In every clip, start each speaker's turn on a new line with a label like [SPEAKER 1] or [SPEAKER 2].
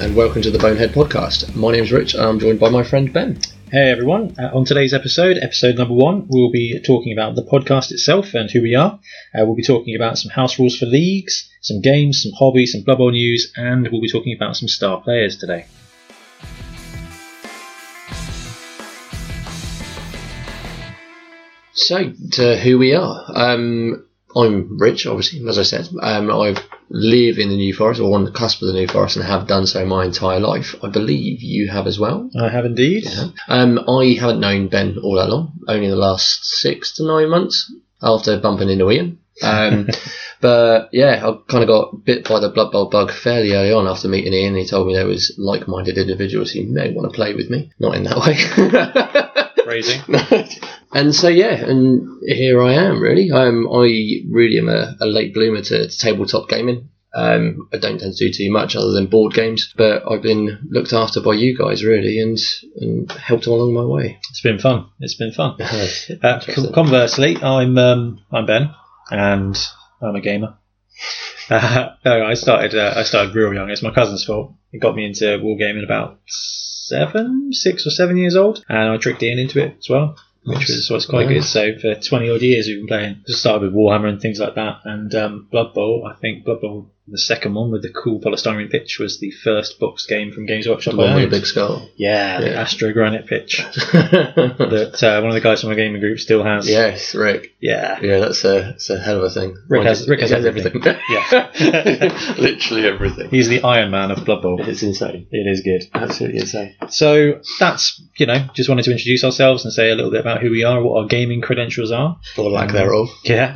[SPEAKER 1] and welcome to the Bonehead Podcast. My name's Rich, and I'm joined by my friend Ben.
[SPEAKER 2] Hey everyone, uh, on today's episode, episode number one, we'll be talking about the podcast itself and who we are. Uh, we'll be talking about some house rules for leagues, some games, some hobbies, some Blood Bowl news, and we'll be talking about some star players today.
[SPEAKER 1] So, to who we are. Um, I'm Rich, obviously, as I said. Um, I live in the New Forest, or on the cusp of the New Forest, and have done so my entire life. I believe you have as well.
[SPEAKER 2] I have indeed.
[SPEAKER 1] Um, I haven't known Ben all that long, only the last six to nine months after bumping into Ian. Um, but yeah, I kind of got bit by the Blood Bowl bug fairly early on after meeting Ian. He told me there was like-minded individuals who may want to play with me. Not in that way.
[SPEAKER 2] Crazy.
[SPEAKER 1] and so yeah, and here I am. Really, um, I really am a, a late bloomer to, to tabletop gaming. Um, I don't tend to do too much other than board games, but I've been looked after by you guys really, and and helped along my way.
[SPEAKER 2] It's been fun. It's been fun. Uh, co- conversely, I'm um, I'm Ben, and I'm a gamer. Uh, no, I started uh, I started real young. It's my cousin's fault. It got me into wargaming about seven, six or seven years old, and I tricked Ian into it as well, which
[SPEAKER 1] Nice.
[SPEAKER 2] was what's quite
[SPEAKER 1] Yeah.
[SPEAKER 2] good. So for twenty odd years, we've been playing. Just started with Warhammer and things like that, and um, Blood Bowl. I think Blood Bowl, the second one with the cool polystyrene pitch, was the first box game from Games Workshop.
[SPEAKER 1] the one
[SPEAKER 2] I
[SPEAKER 1] with a
[SPEAKER 2] owned.
[SPEAKER 1] big skull.
[SPEAKER 2] yeah, the
[SPEAKER 1] Yeah.
[SPEAKER 2] Astro Granite pitch that uh, one of the guys from my gaming group still has.
[SPEAKER 1] yes, Rick.
[SPEAKER 2] yeah.
[SPEAKER 1] Yeah, that's a, that's a hell of a thing.
[SPEAKER 2] Rick
[SPEAKER 1] Mine
[SPEAKER 2] has-
[SPEAKER 1] just-
[SPEAKER 2] Rick has
[SPEAKER 1] it
[SPEAKER 2] everything.
[SPEAKER 1] Yeah. Literally everything.
[SPEAKER 2] He's the Iron Man of Blood Bowl.
[SPEAKER 1] It's insane.
[SPEAKER 2] It is good.
[SPEAKER 1] Absolutely insane.
[SPEAKER 2] So that's you know just wanted to introduce ourselves and say a little bit about who we are, what our gaming credentials are. Um,
[SPEAKER 1] Or lack thereof.
[SPEAKER 2] Yeah.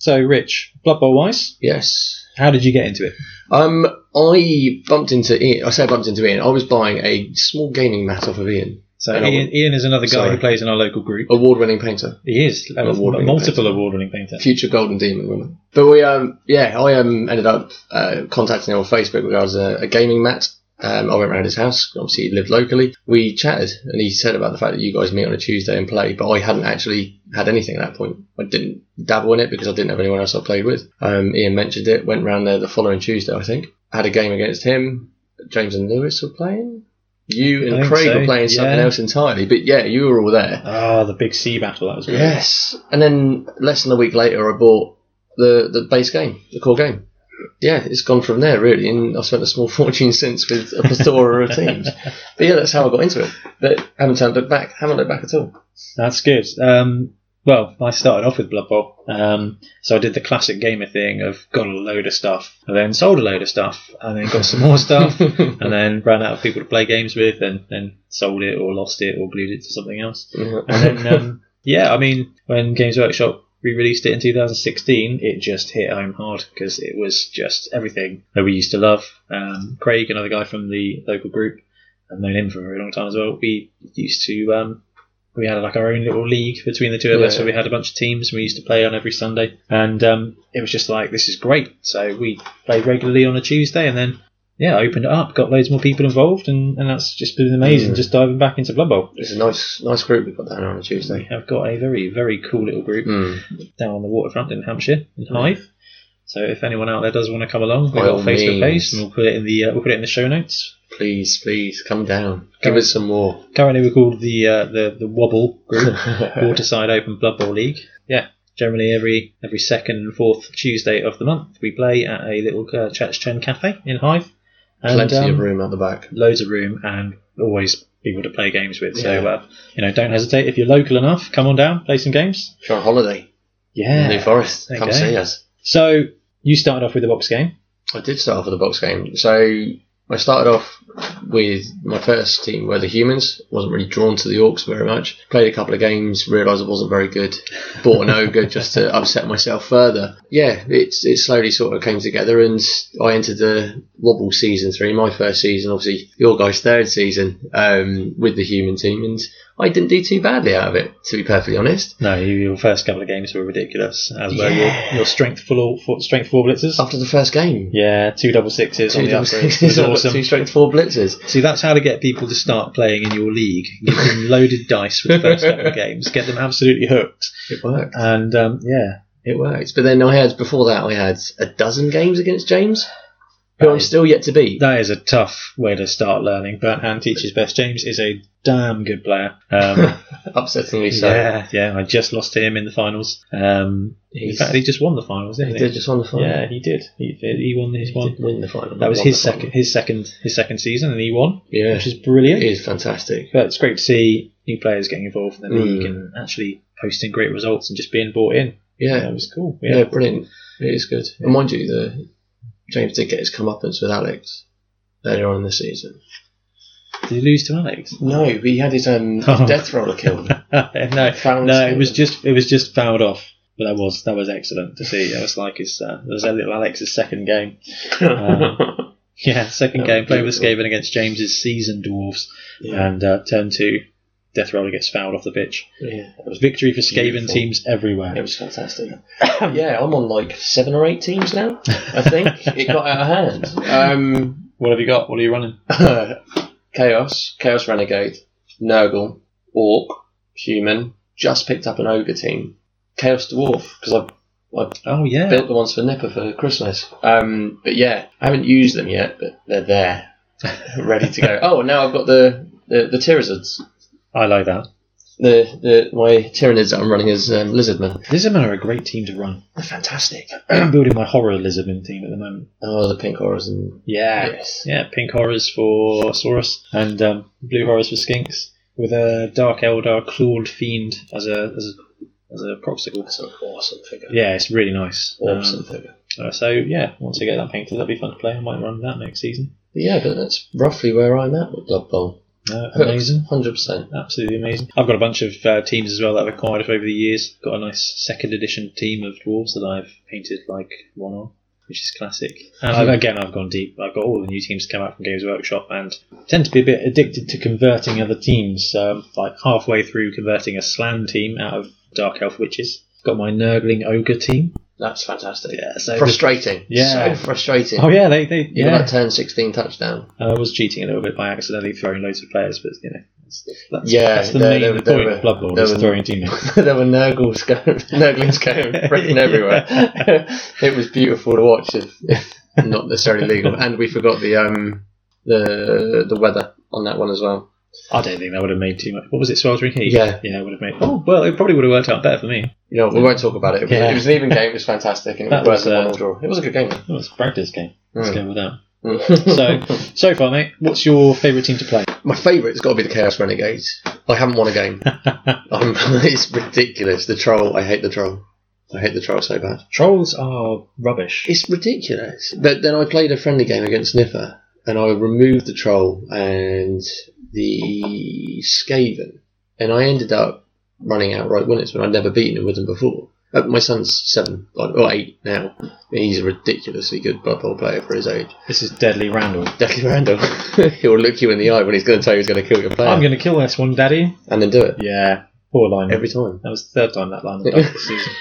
[SPEAKER 2] So Rich, Blood Bowl wise,
[SPEAKER 1] yes.
[SPEAKER 2] how did you get into it?
[SPEAKER 1] Um, I bumped into Ian. I say I bumped into Ian. I was buying a small gaming mat off of Ian,
[SPEAKER 2] So
[SPEAKER 1] And I
[SPEAKER 2] Ian, Ian is another guy
[SPEAKER 1] Sorry.
[SPEAKER 2] who plays in our local group.
[SPEAKER 1] award-winning painter,
[SPEAKER 2] He is a,
[SPEAKER 1] award-winning
[SPEAKER 2] multiple award-winning painter.
[SPEAKER 1] future golden demon woman. But we, um, yeah, I um ended up uh, contacting him on Facebook regards a, a gaming mat. Um, I went round his house. Obviously, he lived locally. We chatted, and he said about the fact that you guys meet on a Tuesday and play. But I hadn't actually had anything at that point. I didn't dabble in it because I didn't have anyone else I played with. Um, Ian mentioned it. Went round there the following Tuesday, I think. Had a game against him. James and Lewis were playing. You
[SPEAKER 2] I
[SPEAKER 1] and
[SPEAKER 2] think
[SPEAKER 1] Craig
[SPEAKER 2] so,
[SPEAKER 1] were playing something
[SPEAKER 2] yeah.
[SPEAKER 1] else entirely. But yeah, you were all there.
[SPEAKER 2] Ah, the big sea battle that was great.
[SPEAKER 1] Yes, and then less than a week later, I bought the the base game, the core game. Yeah, it's gone from there really, and I've spent a small fortune since with a plethora of teams. But yeah, that's how I got into it. But haven't turned look back, haven't looked back at all.
[SPEAKER 2] That's good. Um, well, I started off with Blood Bowl. Um, so I did the classic gamer thing of got a load of stuff, and then sold a load of stuff, and then got some more stuff, and then ran out of people to play games with, and then sold it or lost it or glued it to something else. And then, um, yeah, I mean, when Games Workshop re-released it in 2016, it just hit home hard because it was just everything that we used to love. Um, Craig, another guy from the local group, I've known him for a very long time as well. We used to um, we had like our own little league between the two of us,
[SPEAKER 1] Yeah.
[SPEAKER 2] where we had a bunch of teams. and We used to play on every Sunday, and um, it was just like this is great. So we played regularly on a Tuesday, and then. Yeah, I opened it up, got loads more people involved, and, and that's just been amazing.
[SPEAKER 1] Mm.
[SPEAKER 2] Just diving back into Blood Bowl.
[SPEAKER 1] it's a nice nice group we got down on a
[SPEAKER 2] We
[SPEAKER 1] Tuesday.
[SPEAKER 2] have got a very, very cool little group
[SPEAKER 1] Mm.
[SPEAKER 2] down on the waterfront in Hampshire, in Hythe. So if anyone out there does want to come along, we've
[SPEAKER 1] By all
[SPEAKER 2] got a Facebook
[SPEAKER 1] means.
[SPEAKER 2] page, and we'll put it in the uh, we'll put it in the show notes.
[SPEAKER 1] Please, please come down.
[SPEAKER 2] Come-
[SPEAKER 1] Give us some more.
[SPEAKER 2] Currently, we're called the uh, the the Wobble Group, Waterside Open Blood Bowl League. Yeah, generally every every second and fourth Tuesday of the month, we play at a little uh, Church-Turn Cafe in Hythe. And,
[SPEAKER 1] Plenty of
[SPEAKER 2] um,
[SPEAKER 1] room at the back.
[SPEAKER 2] loads of room and always people to play games with. So
[SPEAKER 1] Yeah.
[SPEAKER 2] uh, you know, don't hesitate if you're local enough. Come on down, play some games.
[SPEAKER 1] If you're on holiday,
[SPEAKER 2] Yeah.
[SPEAKER 1] New Forest,
[SPEAKER 2] There you
[SPEAKER 1] come
[SPEAKER 2] go.
[SPEAKER 1] see us.
[SPEAKER 2] So you started off with a box game.
[SPEAKER 1] I did start off with a box game. So I started off with my first team were the humans. wasn't really drawn to the orcs very much. Played a couple of games, realised I wasn't very good. Bought an ogre just to upset myself further. Yeah, it's it slowly sort of came together, and I entered the wobble season three, my first season, obviously your guys' third season um, with the human team, and I didn't do too badly out of it, to be perfectly honest.
[SPEAKER 2] No, you- your first couple of games were ridiculous, as were
[SPEAKER 1] Yeah.
[SPEAKER 2] your, your strength full for, strength four blitzers.
[SPEAKER 1] After the first game.
[SPEAKER 2] Yeah, Oh. two double sixes on
[SPEAKER 1] Two,
[SPEAKER 2] the
[SPEAKER 1] double
[SPEAKER 2] upgrades.
[SPEAKER 1] sixes,
[SPEAKER 2] was
[SPEAKER 1] I've got two
[SPEAKER 2] awesome.
[SPEAKER 1] strength four blitzes.
[SPEAKER 2] See, that's how to get people to start playing in your league. Give them loaded dice for the first couple of games, get them absolutely hooked,
[SPEAKER 1] It worked.
[SPEAKER 2] and um, yeah,
[SPEAKER 1] It works. But then I had before that I had a dozen games against James. who I'm still yet to beat.
[SPEAKER 2] That is a tough way to start learning. Burnham teaches best. James is a damn good player. Um,
[SPEAKER 1] Upsettingly so.
[SPEAKER 2] yeah, yeah. I just lost to him in the finals. Um, in
[SPEAKER 1] He's-
[SPEAKER 2] fact, he just won the finals, didn't
[SPEAKER 1] He
[SPEAKER 2] he?
[SPEAKER 1] did just won the final.
[SPEAKER 2] yeah, he did. He, he won his
[SPEAKER 1] He
[SPEAKER 2] one.
[SPEAKER 1] did win the final.
[SPEAKER 2] That was
[SPEAKER 1] Won
[SPEAKER 2] his
[SPEAKER 1] the final.
[SPEAKER 2] second, his second, his second season, and he won,
[SPEAKER 1] Yeah,
[SPEAKER 2] which is brilliant.
[SPEAKER 1] it is fantastic.
[SPEAKER 2] But it's great to see new players getting involved in the
[SPEAKER 1] Mm.
[SPEAKER 2] league and actually posting great results and just being bought in.
[SPEAKER 1] Yeah,
[SPEAKER 2] That was cool.
[SPEAKER 1] yeah,
[SPEAKER 2] Yeah.
[SPEAKER 1] brilliant. It is good. And mind you, the James did get his comeuppance with Alex earlier on in the season.
[SPEAKER 2] Did he lose to Alex?
[SPEAKER 1] No, but he had his um,
[SPEAKER 2] Oh.
[SPEAKER 1] death roller killed.
[SPEAKER 2] no,
[SPEAKER 1] Foul
[SPEAKER 2] no, it
[SPEAKER 1] statement.
[SPEAKER 2] was just it was just fouled off. But that was that was excellent to see. That was like his uh, that was that little Alex's second game. Um, Yeah, second
[SPEAKER 1] That
[SPEAKER 2] game
[SPEAKER 1] was
[SPEAKER 2] playing with
[SPEAKER 1] beautiful.
[SPEAKER 2] Skaven against James's seasoned dwarves,
[SPEAKER 1] yeah,
[SPEAKER 2] and uh, turn two, Death Roller gets fouled off the pitch.
[SPEAKER 1] yeah,
[SPEAKER 2] It was victory for Skaven
[SPEAKER 1] Beautiful.
[SPEAKER 2] teams everywhere.
[SPEAKER 1] it was fantastic. yeah, I'm on like seven or eight teams now. I think it got out of hand. Um,
[SPEAKER 2] What have you got? What are you running?
[SPEAKER 1] Chaos, Chaos Renegade, Nurgle, Orc, Human. Just picked up an Ogre team. Chaos Dwarf, because I
[SPEAKER 2] Oh yeah,
[SPEAKER 1] built the ones for Nipper for Christmas. Um, but yeah, I haven't used them yet, but they're there, ready to go. oh, and now I've got the the, the Tyranids.
[SPEAKER 2] I like that.
[SPEAKER 1] The the my Tyranids that I'm running as um, Lizardmen.
[SPEAKER 2] Lizardmen are a great team to run.
[SPEAKER 1] They're fantastic.
[SPEAKER 2] I'm building my horror Lizardman team at the moment.
[SPEAKER 1] Oh, the pink horrors and yes,
[SPEAKER 2] Yeah, pink horrors for Saurus and um, blue horrors for Skinks, with a dark Eldar clawed fiend as a as a, as a popsicle.
[SPEAKER 1] that's an awesome figure.
[SPEAKER 2] Yeah, it's really nice. Um,
[SPEAKER 1] Awesome figure.
[SPEAKER 2] uh, so yeah, once I get that painted, that'll be fun to play. I might run that next season.
[SPEAKER 1] But yeah, but that's roughly where I'm at with Blood Bowl.
[SPEAKER 2] Uh, amazing.
[SPEAKER 1] hundred percent.
[SPEAKER 2] Absolutely amazing. I've got a bunch of uh, teams as well that I've acquired over the years. Got a nice second edition team of dwarves that I've painted like one on, which is classic. And I've, again, I've gone deep. I've got all the new teams to come out from Games Workshop and tend to be a bit addicted to converting other teams. Um, like halfway through converting a Slam team out of Dark Elf Witches. Got my Nurgling Ogre team.
[SPEAKER 1] That's fantastic.
[SPEAKER 2] Yeah, so
[SPEAKER 1] frustrating.
[SPEAKER 2] Yeah.
[SPEAKER 1] So frustrating.
[SPEAKER 2] Oh yeah, they they
[SPEAKER 1] You got
[SPEAKER 2] yeah.
[SPEAKER 1] that turn 16 touchdown.
[SPEAKER 2] I was cheating a little bit by accidentally throwing loads of players, but you know. That's, that's,
[SPEAKER 1] Yeah,
[SPEAKER 2] that's the
[SPEAKER 1] there-
[SPEAKER 2] main
[SPEAKER 1] there-
[SPEAKER 2] point
[SPEAKER 1] there were-
[SPEAKER 2] of Blood Bowl
[SPEAKER 1] there
[SPEAKER 2] is
[SPEAKER 1] were-
[SPEAKER 2] throwing teammates.
[SPEAKER 1] there were Nurgles going, Nurglings going freaking everywhere. it was beautiful to watch, if, if not necessarily legal. And we forgot the um the the weather on that one as well.
[SPEAKER 2] I don't think that would have made too much. What was it, sweltering heat?
[SPEAKER 1] Yeah.
[SPEAKER 2] yeah, it would have made. Oh well, it probably would have worked out better for me.
[SPEAKER 1] You know, we won't talk about it. It was,
[SPEAKER 2] Yeah.
[SPEAKER 1] it was an even game. It was fantastic, and it was
[SPEAKER 2] That
[SPEAKER 1] worth
[SPEAKER 2] was,
[SPEAKER 1] the
[SPEAKER 2] uh,
[SPEAKER 1] one draw. It was a good game.
[SPEAKER 2] Well, it's a practice game. Let's
[SPEAKER 1] Mm.
[SPEAKER 2] go with that.
[SPEAKER 1] though.
[SPEAKER 2] So, so far, mate, what's your favourite team to play?
[SPEAKER 1] my favourite has got to be the Chaos Renegades. I haven't won a game. I'm, it's ridiculous. The troll. I hate the troll. I hate the troll so bad.
[SPEAKER 2] Trolls are rubbish.
[SPEAKER 1] It's ridiculous. But then I played a friendly game against Niffer, and I removed the troll and the Skaven, and I ended up running outright winners when I'd never beaten them with them before. Uh, my son's seven like, or eight now. He's a ridiculously good Blood Bowl player for his age.
[SPEAKER 2] This is Deadly Randall.
[SPEAKER 1] Deadly Randall. He'll look you in the eye when he's going to tell you he's going to kill your player,
[SPEAKER 2] I'm going to kill this one, Daddy.
[SPEAKER 1] and then do it
[SPEAKER 2] Yeah, poor lineman.
[SPEAKER 1] every time.
[SPEAKER 2] that was the third time that lineman died this season.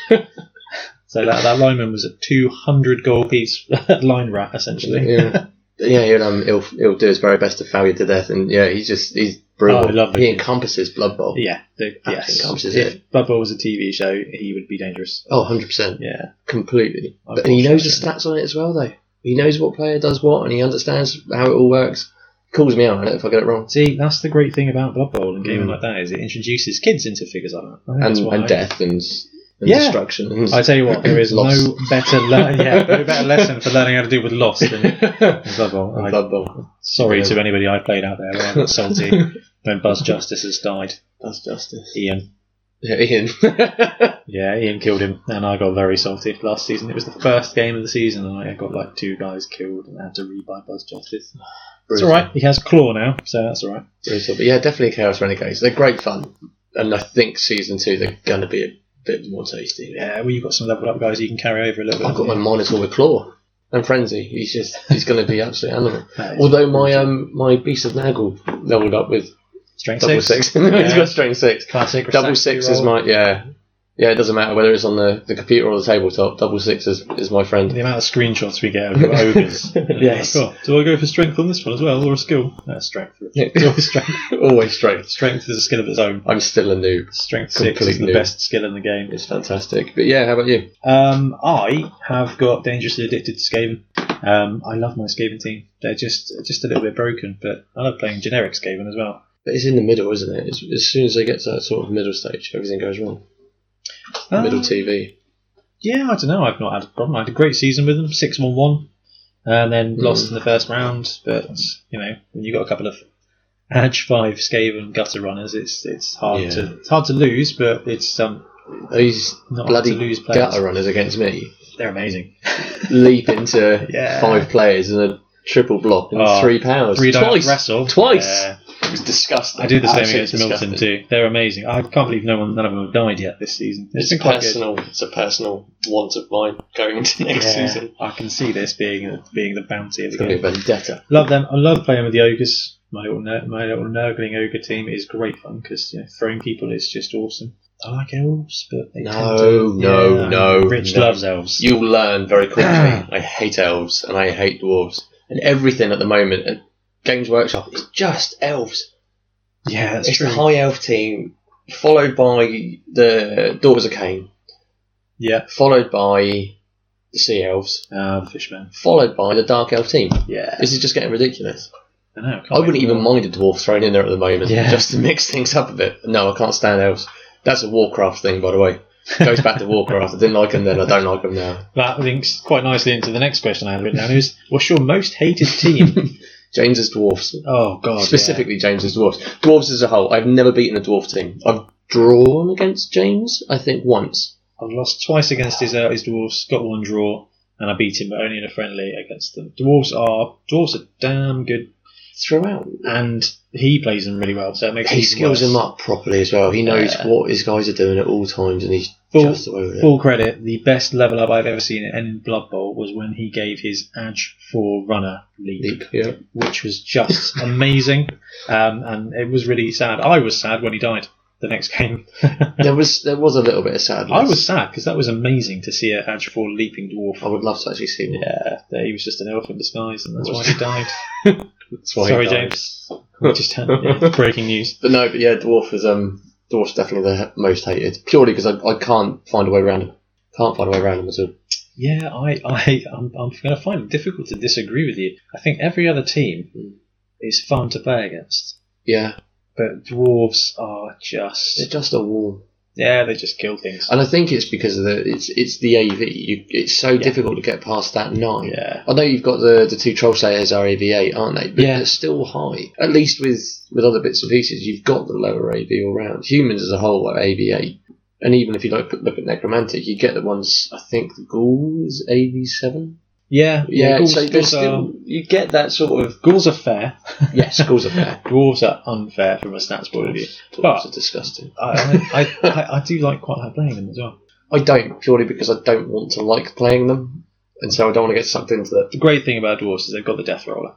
[SPEAKER 2] So that, that lineman was a 200 goal piece line rat essentially.
[SPEAKER 1] Yeah. Yeah, he'll, um, he'll he'll do his very best to foul you to death, and yeah, he's just he's
[SPEAKER 2] Oh, I
[SPEAKER 1] brutal.
[SPEAKER 2] love the
[SPEAKER 1] he
[SPEAKER 2] kid.
[SPEAKER 1] encompasses Blood Bowl.
[SPEAKER 2] Yeah, the,
[SPEAKER 1] I
[SPEAKER 2] yes.
[SPEAKER 1] think Arms is
[SPEAKER 2] If Blood Bowl was a TV show, he would be dangerous.
[SPEAKER 1] Oh, 100%.
[SPEAKER 2] Yeah,
[SPEAKER 1] Completely.
[SPEAKER 2] I
[SPEAKER 1] But and he knows the
[SPEAKER 2] appreciate
[SPEAKER 1] stats on it as well, though. He knows what player does what, and he understands how it all works. Calls me out on it if I get it wrong.
[SPEAKER 2] See, that's the great thing about Blood Bowl and gaming
[SPEAKER 1] Mm.
[SPEAKER 2] like that is it introduces kids into figures like that. I think
[SPEAKER 1] And,
[SPEAKER 2] that's why
[SPEAKER 1] and
[SPEAKER 2] I-
[SPEAKER 1] death and, and
[SPEAKER 2] Yeah.
[SPEAKER 1] destruction. And
[SPEAKER 2] I tell you what, there is
[SPEAKER 1] Loss.
[SPEAKER 2] no better le- yeah, no better lesson for learning how to deal with loss than Blood Bowl. I-
[SPEAKER 1] Blood Bowl.
[SPEAKER 2] sorry to anybody I played out there. where I got salty when Buzz Justice has died.
[SPEAKER 1] That's justice.
[SPEAKER 2] Ian,
[SPEAKER 1] Yeah, Ian.
[SPEAKER 2] yeah, Ian killed him, and I got very salty last season. It was the first game of the season, and I got like two guys killed and had to rebuy Buzz Justice. It's all right. He has claw now, so that's all right.
[SPEAKER 1] Brutal. But yeah, definitely Chaos Renegades. They're great fun. And I think season two, they're going to be a bit more tasty.
[SPEAKER 2] Yeah, well, you've got some leveled up guys you can carry over a little bit.
[SPEAKER 1] I've got my Minotaur with Claw and Frenzy. He's just, he's going to be absolute animal.
[SPEAKER 2] That is
[SPEAKER 1] Although my um my Beast of Nagel leveled up with
[SPEAKER 2] strength
[SPEAKER 1] double
[SPEAKER 2] six.
[SPEAKER 1] six. He's
[SPEAKER 2] Yeah.
[SPEAKER 1] got strength six.
[SPEAKER 2] Classic
[SPEAKER 1] Double
[SPEAKER 2] Saxby
[SPEAKER 1] six is
[SPEAKER 2] roll.
[SPEAKER 1] my yeah. Yeah, it doesn't matter whether it's on the, the computer or the tabletop. Double six is, is my friend.
[SPEAKER 2] The amount of screenshots we get of your ogres.
[SPEAKER 1] Yes.
[SPEAKER 2] Oh, do I go for strength on this one as well, or a skill? No, strength.
[SPEAKER 1] Yeah.
[SPEAKER 2] It's always strength.
[SPEAKER 1] Always straight.
[SPEAKER 2] Strength is a skill of its own.
[SPEAKER 1] I'm still a noob.
[SPEAKER 2] Strength six is
[SPEAKER 1] Completely.
[SPEAKER 2] the best skill in the game.
[SPEAKER 1] It's fantastic. But yeah, how about you?
[SPEAKER 2] Um, I have got dangerously addicted to Skaven. Um, I love my Skaven team. They're just just a little bit broken, but I love playing generic Skaven as well.
[SPEAKER 1] But it's in the middle, isn't it? It's, as soon as they get to that sort of middle stage, everything goes wrong.
[SPEAKER 2] Uh,
[SPEAKER 1] middle TV.
[SPEAKER 2] Yeah, I don't know. I've not had a problem. I had a great season with them, six one one, and then
[SPEAKER 1] Hmm.
[SPEAKER 2] lost in the first round. But you know, when you have got a couple of Edge five Skaven gutter runners, it's it's hard
[SPEAKER 1] Yeah.
[SPEAKER 2] to it's hard to lose, but it's um
[SPEAKER 1] These
[SPEAKER 2] Not
[SPEAKER 1] bloody
[SPEAKER 2] to lose players.
[SPEAKER 1] gutter runners against me
[SPEAKER 2] they're amazing.
[SPEAKER 1] leap into
[SPEAKER 2] Yeah.
[SPEAKER 1] five players in a triple block and
[SPEAKER 2] Oh,
[SPEAKER 1] three powers.
[SPEAKER 2] Three don't
[SPEAKER 1] twice.
[SPEAKER 2] wrestle
[SPEAKER 1] Twice.
[SPEAKER 2] Yeah.
[SPEAKER 1] It was disgusting.
[SPEAKER 2] I do the same
[SPEAKER 1] Absolutely
[SPEAKER 2] against Milton
[SPEAKER 1] disgusting.
[SPEAKER 2] too. They're amazing. I can't believe no one, none of them have died yet this season.
[SPEAKER 1] It's,
[SPEAKER 2] been
[SPEAKER 1] a
[SPEAKER 2] quite
[SPEAKER 1] personal. It's a personal want of mine going into
[SPEAKER 2] good.
[SPEAKER 1] next
[SPEAKER 2] Yeah,
[SPEAKER 1] season.
[SPEAKER 2] I can see this being being the bounty of
[SPEAKER 1] It's
[SPEAKER 2] the
[SPEAKER 1] gonna be
[SPEAKER 2] game.
[SPEAKER 1] a vendetta.
[SPEAKER 2] Love them. I love playing with the ogres. My little ner- my little nurgling ogre team is great fun because you know, throwing people is just awesome. I like elves, but they tend
[SPEAKER 1] No,
[SPEAKER 2] to,
[SPEAKER 1] no,
[SPEAKER 2] Yeah,
[SPEAKER 1] no,
[SPEAKER 2] Rich
[SPEAKER 1] no.
[SPEAKER 2] loves elves.
[SPEAKER 1] You'll learn very quickly. I hate elves and I hate dwarves and everything at the moment at Games Workshop is just elves.
[SPEAKER 2] yeah, that's
[SPEAKER 1] it's
[SPEAKER 2] true.
[SPEAKER 1] the high elf team followed by the Daughters of Cain,
[SPEAKER 2] yeah,
[SPEAKER 1] followed by the Sea Elves,
[SPEAKER 2] uh, the fishman.
[SPEAKER 1] followed by the Dark Elf team.
[SPEAKER 2] Yeah,
[SPEAKER 1] This is just getting ridiculous.
[SPEAKER 2] I know. can't
[SPEAKER 1] I wouldn't
[SPEAKER 2] wait.
[SPEAKER 1] even mind a dwarf thrown in there at the moment,
[SPEAKER 2] uh, Yeah.
[SPEAKER 1] just to mix things up a bit. No, I can't stand elves. That's a Warcraft thing, by the way. Goes back to Warcraft. I didn't like them then. I don't like them now.
[SPEAKER 2] That links quite nicely into the next question I had written down. Is what's your most hated team?
[SPEAKER 1] James's dwarfs,
[SPEAKER 2] Oh god.
[SPEAKER 1] specifically James's dwarfs. Dwarves as a whole. I've never beaten a dwarf team. I've drawn against James, I think, once.
[SPEAKER 2] yeah. I've lost twice against his uh, his dwarves, got one draw, and I beat him, but only in a friendly against them. Dwarves are dwarves are damn good,
[SPEAKER 1] Throughout,
[SPEAKER 2] and he plays them really well, so it makes
[SPEAKER 1] he
[SPEAKER 2] it
[SPEAKER 1] skills
[SPEAKER 2] worse.
[SPEAKER 1] him up properly as well. He knows
[SPEAKER 2] Yeah.
[SPEAKER 1] what his guys are doing at all times, and he's
[SPEAKER 2] Full-
[SPEAKER 1] just away with it.
[SPEAKER 2] Full credit. The best level up I've ever seen in Blood Bowl was when he gave his Edge Four Runner leap.
[SPEAKER 1] Leap, Yeah.
[SPEAKER 2] which was just amazing. Um, and it was really sad. I was sad when he died the next game.
[SPEAKER 1] There was there was a little bit of sadness.
[SPEAKER 2] I was sad because that was amazing to see a Edge Four leaping dwarf.
[SPEAKER 1] I would love to actually see one.
[SPEAKER 2] Yeah, that he was just an elf in disguise, and that's why he died.
[SPEAKER 1] That's why he
[SPEAKER 2] Sorry,
[SPEAKER 1] died.
[SPEAKER 2] James. We just had yeah, breaking news.
[SPEAKER 1] But no, but yeah, dwarf is um dwarf's definitely the most hated purely because I, I can't find a way around him. Can't find a way around him at all.
[SPEAKER 2] Yeah, I, I, I'm, I'm going to find it difficult to disagree with you. I think every other team is fun to play against,
[SPEAKER 1] Yeah,
[SPEAKER 2] but dwarves are
[SPEAKER 1] it's
[SPEAKER 2] just
[SPEAKER 1] just a wall,
[SPEAKER 2] yeah, they just kill things.
[SPEAKER 1] and I think it's because of the it's it's the AV. You, it's so difficult to get past that nine.
[SPEAKER 2] Yeah,
[SPEAKER 1] I know you've got the, the two troll slayers are AV8, aren't they? But
[SPEAKER 2] Yeah.
[SPEAKER 1] they're still high. At least with, with other bits and pieces, you've got the lower AV all round. Humans as a whole are AV8. And even if you look, look at Necromantic, you get the ones, I think the Ghoul is AV7?
[SPEAKER 2] yeah,
[SPEAKER 1] Yeah,
[SPEAKER 2] Ghouls,
[SPEAKER 1] so they're
[SPEAKER 2] ghouls
[SPEAKER 1] still, you get that sort of.
[SPEAKER 2] are, ghouls are fair.
[SPEAKER 1] Yes, Ghouls are fair.
[SPEAKER 2] Dwarves are unfair from a stats point of view.
[SPEAKER 1] Dwarves are disgusting.
[SPEAKER 2] I, I, I, I do like quite like playing them as well.
[SPEAKER 1] I don't, purely because I don't want to like playing them. And so I don't want to get sucked into that.
[SPEAKER 2] the great thing about dwarves is they've got the death roller,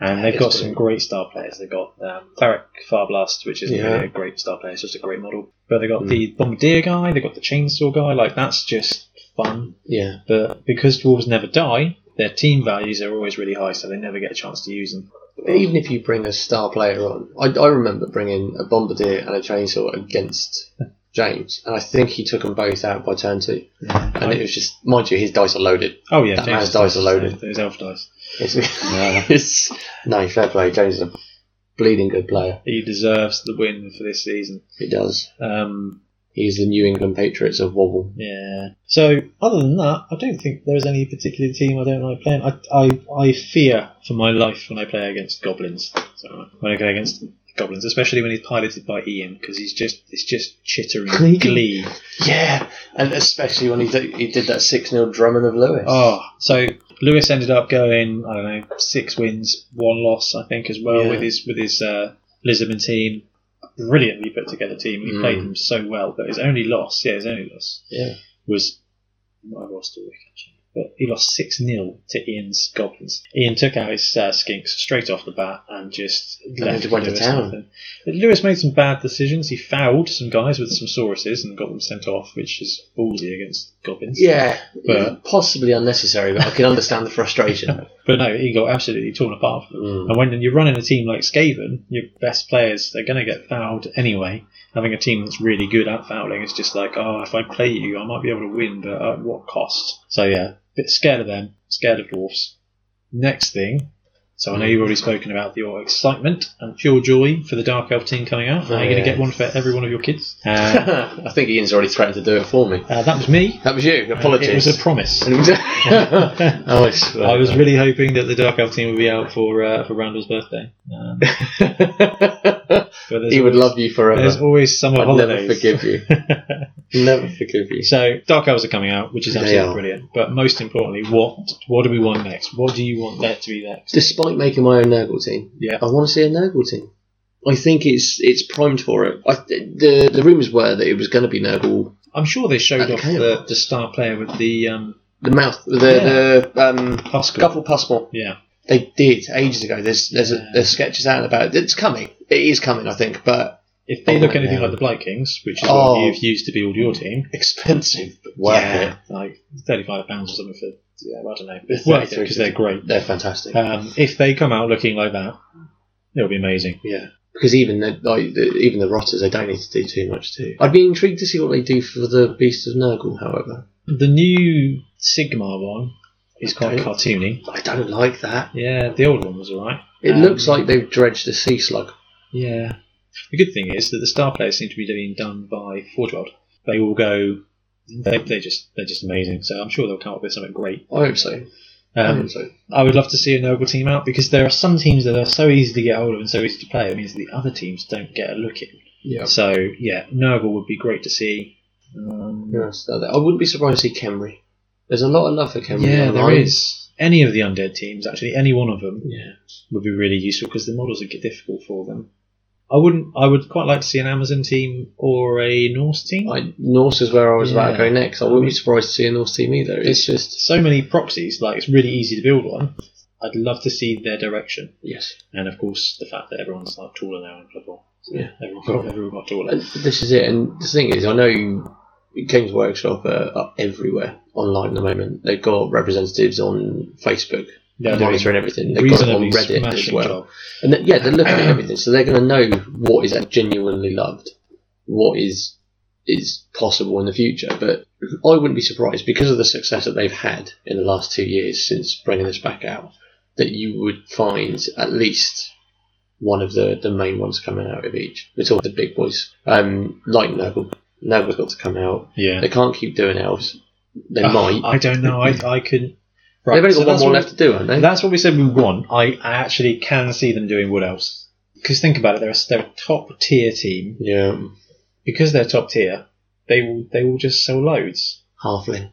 [SPEAKER 2] and they've
[SPEAKER 1] It's
[SPEAKER 2] got some
[SPEAKER 1] brilliant.
[SPEAKER 2] great star players. They've got um, cleric Farblast, which isn't
[SPEAKER 1] Yeah. Hmm.
[SPEAKER 2] really a great star player; it's just a great model. But they've got the bombardier guy, they've got the chainsaw guy. Like that's just fun.
[SPEAKER 1] Yeah.
[SPEAKER 2] But because dwarves never die, their team values are always really high, so they never get a chance to use them.
[SPEAKER 1] But even if you bring a star player on, I, I remember bringing a bombardier and a chainsaw against James, and I think he took them both out by turn two. And it was just, mind you, his dice are loaded.
[SPEAKER 2] oh yeah,
[SPEAKER 1] that
[SPEAKER 2] James's
[SPEAKER 1] man's dice are loaded.
[SPEAKER 2] Those elf dice.
[SPEAKER 1] It's, it's- no, fair play. James is a bleeding good player.
[SPEAKER 2] He deserves the win for this season.
[SPEAKER 1] He does.
[SPEAKER 2] Um,
[SPEAKER 1] He's the New England Patriots of Wobble.
[SPEAKER 2] Yeah. So other than that, I don't think there is any particular team I don't like playing. I, I, I fear for my life when I play against goblins. So when I go against goblins, especially when he's piloted by Ian, because he's just it's just chittering
[SPEAKER 1] Glee.
[SPEAKER 2] glee.
[SPEAKER 1] Yeah, and especially when he did, he did that 6 0 drumming of Lewis.
[SPEAKER 2] Oh, so Lewis ended up going I don't know six wins, one loss, I think, as well
[SPEAKER 1] Yeah.
[SPEAKER 2] with his with his uh, Lisbon team. Brilliantly put together team. He
[SPEAKER 1] Mm.
[SPEAKER 2] played them so well, but his only loss, yeah, his only loss
[SPEAKER 1] Yeah.
[SPEAKER 2] was I lost a week actually, but he lost six 0 to Ian's goblins. Ian took out his uh, skinks straight off the bat and just left
[SPEAKER 1] they went to
[SPEAKER 2] Lewis
[SPEAKER 1] town.
[SPEAKER 2] nothing. But Lewis made some bad decisions. He fouled some guys with some sauruses and got them sent off, which is ballsy against goblins.
[SPEAKER 1] Yeah,
[SPEAKER 2] But-
[SPEAKER 1] possibly unnecessary, but I can understand the frustration.
[SPEAKER 2] But no, he got absolutely torn apart.
[SPEAKER 1] Mm.
[SPEAKER 2] And when you're running a team like Skaven, your best players are going to get fouled anyway. Having a team that's really good at fouling is just like, oh, if I play you, I might be able to win, but at what cost? So yeah, bit scared of them, scared of dwarfs. next thing. So I know you've already spoken about your excitement and pure joy for the Dark Elf team coming out.
[SPEAKER 1] Oh,
[SPEAKER 2] Are you
[SPEAKER 1] yeah.
[SPEAKER 2] going to get one for every one of your kids? Uh,
[SPEAKER 1] I think Ian's already threatened to do it for me.
[SPEAKER 2] uh, that was me.
[SPEAKER 1] That was you. Apologies.
[SPEAKER 2] It was a promise.
[SPEAKER 1] oh, I, swear.
[SPEAKER 2] I was really hoping that the Dark Elf team would be out for uh, for Randall's birthday. Um, but there's
[SPEAKER 1] he would
[SPEAKER 2] always-
[SPEAKER 1] love you forever.
[SPEAKER 2] There's always summer
[SPEAKER 1] I'd never
[SPEAKER 2] holidays.
[SPEAKER 1] forgive you. never forgive you.
[SPEAKER 2] So Dark Elves are coming out, which is
[SPEAKER 1] They
[SPEAKER 2] absolutely
[SPEAKER 1] are.
[SPEAKER 2] brilliant. But most importantly, what what do we want next? What do you want there to be next?
[SPEAKER 1] Despite making my own Nurgle team,
[SPEAKER 2] Yeah.
[SPEAKER 1] I want to see a Nurgle team. I think it's it's primed for it. I, the the rumours were that it was going to be Nurgle,
[SPEAKER 2] I'm sure they showed
[SPEAKER 1] Okay.
[SPEAKER 2] off the, the star player with the um,
[SPEAKER 1] the mouth, the the um,
[SPEAKER 2] Pascal.
[SPEAKER 1] Guffel Pussmore.
[SPEAKER 2] Yeah,
[SPEAKER 1] They did ages ago. There's there's a,
[SPEAKER 2] Yeah.
[SPEAKER 1] there's sketches out and about. It's coming. It is coming. I think, but
[SPEAKER 2] if they look
[SPEAKER 1] Oh,
[SPEAKER 2] anything
[SPEAKER 1] yeah.
[SPEAKER 2] like the Blight Kings, which is
[SPEAKER 1] Oh.
[SPEAKER 2] what you've used to build your team,
[SPEAKER 1] expensive. But worth
[SPEAKER 2] yeah,
[SPEAKER 1] it.
[SPEAKER 2] like thirty-five pounds or something for yeah, I don't know,
[SPEAKER 1] It's
[SPEAKER 2] worth it
[SPEAKER 1] 33,
[SPEAKER 2] because they're great.
[SPEAKER 1] They're fantastic.
[SPEAKER 2] Um, if they come out looking like that, it'll be amazing.
[SPEAKER 1] Yeah, because even the, like the, even the rotters, they don't need to do too much too. I'd be intrigued to see what they do for the Beast of Nurgle. However,
[SPEAKER 2] The new Sigmar one is quite
[SPEAKER 1] Okay.
[SPEAKER 2] cartoony.
[SPEAKER 1] I don't like that.
[SPEAKER 2] Yeah, the old one was alright.
[SPEAKER 1] It
[SPEAKER 2] Um,
[SPEAKER 1] looks like they've dredged a sea slug.
[SPEAKER 2] Yeah. The good thing is that the star players seem to be being done by Forge World. They all go. They, they're just they're just amazing. So I'm sure they'll come up with something great.
[SPEAKER 1] I hope so. I
[SPEAKER 2] Um,
[SPEAKER 1] hope so.
[SPEAKER 2] I would love to see a noble team out because there are some teams that are so easy to get hold of and so easy to play. It means the other teams don't get a look in.
[SPEAKER 1] Yeah.
[SPEAKER 2] So yeah, noble would be great to see. Um,
[SPEAKER 1] Yeah, so that- I wouldn't be surprised to see Kemri. There's a lot of love for Kemri.
[SPEAKER 2] yeah, there
[SPEAKER 1] online.
[SPEAKER 2] is any of the undead teams. Actually, any one of them
[SPEAKER 1] Yeah.
[SPEAKER 2] would be really useful because the models would get difficult for them. I wouldn't. I would quite like to see an Amazon team or a Norse team.
[SPEAKER 1] I, Norse is where I was about to
[SPEAKER 2] Yeah.
[SPEAKER 1] go next. I wouldn't be surprised to see a Norse team either. It's just
[SPEAKER 2] so many proxies, like it's really easy to build one. I'd love to see their direction,
[SPEAKER 1] yes.
[SPEAKER 2] and of course the fact that everyone's like taller now in Blood Bowl. So
[SPEAKER 1] Yeah.
[SPEAKER 2] everyone got everyone got taller.
[SPEAKER 1] And this is it. And the thing is, I know Games Workshop are up everywhere online at the moment. They've got representatives on Facebook,
[SPEAKER 2] They're doing
[SPEAKER 1] monitoring everything. They've got it on
[SPEAKER 2] reasonably
[SPEAKER 1] Reddit as
[SPEAKER 2] smashing
[SPEAKER 1] well.
[SPEAKER 2] job.
[SPEAKER 1] And then, yeah, they're looking at everything, so they're going to know what is genuinely loved, what is is possible in the future. But I wouldn't be surprised because of the success that they've had in the last two years since bringing this back out, that you would find at least one of the, the main ones coming out of each. We're talking the big boys, um, like Nurgle. Nurgle's got to come out.
[SPEAKER 2] Yeah,
[SPEAKER 1] They can't keep doing elves. They
[SPEAKER 2] Uh,
[SPEAKER 1] might.
[SPEAKER 2] I don't know. I I could.
[SPEAKER 1] they've only
[SPEAKER 2] so
[SPEAKER 1] got one
[SPEAKER 2] that's
[SPEAKER 1] more
[SPEAKER 2] what-
[SPEAKER 1] left to do, haven't they?
[SPEAKER 2] That's what we said we want. I, I actually can see them doing what else. Because think about it, they're a, they're a top tier team.
[SPEAKER 1] yeah,
[SPEAKER 2] Because they're top tier, they will they will just sell loads.
[SPEAKER 1] halfling.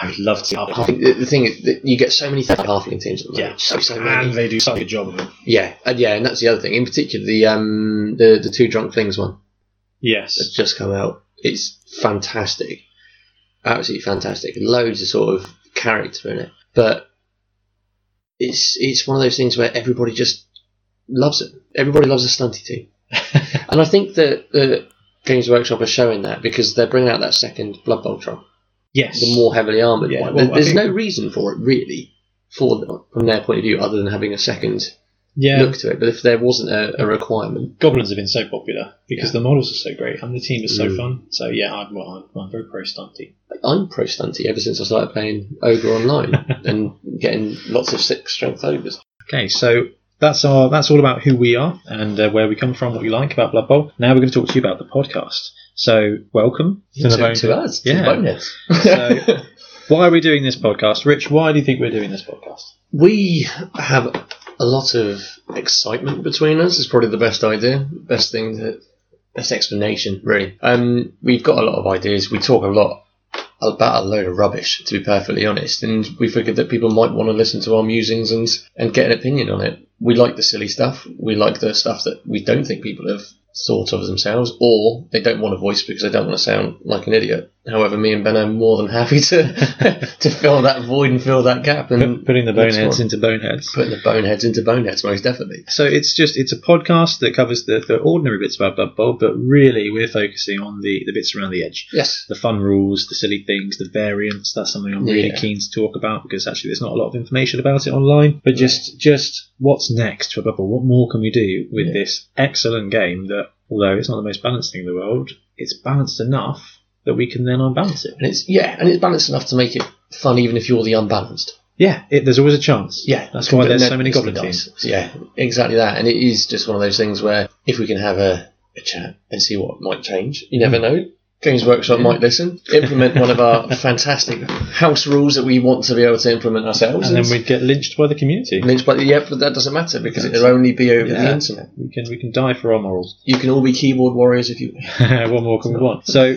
[SPEAKER 2] I would love to.
[SPEAKER 1] I think the, the thing is that you get so many third halfling teams. At the moment.
[SPEAKER 2] Yeah,
[SPEAKER 1] so so
[SPEAKER 2] and
[SPEAKER 1] many.
[SPEAKER 2] they do such a good job of it.
[SPEAKER 1] Yeah, and yeah, and that's the other thing. In particular, the um the the two drunk things one that's
[SPEAKER 2] Yes.
[SPEAKER 1] just come out. It's fantastic, absolutely fantastic. Loads of sort of character in it, but it's it's one of those things where everybody just loves it. Everybody loves a stunty team. And I think that the Games Workshop are showing that because they're bringing out that second Blood Bowl Tron,
[SPEAKER 2] yes.
[SPEAKER 1] the more heavily armoured
[SPEAKER 2] Yeah,
[SPEAKER 1] one.
[SPEAKER 2] well,
[SPEAKER 1] There-
[SPEAKER 2] I
[SPEAKER 1] There's
[SPEAKER 2] think-
[SPEAKER 1] no reason for it, really, for them, from their point of view, other than having a second
[SPEAKER 2] yeah.
[SPEAKER 1] look to it. But if there wasn't a, a requirement,
[SPEAKER 2] Goblins have been so popular because the models are so great and the team is so
[SPEAKER 1] Mm.
[SPEAKER 2] fun. So yeah, I'm, well, I'm, I'm very pro stunty.
[SPEAKER 1] I'm pro stunty ever since I started playing Ogre online and getting lots of six strength ogres.
[SPEAKER 2] Okay, so that's our that's all about who we are and uh, where we come from, what we like about Blood Bowl. Now we're going to talk to you about the podcast. So welcome
[SPEAKER 1] To,
[SPEAKER 2] Bone-
[SPEAKER 1] to us, to
[SPEAKER 2] Yeah.
[SPEAKER 1] bonus.
[SPEAKER 2] So- Why are we doing this podcast, Rich? Why do you think we're doing this podcast?
[SPEAKER 1] we have a lot of excitement between us. Is probably the best idea, best thing that, best explanation, really. Um, we've got a lot of ideas. We talk a lot about a load of rubbish, to be perfectly honest, and we figured that people might want to listen to our musings and and get an opinion on it. We like the silly stuff. We like the stuff that we don't think people have thought of themselves, or they don't want to voice because they don't want to sound like an idiot. However, me and Ben are more than happy to to fill that void and fill that gap. And
[SPEAKER 2] Putting the
[SPEAKER 1] That's
[SPEAKER 2] boneheads
[SPEAKER 1] fine.
[SPEAKER 2] into boneheads.
[SPEAKER 1] Putting the boneheads into boneheads, most definitely.
[SPEAKER 2] So it's just it's a podcast that covers the, the ordinary bits about Blood Bowl, but really we're focusing on the, the bits around the edge.
[SPEAKER 1] Yes.
[SPEAKER 2] The fun rules, the silly things, the variants, that's something I'm really
[SPEAKER 1] Yeah.
[SPEAKER 2] keen to talk about because actually there's not a lot of information about it online. But just just what's next for Blood Bowl? What more can we do with
[SPEAKER 1] Yeah.
[SPEAKER 2] this excellent game that although it's not the most balanced thing in the world, it's balanced enough that we can then unbalance it.
[SPEAKER 1] And it's yeah, and it's balanced enough to make it fun even if you're the unbalanced.
[SPEAKER 2] Yeah, it, there's always a chance.
[SPEAKER 1] Yeah,
[SPEAKER 2] that's why there's
[SPEAKER 1] No,
[SPEAKER 2] so many
[SPEAKER 1] it's the
[SPEAKER 2] goblin teams.
[SPEAKER 1] dice. Yeah, exactly that. And it is just one of those things where if we can have a, a chat and see what might change, you
[SPEAKER 2] Hmm.
[SPEAKER 1] never know. Games Workshop might listen, implement one of our fantastic house rules that we want to be able to implement ourselves.
[SPEAKER 2] And then we'd get lynched by the community.
[SPEAKER 1] Lynch, but yeah, but that doesn't matter because it'll only be over the
[SPEAKER 2] Yeah.
[SPEAKER 1] internet.
[SPEAKER 2] We can we can die for our morals.
[SPEAKER 1] You can all be keyboard warriors if you.
[SPEAKER 2] what more can we want? So,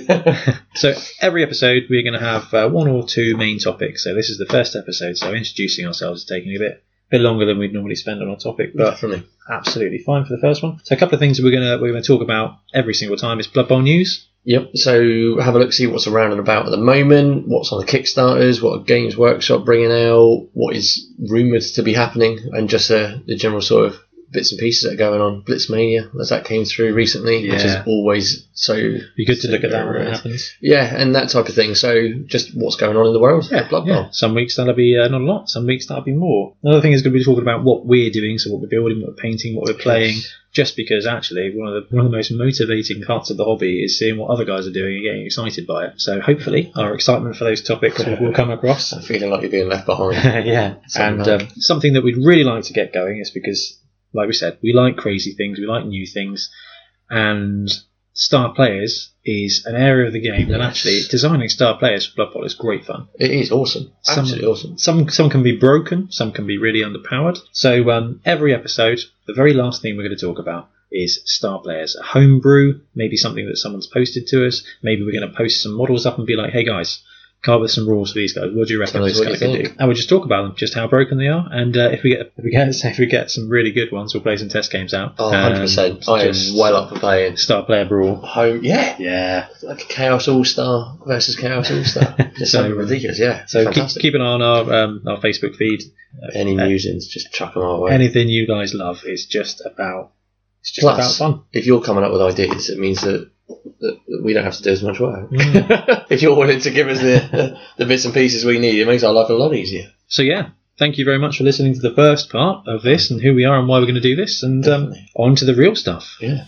[SPEAKER 2] so every episode we're going to have uh, one or two main topics. So this is the first episode. So introducing ourselves is taking a bit bit longer than we'd normally spend on our topic, but
[SPEAKER 1] Definitely.
[SPEAKER 2] absolutely fine for the first one. So a couple of things we're gonna we're gonna talk about every single time is Blood Bowl news.
[SPEAKER 1] Yep. So have a look, see what's around and about at the moment. What's on the Kickstarters? What are Games Workshop bringing out? What is rumored to be happening? And just uh, the general sort of bits and pieces that are going on. Blitzmania, as that came through recently, which is
[SPEAKER 2] Yeah.
[SPEAKER 1] always so.
[SPEAKER 2] Be good to look at that when it
[SPEAKER 1] Right.
[SPEAKER 2] happens.
[SPEAKER 1] Yeah, and that type of thing. So just what's going on in the world? of Blood Bowl.
[SPEAKER 2] Some weeks that'll be uh, not a lot. Some weeks that'll be more. Another thing is going to be talking about what we're doing, so what we're building, what we're painting, what we're playing. Just because actually one of the one of the most motivating parts of the hobby is seeing what other guys are doing and getting excited by it. So hopefully our excitement for those topics will, will come across.
[SPEAKER 1] I'm feeling like you're being left behind.
[SPEAKER 2] yeah, and
[SPEAKER 1] Something like-
[SPEAKER 2] um, something that we'd really like to get going is because, like we said, we like crazy things, we like new things, and star players is an area of the game that
[SPEAKER 1] Yes.
[SPEAKER 2] actually designing star players for Blood Bowl is great fun.
[SPEAKER 1] it is awesome.
[SPEAKER 2] Some-
[SPEAKER 1] Absolutely awesome.
[SPEAKER 2] Some some can be broken, some can be really underpowered. So um, every episode, the very last thing we're going to talk about is star players, a homebrew, maybe something that someone's posted to us. Maybe we're going to post some models up and be like, hey guys. Come up with some rules for these guys. What do you reckon
[SPEAKER 1] Tell us
[SPEAKER 2] this
[SPEAKER 1] what
[SPEAKER 2] guy
[SPEAKER 1] you
[SPEAKER 2] can
[SPEAKER 1] think.
[SPEAKER 2] do? and we'll just talk about them, just how broken they are. And uh, if we get if we get if we get some really good ones, we'll play some test games out.
[SPEAKER 1] Oh,
[SPEAKER 2] Um,
[SPEAKER 1] 100%. I am
[SPEAKER 2] just
[SPEAKER 1] well up for playing.
[SPEAKER 2] Start player brawl.
[SPEAKER 1] Home, yeah.
[SPEAKER 2] Yeah.
[SPEAKER 1] like a Chaos All Star versus Chaos All Star. It's
[SPEAKER 2] So-
[SPEAKER 1] so ridiculous, yeah.
[SPEAKER 2] So keep,
[SPEAKER 1] fantastic.
[SPEAKER 2] keep an eye on our um, our Facebook feed.
[SPEAKER 1] any musings, just chuck them our way.
[SPEAKER 2] Anything you guys love is just about it's just
[SPEAKER 1] Plus-
[SPEAKER 2] about fun.
[SPEAKER 1] if you're coming up with ideas, it means that, that that we don't have to do as much work.
[SPEAKER 2] Mm.
[SPEAKER 1] if you're willing to give us the the bits and pieces we need, it makes our life a lot easier.
[SPEAKER 2] So yeah, thank you very much for listening to the first part of this and who we are and why we're going to do this, and um,
[SPEAKER 1] Definitely.
[SPEAKER 2] on to the real stuff.
[SPEAKER 1] Yeah.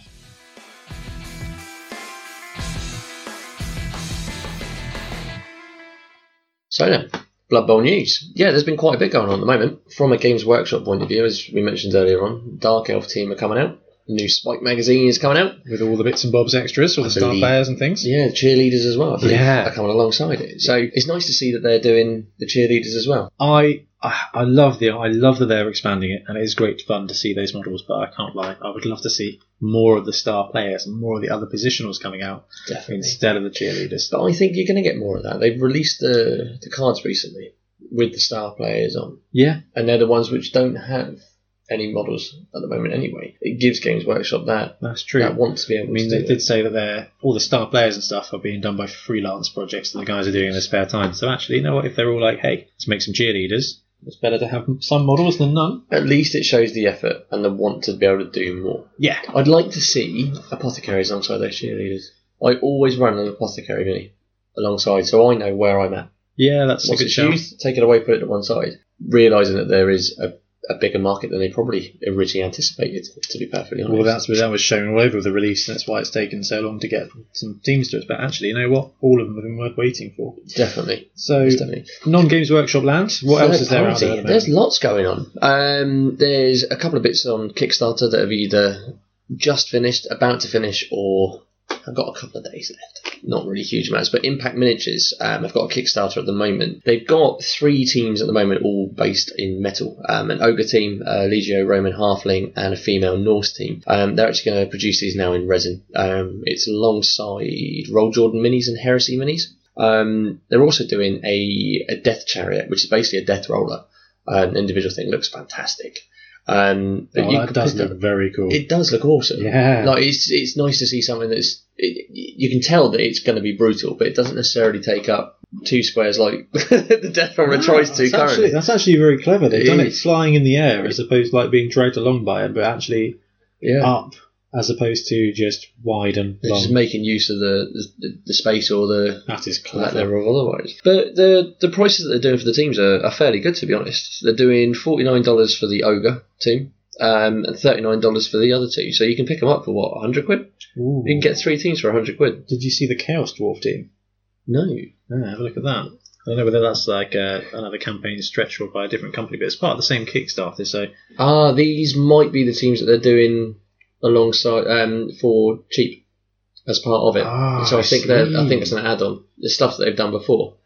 [SPEAKER 1] So then, Blood Bowl news. Yeah, there's been quite a bit going on at the moment. From a Games Workshop point of view, as we mentioned earlier on, Dark Elf team are coming out. New Spike magazine is coming out.
[SPEAKER 2] With all the bits and bobs extras, all the star
[SPEAKER 1] believe-
[SPEAKER 2] players and things.
[SPEAKER 1] Yeah, cheerleaders as well. I believe,
[SPEAKER 2] Yeah.
[SPEAKER 1] are coming alongside it. So it's nice to see that they're doing the cheerleaders as well.
[SPEAKER 2] I I I love the I love that they're expanding it, and it is great fun to see those models. But I can't lie, I would love to see more of the star players and more of the other positionals coming out
[SPEAKER 1] Definitely.
[SPEAKER 2] instead of the cheerleaders.
[SPEAKER 1] But I think you're going to get more of that. They've released the the cards recently with the star players on,
[SPEAKER 2] Yeah,
[SPEAKER 1] and they're the ones which don't have any models at the moment anyway. It gives Games Workshop that
[SPEAKER 2] that's true.
[SPEAKER 1] that want to be able
[SPEAKER 2] I mean,
[SPEAKER 1] to
[SPEAKER 2] they
[SPEAKER 1] do
[SPEAKER 2] did say that they're all the star players and stuff are being done by freelance projects that the guys are doing in their spare time. So actually, you know what? If they're all like, "Hey, let's make some cheerleaders," it's better to have some models than none.
[SPEAKER 1] that. At least it shows the effort and the want to be able to do more.
[SPEAKER 2] Yeah,
[SPEAKER 1] I'd like to see apothecaries alongside those cheerleaders. I always run an apothecary mini alongside, so I know where I'm at.
[SPEAKER 2] yeah, that's
[SPEAKER 1] What's
[SPEAKER 2] a good
[SPEAKER 1] its
[SPEAKER 2] shout.
[SPEAKER 1] youth? Take it away, put it to one side. Realising that there is a, a bigger market than they probably originally anticipated, to be perfectly honest.
[SPEAKER 2] Well, that's that was shown all over with the release, and that's why it's taken so long to get some teams to us. But actually, you know what? All of them have been worth waiting for.
[SPEAKER 1] definitely.
[SPEAKER 2] So,
[SPEAKER 1] Most definitely.
[SPEAKER 2] non Games Workshop land. What else is there out
[SPEAKER 1] Third
[SPEAKER 2] there?
[SPEAKER 1] party.
[SPEAKER 2] at the
[SPEAKER 1] There's
[SPEAKER 2] moment?
[SPEAKER 1] lots going on. Um, there's a couple of bits on Kickstarter that have either just finished, about to finish, or I've got a couple of days left. Not really huge amounts, but Impact Miniatures. Um, I've got a Kickstarter at the moment. They've got three teams at the moment, all based in metal. Um, an ogre team, a Legio Roman halfling, and a female Norse team. Um, they're actually going to produce these now in resin. Um, it's alongside Roll Jordan minis and Heresy minis. Um, they're also doing a, a death chariot, which is basically a death roller, uh, an individual thing. Looks fantastic. Um, but
[SPEAKER 2] Oh,
[SPEAKER 1] you
[SPEAKER 2] that
[SPEAKER 1] could
[SPEAKER 2] does
[SPEAKER 1] pick up-
[SPEAKER 2] look very cool.
[SPEAKER 1] It does look awesome.
[SPEAKER 2] yeah.
[SPEAKER 1] Like it's it's nice to see something that's it, you can tell that it's going to be brutal, but it doesn't necessarily take up two squares like the death roller tries to
[SPEAKER 2] Ah, that's actually,
[SPEAKER 1] currently.
[SPEAKER 2] that's actually very clever. They've
[SPEAKER 1] It
[SPEAKER 2] done it
[SPEAKER 1] is.
[SPEAKER 2] flying in the air as opposed to like being dragged along by it, but actually
[SPEAKER 1] Yeah.
[SPEAKER 2] up as opposed to just wide and
[SPEAKER 1] It's
[SPEAKER 2] long.
[SPEAKER 1] just making use of the, the, the space or the
[SPEAKER 2] that is
[SPEAKER 1] on that
[SPEAKER 2] clever.
[SPEAKER 1] level otherwise. But the the prices that they're doing for the teams are, are fairly good to be honest. They're doing forty nine dollars for the ogre team. Um, and thirty nine dollars for the other two, so you can pick them up for what hundred quid.
[SPEAKER 2] Ooh.
[SPEAKER 1] You can get three teams for hundred quid.
[SPEAKER 2] Did you see the Chaos Dwarf team?
[SPEAKER 1] No,
[SPEAKER 2] Yeah, have a look at that. I don't know whether that's like uh, another campaign stretched or by a different company, but it's part of the same Kickstarter. So
[SPEAKER 1] Ah, these might be the teams that they're doing alongside um, for cheap as part of it.
[SPEAKER 2] Ah,
[SPEAKER 1] so I
[SPEAKER 2] I
[SPEAKER 1] think they're, I
[SPEAKER 2] see.
[SPEAKER 1] think it's an add-on. The stuff that they've done before.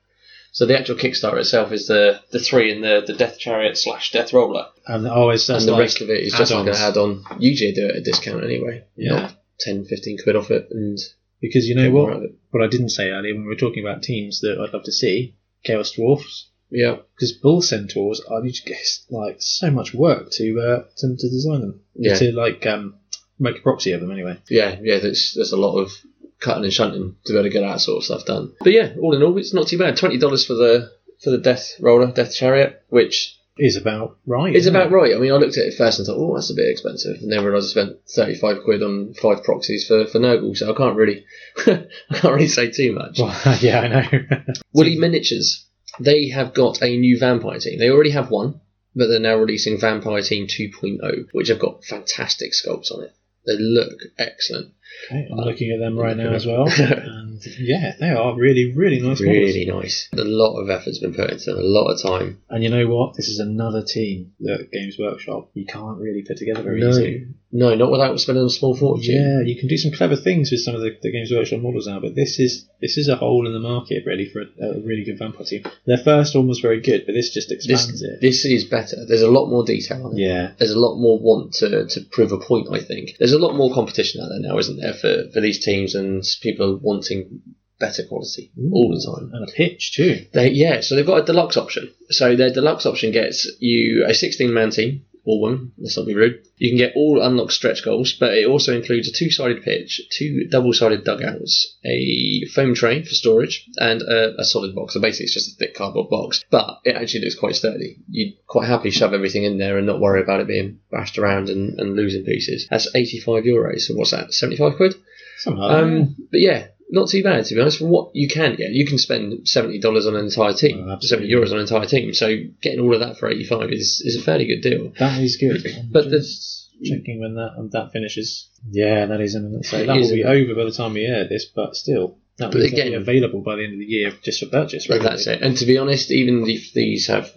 [SPEAKER 1] So the actual Kickstarter itself is the the three and the the Death Chariot slash Death Roller,
[SPEAKER 2] and always that's
[SPEAKER 1] and the
[SPEAKER 2] like
[SPEAKER 1] rest of it is just like an add-on. Usually they do it at a discount anyway.
[SPEAKER 2] Yeah.
[SPEAKER 1] Not 10, 15 quid off it, and
[SPEAKER 2] because you know
[SPEAKER 1] get more
[SPEAKER 2] what?
[SPEAKER 1] out of it.
[SPEAKER 2] What I didn't say earlier when we were talking about teams that I'd love to see, Chaos Dwarfs,
[SPEAKER 1] Yeah,
[SPEAKER 2] because Bull Centaurs are you just it's like so much work to uh, to, to design them,
[SPEAKER 1] Yeah.
[SPEAKER 2] to like um, make a proxy of them anyway.
[SPEAKER 1] yeah, yeah. There's there's a lot of cutting and shunting to be able to get that sort of stuff done. But yeah, all in all, it's not too bad. Twenty dollars for the for the Death Roller, Death Chariot, which
[SPEAKER 2] Is about right.
[SPEAKER 1] It's
[SPEAKER 2] isn't
[SPEAKER 1] about
[SPEAKER 2] it?
[SPEAKER 1] right. I mean, I looked at it first and thought, oh, that's a bit expensive. And then realised I spent 35 quid on five proxies for, for Noble, so I can't really I can't really say too much.
[SPEAKER 2] Well, yeah, I know.
[SPEAKER 1] Woolly Miniatures, they have got a new vampire team. They already have one, but they're now releasing Vampire Team 2.0, which have got fantastic sculpts on it. They look excellent.
[SPEAKER 2] Okay, I'm looking at them right now as well, and yeah, they are really, really nice. models.
[SPEAKER 1] Really nice. A lot of effort's been put into them, a lot of time.
[SPEAKER 2] And you know what? This is another team that Games Workshop you can't really put together very
[SPEAKER 1] No.
[SPEAKER 2] easily.
[SPEAKER 1] No, not without spending a small fortune.
[SPEAKER 2] Yeah, you can do some clever things with some of the, the Games Workshop models now, but this is this is a hole in the market really for a, a really good vampire team. Their first one was very good, but this just
[SPEAKER 1] This,
[SPEAKER 2] expands it.
[SPEAKER 1] this is better. There's a lot more detail on it.
[SPEAKER 2] yeah,
[SPEAKER 1] there's a lot more want to, to prove a point, I think. There's a lot more competition out there now, isn't there, for, for these teams and people are wanting better quality all the time.
[SPEAKER 2] and a pitch too.
[SPEAKER 1] They, yeah, so they've got a deluxe option. So their deluxe option gets you a 16 man team, or one, let's not be rude. You can get all unlocked stretch goals, but it also includes a two sided pitch, two double sided dugouts, a foam tray for storage, and a, a solid box. So basically, it's just a thick cardboard box, but it actually looks quite sturdy. You'd quite happily shove everything in there and not worry about it being bashed around and, and losing pieces. That's 85 euros, so what's that, 75 quid?
[SPEAKER 2] Somehow,
[SPEAKER 1] Um, but yeah, not too bad to be honest. From what you can get, you can spend seventy dollars on an entire team,
[SPEAKER 2] Oh,
[SPEAKER 1] seventy
[SPEAKER 2] absolutely.
[SPEAKER 1] euros on an entire team. So getting all of that for eighty five is, is a fairly good deal.
[SPEAKER 2] that is good. I'm
[SPEAKER 1] But
[SPEAKER 2] just checking when that um, that finishes. Yeah, that is imminent. So
[SPEAKER 1] It
[SPEAKER 2] that will
[SPEAKER 1] is
[SPEAKER 2] be over by the time we air this, but still, that will
[SPEAKER 1] But
[SPEAKER 2] be
[SPEAKER 1] again-
[SPEAKER 2] available by the end of the year just for purchase.
[SPEAKER 1] But
[SPEAKER 2] Right?
[SPEAKER 1] that's it. And to be honest, even if these have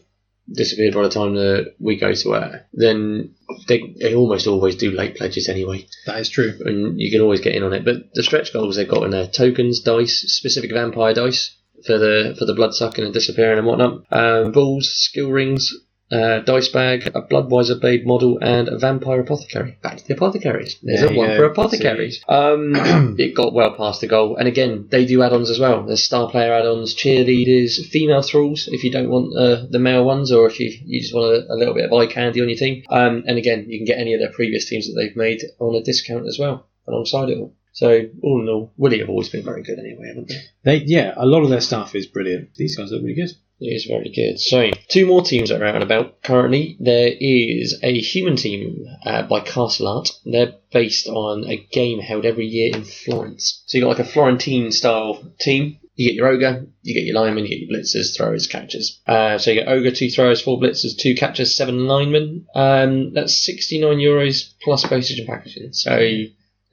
[SPEAKER 1] disappeared by the time that we go to air, then they, they almost always do late pledges anyway,
[SPEAKER 2] That is true.
[SPEAKER 1] and you can always get in on it. But the stretch goals they've got in there: tokens, dice, specific vampire dice. For the for the blood sucking and disappearing and whatnot, um, balls, skill rings, uh, dice bag, a Bloodwiser blade model, and a vampire apothecary. Back to the apothecaries. There's
[SPEAKER 2] There
[SPEAKER 1] a
[SPEAKER 2] you
[SPEAKER 1] one
[SPEAKER 2] go.
[SPEAKER 1] for apothecaries. Um, it got well past the goal. And again, they do add-ons as well. There's star player add-ons, cheerleaders, female thralls if you don't want uh, the male ones, or if you, you just want a, a little bit of eye candy on your team. Um, and again, you can get any of their previous teams that they've made on a discount as well alongside it all. So all in all, Willie have always been very good anyway, haven't they?
[SPEAKER 2] They yeah, a lot of their stuff is brilliant. These guys look really good.
[SPEAKER 1] It is very good. So, two more teams that are out and about currently. There is a human team uh, by Castle Art. They're based on a game held every year in Florence. So, you've got like a Florentine style team. You get your ogre, you get your lineman, you get your blitzers, throwers, catchers. Uh, so, you get ogre, two throwers, four blitzers, two catchers, seven linemen. Um, that's 69 euros plus postage and packaging. So,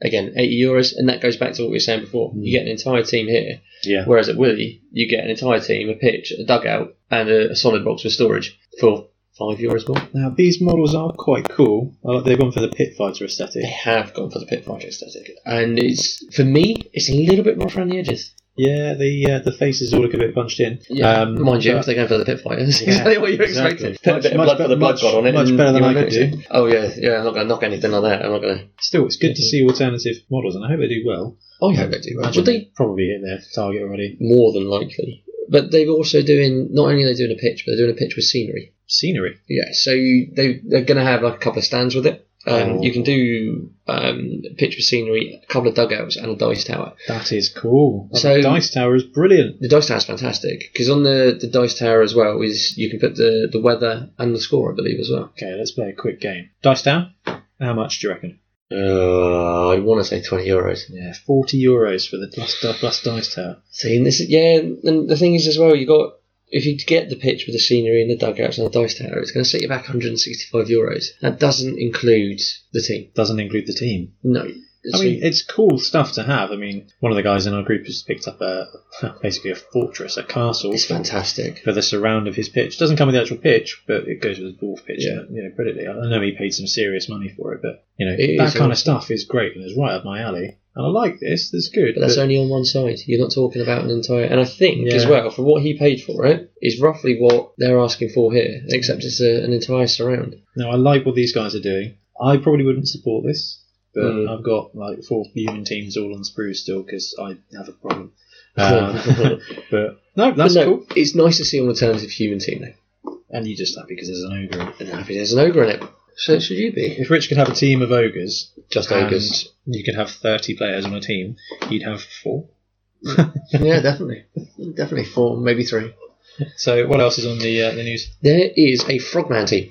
[SPEAKER 1] again, 80 euros. And that goes back to what we were saying before. You get an entire team here.
[SPEAKER 2] Yeah.
[SPEAKER 1] Whereas at Willie, you get an entire team, a pitch, a dugout, and a, a solid box with storage for five euros more.
[SPEAKER 2] Now these models are quite cool. I like they've gone for the pit fighter aesthetic.
[SPEAKER 1] They have gone for the pit fighter aesthetic, and it's for me, it's a little bit rough around the edges.
[SPEAKER 2] Yeah, the uh, the faces all look a bit punched in. Um,
[SPEAKER 1] mind you,
[SPEAKER 2] but-
[SPEAKER 1] if they're going for the pit fighter, that's
[SPEAKER 2] Yeah,
[SPEAKER 1] exactly what you
[SPEAKER 2] exactly.
[SPEAKER 1] expected. Put a
[SPEAKER 2] Much-
[SPEAKER 1] bit of blood for the
[SPEAKER 2] much better-
[SPEAKER 1] blood
[SPEAKER 2] much-
[SPEAKER 1] god on it.
[SPEAKER 2] much
[SPEAKER 1] and
[SPEAKER 2] better than
[SPEAKER 1] you
[SPEAKER 2] I
[SPEAKER 1] might
[SPEAKER 2] could
[SPEAKER 1] fix
[SPEAKER 2] do.
[SPEAKER 1] it. Oh yeah, yeah. I'm not going to knock anything like that. I'm not going to.
[SPEAKER 2] still, it's good to see alternative models, and I hope they do well.
[SPEAKER 1] Oh, yeah, they do.
[SPEAKER 2] Imagine
[SPEAKER 1] Would they
[SPEAKER 2] they probably hit their target already.
[SPEAKER 1] more than likely? But they're also doing not only are they doing a pitch, but they're doing a pitch with scenery.
[SPEAKER 2] Scenery.
[SPEAKER 1] Yeah, so you- they they're going to have like a couple of stands with it. Um,
[SPEAKER 2] Oh.
[SPEAKER 1] You can do um, pitch for scenery, a couple of dugouts, and a dice tower.
[SPEAKER 2] That is cool. That
[SPEAKER 1] So-
[SPEAKER 2] dice tower is brilliant.
[SPEAKER 1] The dice tower's fantastic because on the, the dice tower as well is you can put the, the weather and the score, I believe, as well.
[SPEAKER 2] Okay, let's play a quick game. Dice tower. How much do you reckon?
[SPEAKER 1] Uh, I want to say twenty euros.
[SPEAKER 2] Yeah, forty euros for the plus plus dice tower.
[SPEAKER 1] See, and this is, yeah, and the thing is as well, you got if you get the pitch with the scenery and the dugouts and the dice tower, it's going to set you back 165 euros. That doesn't include the team.
[SPEAKER 2] Doesn't include the team.
[SPEAKER 1] No, it's
[SPEAKER 2] I mean, it's cool stuff to have. I mean, one of the guys in our group has picked up a basically a fortress, a castle
[SPEAKER 1] it's fantastic.
[SPEAKER 2] for the surround of his pitch. It doesn't come with the actual pitch, but it goes with his dwarf pitch.
[SPEAKER 1] Yeah.
[SPEAKER 2] And, you know, critically, I know he paid some serious money for it, but you know
[SPEAKER 1] It is
[SPEAKER 2] that kind of stuff is great and is right up my alley. And I like this. This is good.
[SPEAKER 1] But that's
[SPEAKER 2] but-
[SPEAKER 1] only on one side. You're not talking about an entire. And I think as
[SPEAKER 2] Yeah.
[SPEAKER 1] well, for what he paid for it, is roughly what they're asking for here, except it's a, an entire surround.
[SPEAKER 2] No, I like what these guys are doing. I probably wouldn't support this, but
[SPEAKER 1] Mm.
[SPEAKER 2] I've got like four human teams all on sprues still because I have a problem. Um, but no,
[SPEAKER 1] But
[SPEAKER 2] that's
[SPEAKER 1] no,
[SPEAKER 2] cool.
[SPEAKER 1] It's nice to see an alternative human team though,
[SPEAKER 2] And you're just happy because there's an ogre. in it.
[SPEAKER 1] and happy there's an ogre in it. So should you be?
[SPEAKER 2] If Rich could have a team of ogres,
[SPEAKER 1] Just
[SPEAKER 2] and
[SPEAKER 1] ogres.
[SPEAKER 2] you could have 30 players on a team, you'd have four.
[SPEAKER 1] yeah, definitely, definitely four, maybe three.
[SPEAKER 2] So what else is on the uh, the news?
[SPEAKER 1] There is a Frogman team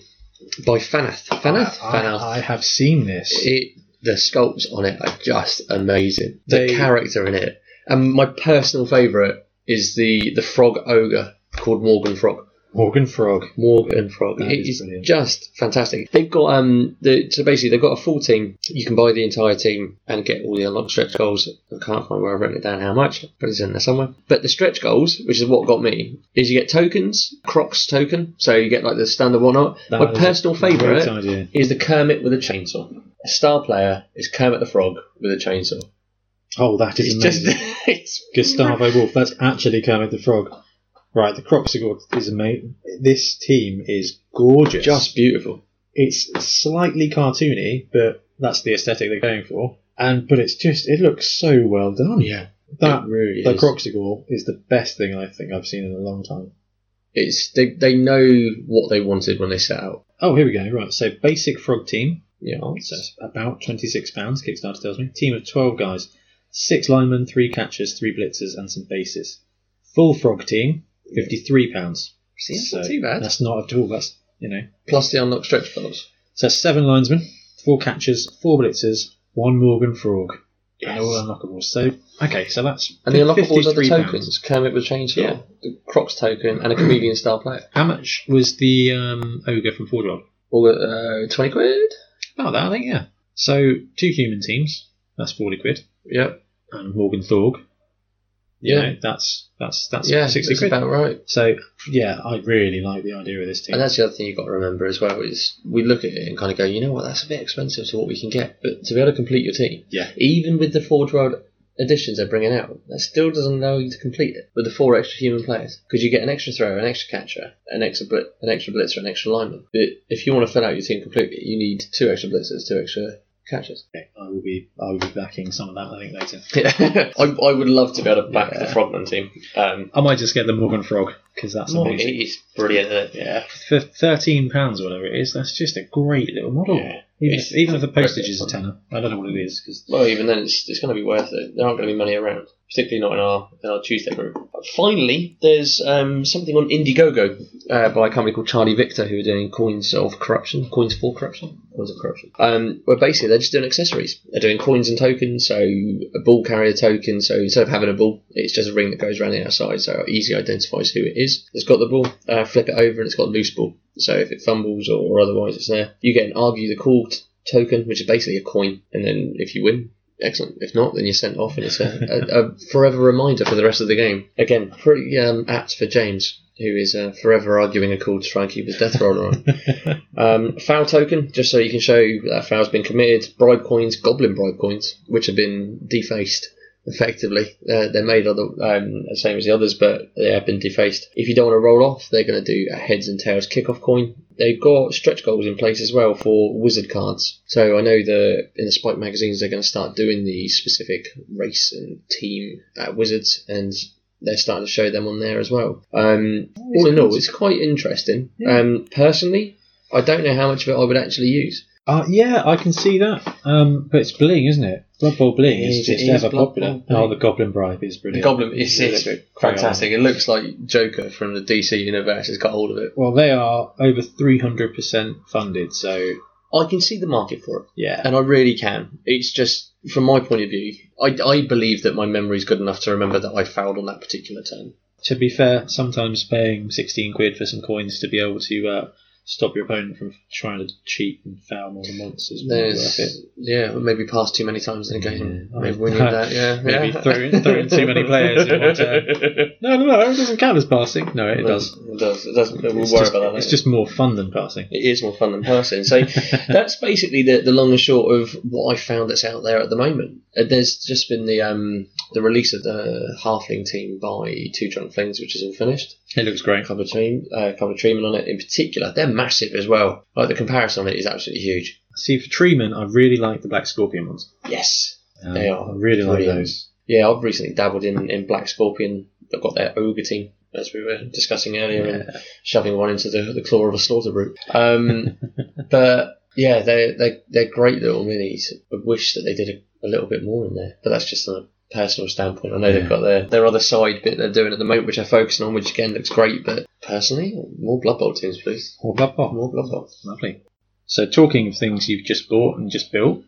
[SPEAKER 1] by Fanath. Fanath.
[SPEAKER 2] I,
[SPEAKER 1] Fanath.
[SPEAKER 2] I have seen this.
[SPEAKER 1] It, the sculpts on it are just amazing.
[SPEAKER 2] They-
[SPEAKER 1] the character in it, and my personal favourite is the the frog ogre called Morgan Frog.
[SPEAKER 2] Morgan Frog.
[SPEAKER 1] Morgan Frog.
[SPEAKER 2] That
[SPEAKER 1] It
[SPEAKER 2] is
[SPEAKER 1] is
[SPEAKER 2] brilliant.
[SPEAKER 1] just fantastic. They've got um the so basically they've got a full team. You can buy the entire team and get all the unlocked stretch goals. I can't find where I've written it down how much, but it's in there somewhere. But the stretch goals, which is what got me, is you get tokens, Crocs token, so you get like the standard one up.
[SPEAKER 2] That
[SPEAKER 1] My
[SPEAKER 2] is a
[SPEAKER 1] personal
[SPEAKER 2] great
[SPEAKER 1] favourite
[SPEAKER 2] idea.
[SPEAKER 1] is the Kermit with a chainsaw. A star player is Kermit the Frog with a chainsaw.
[SPEAKER 2] Oh, that
[SPEAKER 1] It's
[SPEAKER 2] is amazing.
[SPEAKER 1] just it's
[SPEAKER 2] Gustavo Wolf. That's actually Kermit the Frog. Right, the Croxigord is amazing. This team is gorgeous.
[SPEAKER 1] just beautiful.
[SPEAKER 2] it's slightly cartoony, but that's the aesthetic they're going for. And but it's just it looks so well done.
[SPEAKER 1] Yeah,
[SPEAKER 2] that
[SPEAKER 1] it really
[SPEAKER 2] the
[SPEAKER 1] is.
[SPEAKER 2] Croxigord is the best thing I think I've seen in a long time.
[SPEAKER 1] It's they they know what they wanted when they set out.
[SPEAKER 2] Oh, here we go. Right, so basic frog team.
[SPEAKER 1] Yeah,
[SPEAKER 2] So it's about twenty six pounds. Kickstarter tells me team of twelve guys, six linemen, three catchers, three blitzers, and some bases. Full frog team, fifty three pounds.
[SPEAKER 1] See, that's
[SPEAKER 2] So
[SPEAKER 1] not too bad.
[SPEAKER 2] That's not at all. That's you know.
[SPEAKER 1] Plus the unlocked stretch goals.
[SPEAKER 2] So that's seven linesmen, four catchers, four blitzers, one Morgan Frog, and all unlockables. So okay, so that's
[SPEAKER 1] And the unlockables are the
[SPEAKER 2] 53
[SPEAKER 1] tokens.
[SPEAKER 2] pounds.
[SPEAKER 1] Kermit with chainsaw,
[SPEAKER 2] Yeah.
[SPEAKER 1] the Crocs token, and a comedian style player.
[SPEAKER 2] How much was the um, ogre from Forge World?
[SPEAKER 1] All at uh, twenty quid.
[SPEAKER 2] About that, I think. Yeah. So two human teams. That's forty quid,
[SPEAKER 1] Yep.
[SPEAKER 2] and Morgan Thorg. You
[SPEAKER 1] Yeah.
[SPEAKER 2] know, that's that's that's
[SPEAKER 1] Yeah,
[SPEAKER 2] sixty
[SPEAKER 1] that's
[SPEAKER 2] quid.
[SPEAKER 1] about right.
[SPEAKER 2] so yeah, I really like the idea of this team.
[SPEAKER 1] And that's the other thing you've got to remember as well is we look at it and kind of go, you know what, that's a bit expensive to what we can get, but to be able to complete your team,
[SPEAKER 2] Yeah.
[SPEAKER 1] even with the Forge World additions they're bringing out, that still doesn't allow you to complete it with the four extra human players because you get an extra thrower, an extra catcher, an extra blit, an extra blitzer, an extra lineman. But if you want to fill out your team completely, you need two extra blitzers, two extra catchers.
[SPEAKER 2] Okay, I will be I will be backing some of that. I think later.
[SPEAKER 1] I, I would love to be able to back
[SPEAKER 2] Yeah.
[SPEAKER 1] the Frogman team. Um,
[SPEAKER 2] I might just get the Morgan Frog because that's
[SPEAKER 1] well,
[SPEAKER 2] amazing.
[SPEAKER 1] it's brilliant. Isn't it?
[SPEAKER 2] Yeah, for thirteen pounds, whatever it is, that's just a great little model.
[SPEAKER 1] Yeah.
[SPEAKER 2] Even
[SPEAKER 1] It's-
[SPEAKER 2] if, even if the postage is a tenner, I don't know what it is because
[SPEAKER 1] Well, even then, it's, it's going to be worth it. There aren't going to be money around, particularly not in our in our Tuesday group. Finally, there's um, something on Indiegogo uh, by a company called Charlie Victor who are doing coins of corruption, coins for corruption, coins of corruption. Um, where basically they're just doing accessories. They're doing coins and tokens. So a ball carrier token. So instead of having a ball, it's just a ring that goes around the outside, so it easily identifies who it is. It's got the ball. Uh, flip it over, and it's got a loose ball. So if it fumbles or, or otherwise, it's there. You get an argue the call t- token, which is basically a coin, and then if you win, excellent. If not, then you're sent off, and it's a, a, a forever reminder for the rest of the game. Again, pretty um, apt for James, who is uh, forever arguing a call to try and keep his death roller on. Um, foul token, just so you can show that foul's been committed. Bribe coins, goblin bribe coins, which have been defaced. Effectively, uh, they're made other um, the same as the others, but they have been defaced. If you don't want to roll off, they're going to do a heads and tails kickoff coin. They've got stretch goals in place as well for wizard cards. So I know the in the Spike magazines they're going to start doing the specific race and team uh, wizards, and they're starting to show them on there as well. Um, all in all, it's quite interesting. Um, personally, I don't know how much of it I would actually use.
[SPEAKER 2] uh, yeah, I can see that. Um, but it's bling, isn't it? Blood Bowl bling
[SPEAKER 1] It
[SPEAKER 2] is
[SPEAKER 1] is- it
[SPEAKER 2] just
[SPEAKER 1] is
[SPEAKER 2] ever
[SPEAKER 1] Blood
[SPEAKER 2] popular.
[SPEAKER 1] Bowl bling.
[SPEAKER 2] Oh, the Goblin Bribe is brilliant. It's a bit
[SPEAKER 1] It looks like Joker from the DC universe has got hold of it.
[SPEAKER 2] Well, they are over three hundred percent funded, so
[SPEAKER 1] I can see the market for it,
[SPEAKER 2] yeah.
[SPEAKER 1] and I really can. It's just from my point of view, I, I believe that my memory is good enough to remember that I fouled on that particular turn.
[SPEAKER 2] To be fair, sometimes paying sixteen quid for some coins to be able to uh, stop your opponent from trying to cheat and foul more than once is more worth it.
[SPEAKER 1] There's, yeah, but maybe pass too many times in a game.
[SPEAKER 2] Yeah.
[SPEAKER 1] Maybe we need that. Yeah,
[SPEAKER 2] Maybe
[SPEAKER 1] yeah.
[SPEAKER 2] throw in- throw in too many players in one turn. No, no, no, it doesn't count as passing. No, it does.
[SPEAKER 1] It does. It does. We'll
[SPEAKER 2] It's
[SPEAKER 1] worry
[SPEAKER 2] just,
[SPEAKER 1] about that. later.
[SPEAKER 2] It's just more fun than passing.
[SPEAKER 1] it is more fun than passing. So that's basically the, the long and short of what I found that's out there at the moment. Uh, There's just been the um, the release of the Halfling team by Two Drunk Flings, which is all finished.
[SPEAKER 2] It looks great.
[SPEAKER 1] Cover team, uh, cover treatment on it in particular. They're massive as well. Like the comparison on it is absolutely huge.
[SPEAKER 2] See, for Treeman, I really like the Black Scorpion ones.
[SPEAKER 1] Yes,
[SPEAKER 2] Um,
[SPEAKER 1] They are
[SPEAKER 2] I really like
[SPEAKER 1] brilliant.
[SPEAKER 2] those.
[SPEAKER 1] yeah. I've recently dabbled in, in Black Scorpion. They've got their ogre team. As we were discussing earlier, and
[SPEAKER 2] Yeah.
[SPEAKER 1] shoving one into the, the claw of a slaughter brute. Um, but yeah, they're, they're, they're great little minis. I wish that they did a, a little bit more in there, but that's just on a personal standpoint. I know
[SPEAKER 2] Yeah.
[SPEAKER 1] they've got their, their other side bit they're doing at the moment, which they're focusing on, which again looks great, but personally, more Blood Bowl teams, please.
[SPEAKER 2] Or Blood Bowl.
[SPEAKER 1] More Blood Bowl.
[SPEAKER 2] Oh, Lovely. So, talking of things you've just bought and just built,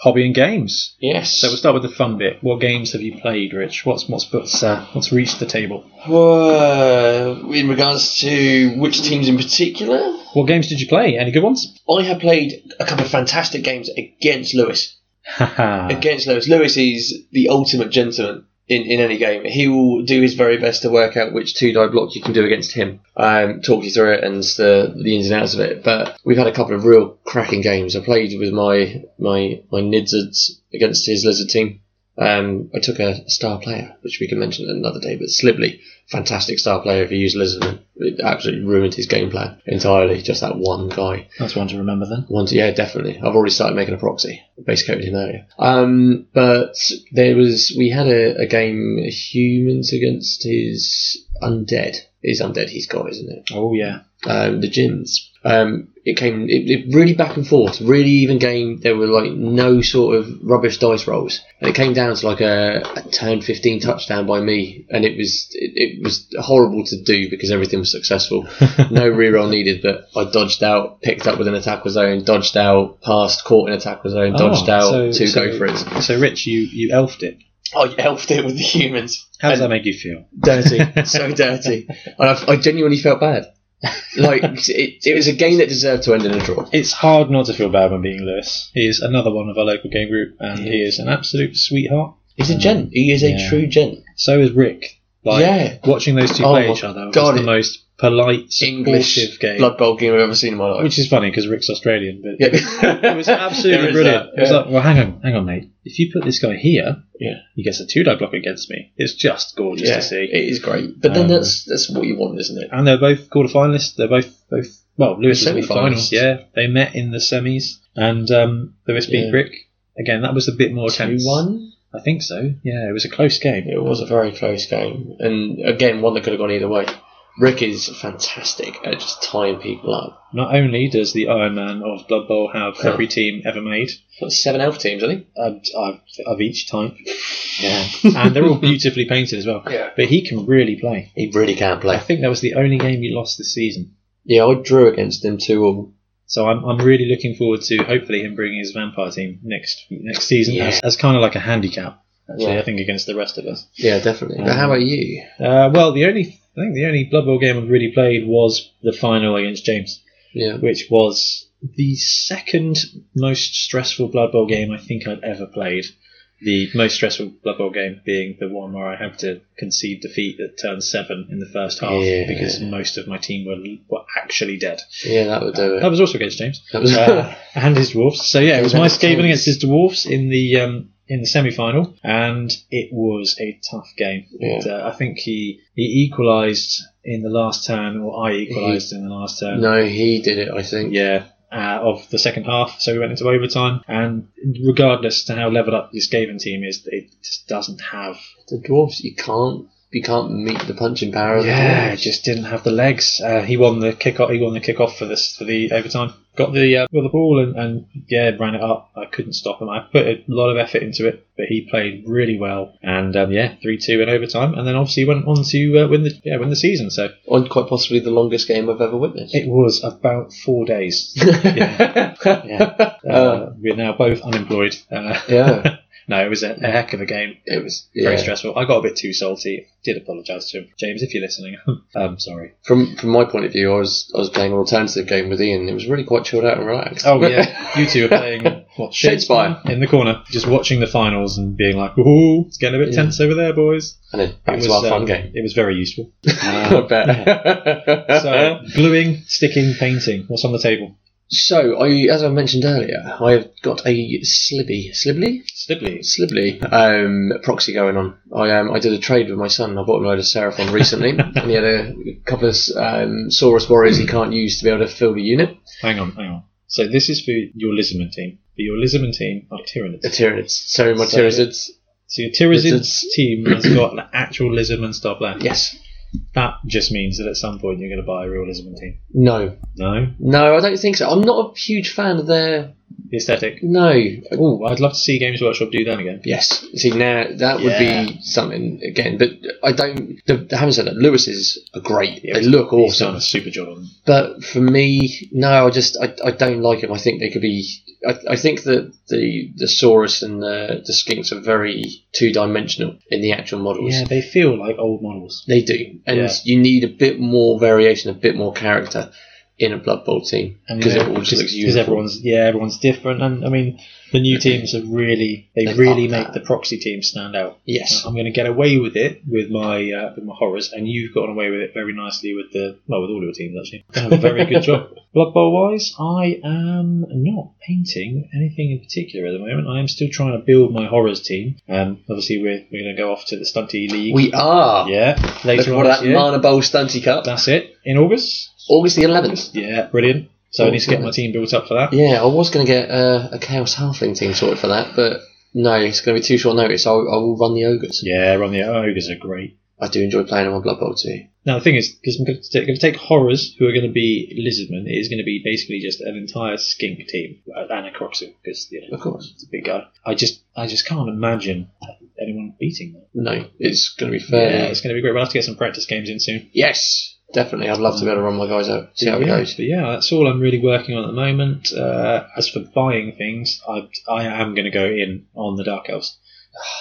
[SPEAKER 2] hobby and games.
[SPEAKER 1] Yes.
[SPEAKER 2] So we'll start with the fun bit. What games have you played, Rich? What's what's what's, uh, what's reached the table?
[SPEAKER 1] Uh, in regards to which teams in particular,
[SPEAKER 2] What games did you play? Any good ones?
[SPEAKER 1] I have played a couple of fantastic games against Lewis.
[SPEAKER 2] Haha.
[SPEAKER 1] against Lewis. Lewis is the ultimate gentleman in, in any game. He will do his very best to work out which two die block you can do against him, um, talk you through it and the, the ins and outs of it. But we've had a couple of real cracking games. I played with my my my Nidzards against his lizard team. Um, I took a star player, which we can mention another day, but Slibley, fantastic star player if you use Lizard. It absolutely ruined his game plan entirely, just that one guy.
[SPEAKER 2] That's one to remember then.
[SPEAKER 1] Once, yeah, definitely. I've already started making a proxy. Base coded him earlier. Um, but there was we had a, a game humans against his undead. His undead he's got, isn't it?
[SPEAKER 2] Oh yeah.
[SPEAKER 1] Um, the gins. Um, it came it, it really back and forth, really even game. There were like no sort of rubbish dice rolls, and it came down to like a, a turn fifteen touchdown by me, and it was it, it was horrible to do because everything was successful no reroll needed, but I dodged out, picked up within a tackle zone, dodged out, passed, caught in a tackle zone, dodged
[SPEAKER 2] Oh,
[SPEAKER 1] out,
[SPEAKER 2] so-
[SPEAKER 1] two
[SPEAKER 2] so-
[SPEAKER 1] go for it.
[SPEAKER 2] So, Rich, you you elfed it.
[SPEAKER 1] I elfed Oh, it with the humans.
[SPEAKER 2] How does
[SPEAKER 1] And-
[SPEAKER 2] that make you feel?
[SPEAKER 1] Dirty, so dirty. And I, I genuinely felt bad. Like, it, it was a game that deserved to end in a draw.
[SPEAKER 2] It's hard not to feel bad when being Lewis. He is another one of our local game group, and he is an absolute sweetheart.
[SPEAKER 1] He's a gent. He is
[SPEAKER 2] Mm. Yeah.
[SPEAKER 1] a true gent.
[SPEAKER 2] So is Rick. Like,
[SPEAKER 1] Yeah.
[SPEAKER 2] Watching those two
[SPEAKER 1] Oh
[SPEAKER 2] play
[SPEAKER 1] my
[SPEAKER 2] each other
[SPEAKER 1] God,
[SPEAKER 2] was the
[SPEAKER 1] it-
[SPEAKER 2] most polite,
[SPEAKER 1] English
[SPEAKER 2] supportive game.
[SPEAKER 1] Blood Bowl game I've ever seen in my life.
[SPEAKER 2] Which is funny because Rick's Australian, but
[SPEAKER 1] Yeah.
[SPEAKER 2] it was absolutely
[SPEAKER 1] There is
[SPEAKER 2] brilliant.
[SPEAKER 1] that,
[SPEAKER 2] It was
[SPEAKER 1] yeah.
[SPEAKER 2] like, well, hang on, hang on, mate. If you put this guy here,
[SPEAKER 1] Yeah.
[SPEAKER 2] he gets a two die block against me. It's just gorgeous
[SPEAKER 1] yeah,
[SPEAKER 2] to see.
[SPEAKER 1] it is great. But then
[SPEAKER 2] Um,
[SPEAKER 1] that's that's what you want, isn't it?
[SPEAKER 2] and they're both quarter finalists. They're both both well, Lewis was in the
[SPEAKER 1] Semi-finalists.
[SPEAKER 2] finals. Yeah, they met in the semis, and um, Lewis beat
[SPEAKER 1] Yeah.
[SPEAKER 2] Rick again. That was a bit more tense.
[SPEAKER 1] 2-1?
[SPEAKER 2] I think so. Yeah, it was a close game.
[SPEAKER 1] It was a very close game, and again, one that could have gone either way. Rick is fantastic at just tying people up.
[SPEAKER 2] Not only does the Iron Man of Blood Bowl have every team ever made,
[SPEAKER 1] Got seven elf teams, I think.
[SPEAKER 2] of, of, of each type, yeah, and they're all beautifully painted as well.
[SPEAKER 1] Yeah.
[SPEAKER 2] But he can really play.
[SPEAKER 1] He really can
[SPEAKER 2] I
[SPEAKER 1] play.
[SPEAKER 2] think that was the only game he lost this season.
[SPEAKER 1] Yeah, I drew against him two all.
[SPEAKER 2] So I'm, I'm really looking forward to hopefully him bringing his vampire team next next season
[SPEAKER 1] Yeah.
[SPEAKER 2] as, as kind of like a handicap. Actually,
[SPEAKER 1] Yeah.
[SPEAKER 2] I think against the rest of us.
[SPEAKER 1] Yeah, definitely. but how about you?
[SPEAKER 2] Uh, well, the only I think the only Blood Bowl game I've really played was the final against James,
[SPEAKER 1] Yeah,
[SPEAKER 2] which was the second most stressful Blood Bowl game I think I've ever played. The most stressful Blood Bowl game being the one where I had to concede defeat at turn seven in the first half
[SPEAKER 1] Yeah.
[SPEAKER 2] because most of my team were were actually dead.
[SPEAKER 1] yeah, that would do
[SPEAKER 2] That
[SPEAKER 1] it.
[SPEAKER 2] was also against James
[SPEAKER 1] That was
[SPEAKER 2] uh, and his dwarfs. So yeah, it was
[SPEAKER 1] Yeah,
[SPEAKER 2] my
[SPEAKER 1] that's
[SPEAKER 2] Skaven
[SPEAKER 1] cool.
[SPEAKER 2] against his dwarfs in the um, in the semi final, and it was a tough game.
[SPEAKER 1] Yeah.
[SPEAKER 2] And, uh, I think he he equalised in the last turn, or I equalised in the last turn.
[SPEAKER 1] no, he did it. I think.
[SPEAKER 2] Yeah. Uh, of the second half, so we went into overtime, and regardless to how leveled up this Skaven team is, it just doesn't have.
[SPEAKER 1] The dwarfs, you can't, you can't meet the punching power. Of
[SPEAKER 2] Yeah,
[SPEAKER 1] the
[SPEAKER 2] it
[SPEAKER 1] dwarves.
[SPEAKER 2] just didn't have the legs. Uh, he won the kick off. He won the kick off for this for the overtime. Got the uh, got the ball and, and yeah, ran it up. I couldn't stop him. I put a lot of effort into it, but he played really well. And um, yeah, three two in overtime, and then obviously went on to uh, win the yeah win the season. So
[SPEAKER 1] on quite possibly the longest game I've ever witnessed.
[SPEAKER 2] it was about four days.
[SPEAKER 1] yeah.
[SPEAKER 2] Yeah, uh, we're now both unemployed. Uh,
[SPEAKER 1] Yeah.
[SPEAKER 2] no, it was a, a heck of a game. It was very
[SPEAKER 1] Yeah.
[SPEAKER 2] stressful. I got a bit too salty. Did apologise to him, James, if you're listening. I'm sorry.
[SPEAKER 1] From from my point of view, I was I was playing an alternative game with Ian. It was really quite chilled out and relaxed.
[SPEAKER 2] Oh yeah, you two are playing what
[SPEAKER 1] Shakespeare.
[SPEAKER 2] in the corner, just watching the finals and being like, "Ooh, it's getting a bit
[SPEAKER 1] Yeah.
[SPEAKER 2] tense over there, boys."
[SPEAKER 1] and then back to our fun
[SPEAKER 2] um,
[SPEAKER 1] game.
[SPEAKER 2] It was very useful.
[SPEAKER 1] I bet.
[SPEAKER 2] So, gluing, sticking, painting. What's on the table?
[SPEAKER 1] So, I, as I mentioned earlier, I've got a Slibby, Slibly,
[SPEAKER 2] Slibley.
[SPEAKER 1] Slibly um, proxy going on. I um, I did a trade with my son. I bought him a load of Seraphon recently, and he had a couple of um, Saurus warriors he can't use to be able to fill the unit.
[SPEAKER 2] Hang on, hang on. So this is for your Lisbon team. But your Lisbon team are Tyranids.
[SPEAKER 1] The Tyranids. So my
[SPEAKER 2] So-
[SPEAKER 1] Tyranids,
[SPEAKER 2] So your Tyranids
[SPEAKER 1] Lizards.
[SPEAKER 2] team has got an actual Lisbon stuff left.
[SPEAKER 1] yes,
[SPEAKER 2] That just means that at some point you're going to buy a real Lisbon team.
[SPEAKER 1] no,
[SPEAKER 2] No,
[SPEAKER 1] no, I don't think so. I'm not a huge fan of their.
[SPEAKER 2] the aesthetic.
[SPEAKER 1] No,
[SPEAKER 2] Oh, I'd love to see Games Workshop do that again.
[SPEAKER 1] Yes. See now that would
[SPEAKER 2] Yeah.
[SPEAKER 1] be something again, but I don't. The, having said that, Lewis's are great.
[SPEAKER 2] Yeah,
[SPEAKER 1] they look
[SPEAKER 2] He's
[SPEAKER 1] awesome,
[SPEAKER 2] done a super job. on-
[SPEAKER 1] but for me, no. I just I, I don't like them. I think they could be. I, I think that the the Saurus and the the Skinks are very two dimensional in the actual models.
[SPEAKER 2] Yeah, they feel like old models.
[SPEAKER 1] They do, and
[SPEAKER 2] Yeah.
[SPEAKER 1] you need a bit more variation, a bit more character in a Blood Bowl team
[SPEAKER 2] And, you
[SPEAKER 1] because
[SPEAKER 2] know,
[SPEAKER 1] it all just looks
[SPEAKER 2] because
[SPEAKER 1] uniform.
[SPEAKER 2] everyone's yeah, everyone's different, and I mean the new teams are really they
[SPEAKER 1] They've
[SPEAKER 2] really
[SPEAKER 1] upped
[SPEAKER 2] make
[SPEAKER 1] that.
[SPEAKER 2] the proxy team stand out.
[SPEAKER 1] yes,
[SPEAKER 2] I'm going to get away with it with my uh, with my horrors, and you've gotten away with it very nicely with the well with all your teams actually. Done a very good job. Blood Bowl wise, I am not painting anything in particular at the moment. I am still trying to build my horrors team. Um, obviously we're, we're going to go off to the Stunty League.
[SPEAKER 1] we are.
[SPEAKER 2] yeah,
[SPEAKER 1] Look
[SPEAKER 2] later
[SPEAKER 1] for
[SPEAKER 2] on this
[SPEAKER 1] that
[SPEAKER 2] year.
[SPEAKER 1] Mana Bowl Stunty Cup,
[SPEAKER 2] That's it in August.
[SPEAKER 1] August the 11th.
[SPEAKER 2] Yeah, brilliant. So I need to get my team built up for that.
[SPEAKER 1] Yeah, I was going to get uh, a Chaos Halfling team sorted for that, but no, it's going to be too short notice. I'll, I will run the Ogres.
[SPEAKER 2] Yeah, run the ogres are great.
[SPEAKER 1] I do enjoy playing them on Blood Bowl too.
[SPEAKER 2] Now the thing is, because I'm going to take horrors who are going to be lizardmen, it is going to be basically just an entire skink team uh, and a croxu because you know
[SPEAKER 1] Of course.
[SPEAKER 2] it's a big guy. I just I just can't imagine anyone beating them.
[SPEAKER 1] No, it's going to be
[SPEAKER 2] yeah,
[SPEAKER 1] fair.
[SPEAKER 2] it's going to be great. We'll have to get some practice games in soon.
[SPEAKER 1] Yes, definitely. I'd love to be able to run my guys out, see how it
[SPEAKER 2] yeah,
[SPEAKER 1] goes.
[SPEAKER 2] But yeah, that's all I'm really working on at the moment. Uh, as for buying things, I, I am going to go in on the Dark Elves.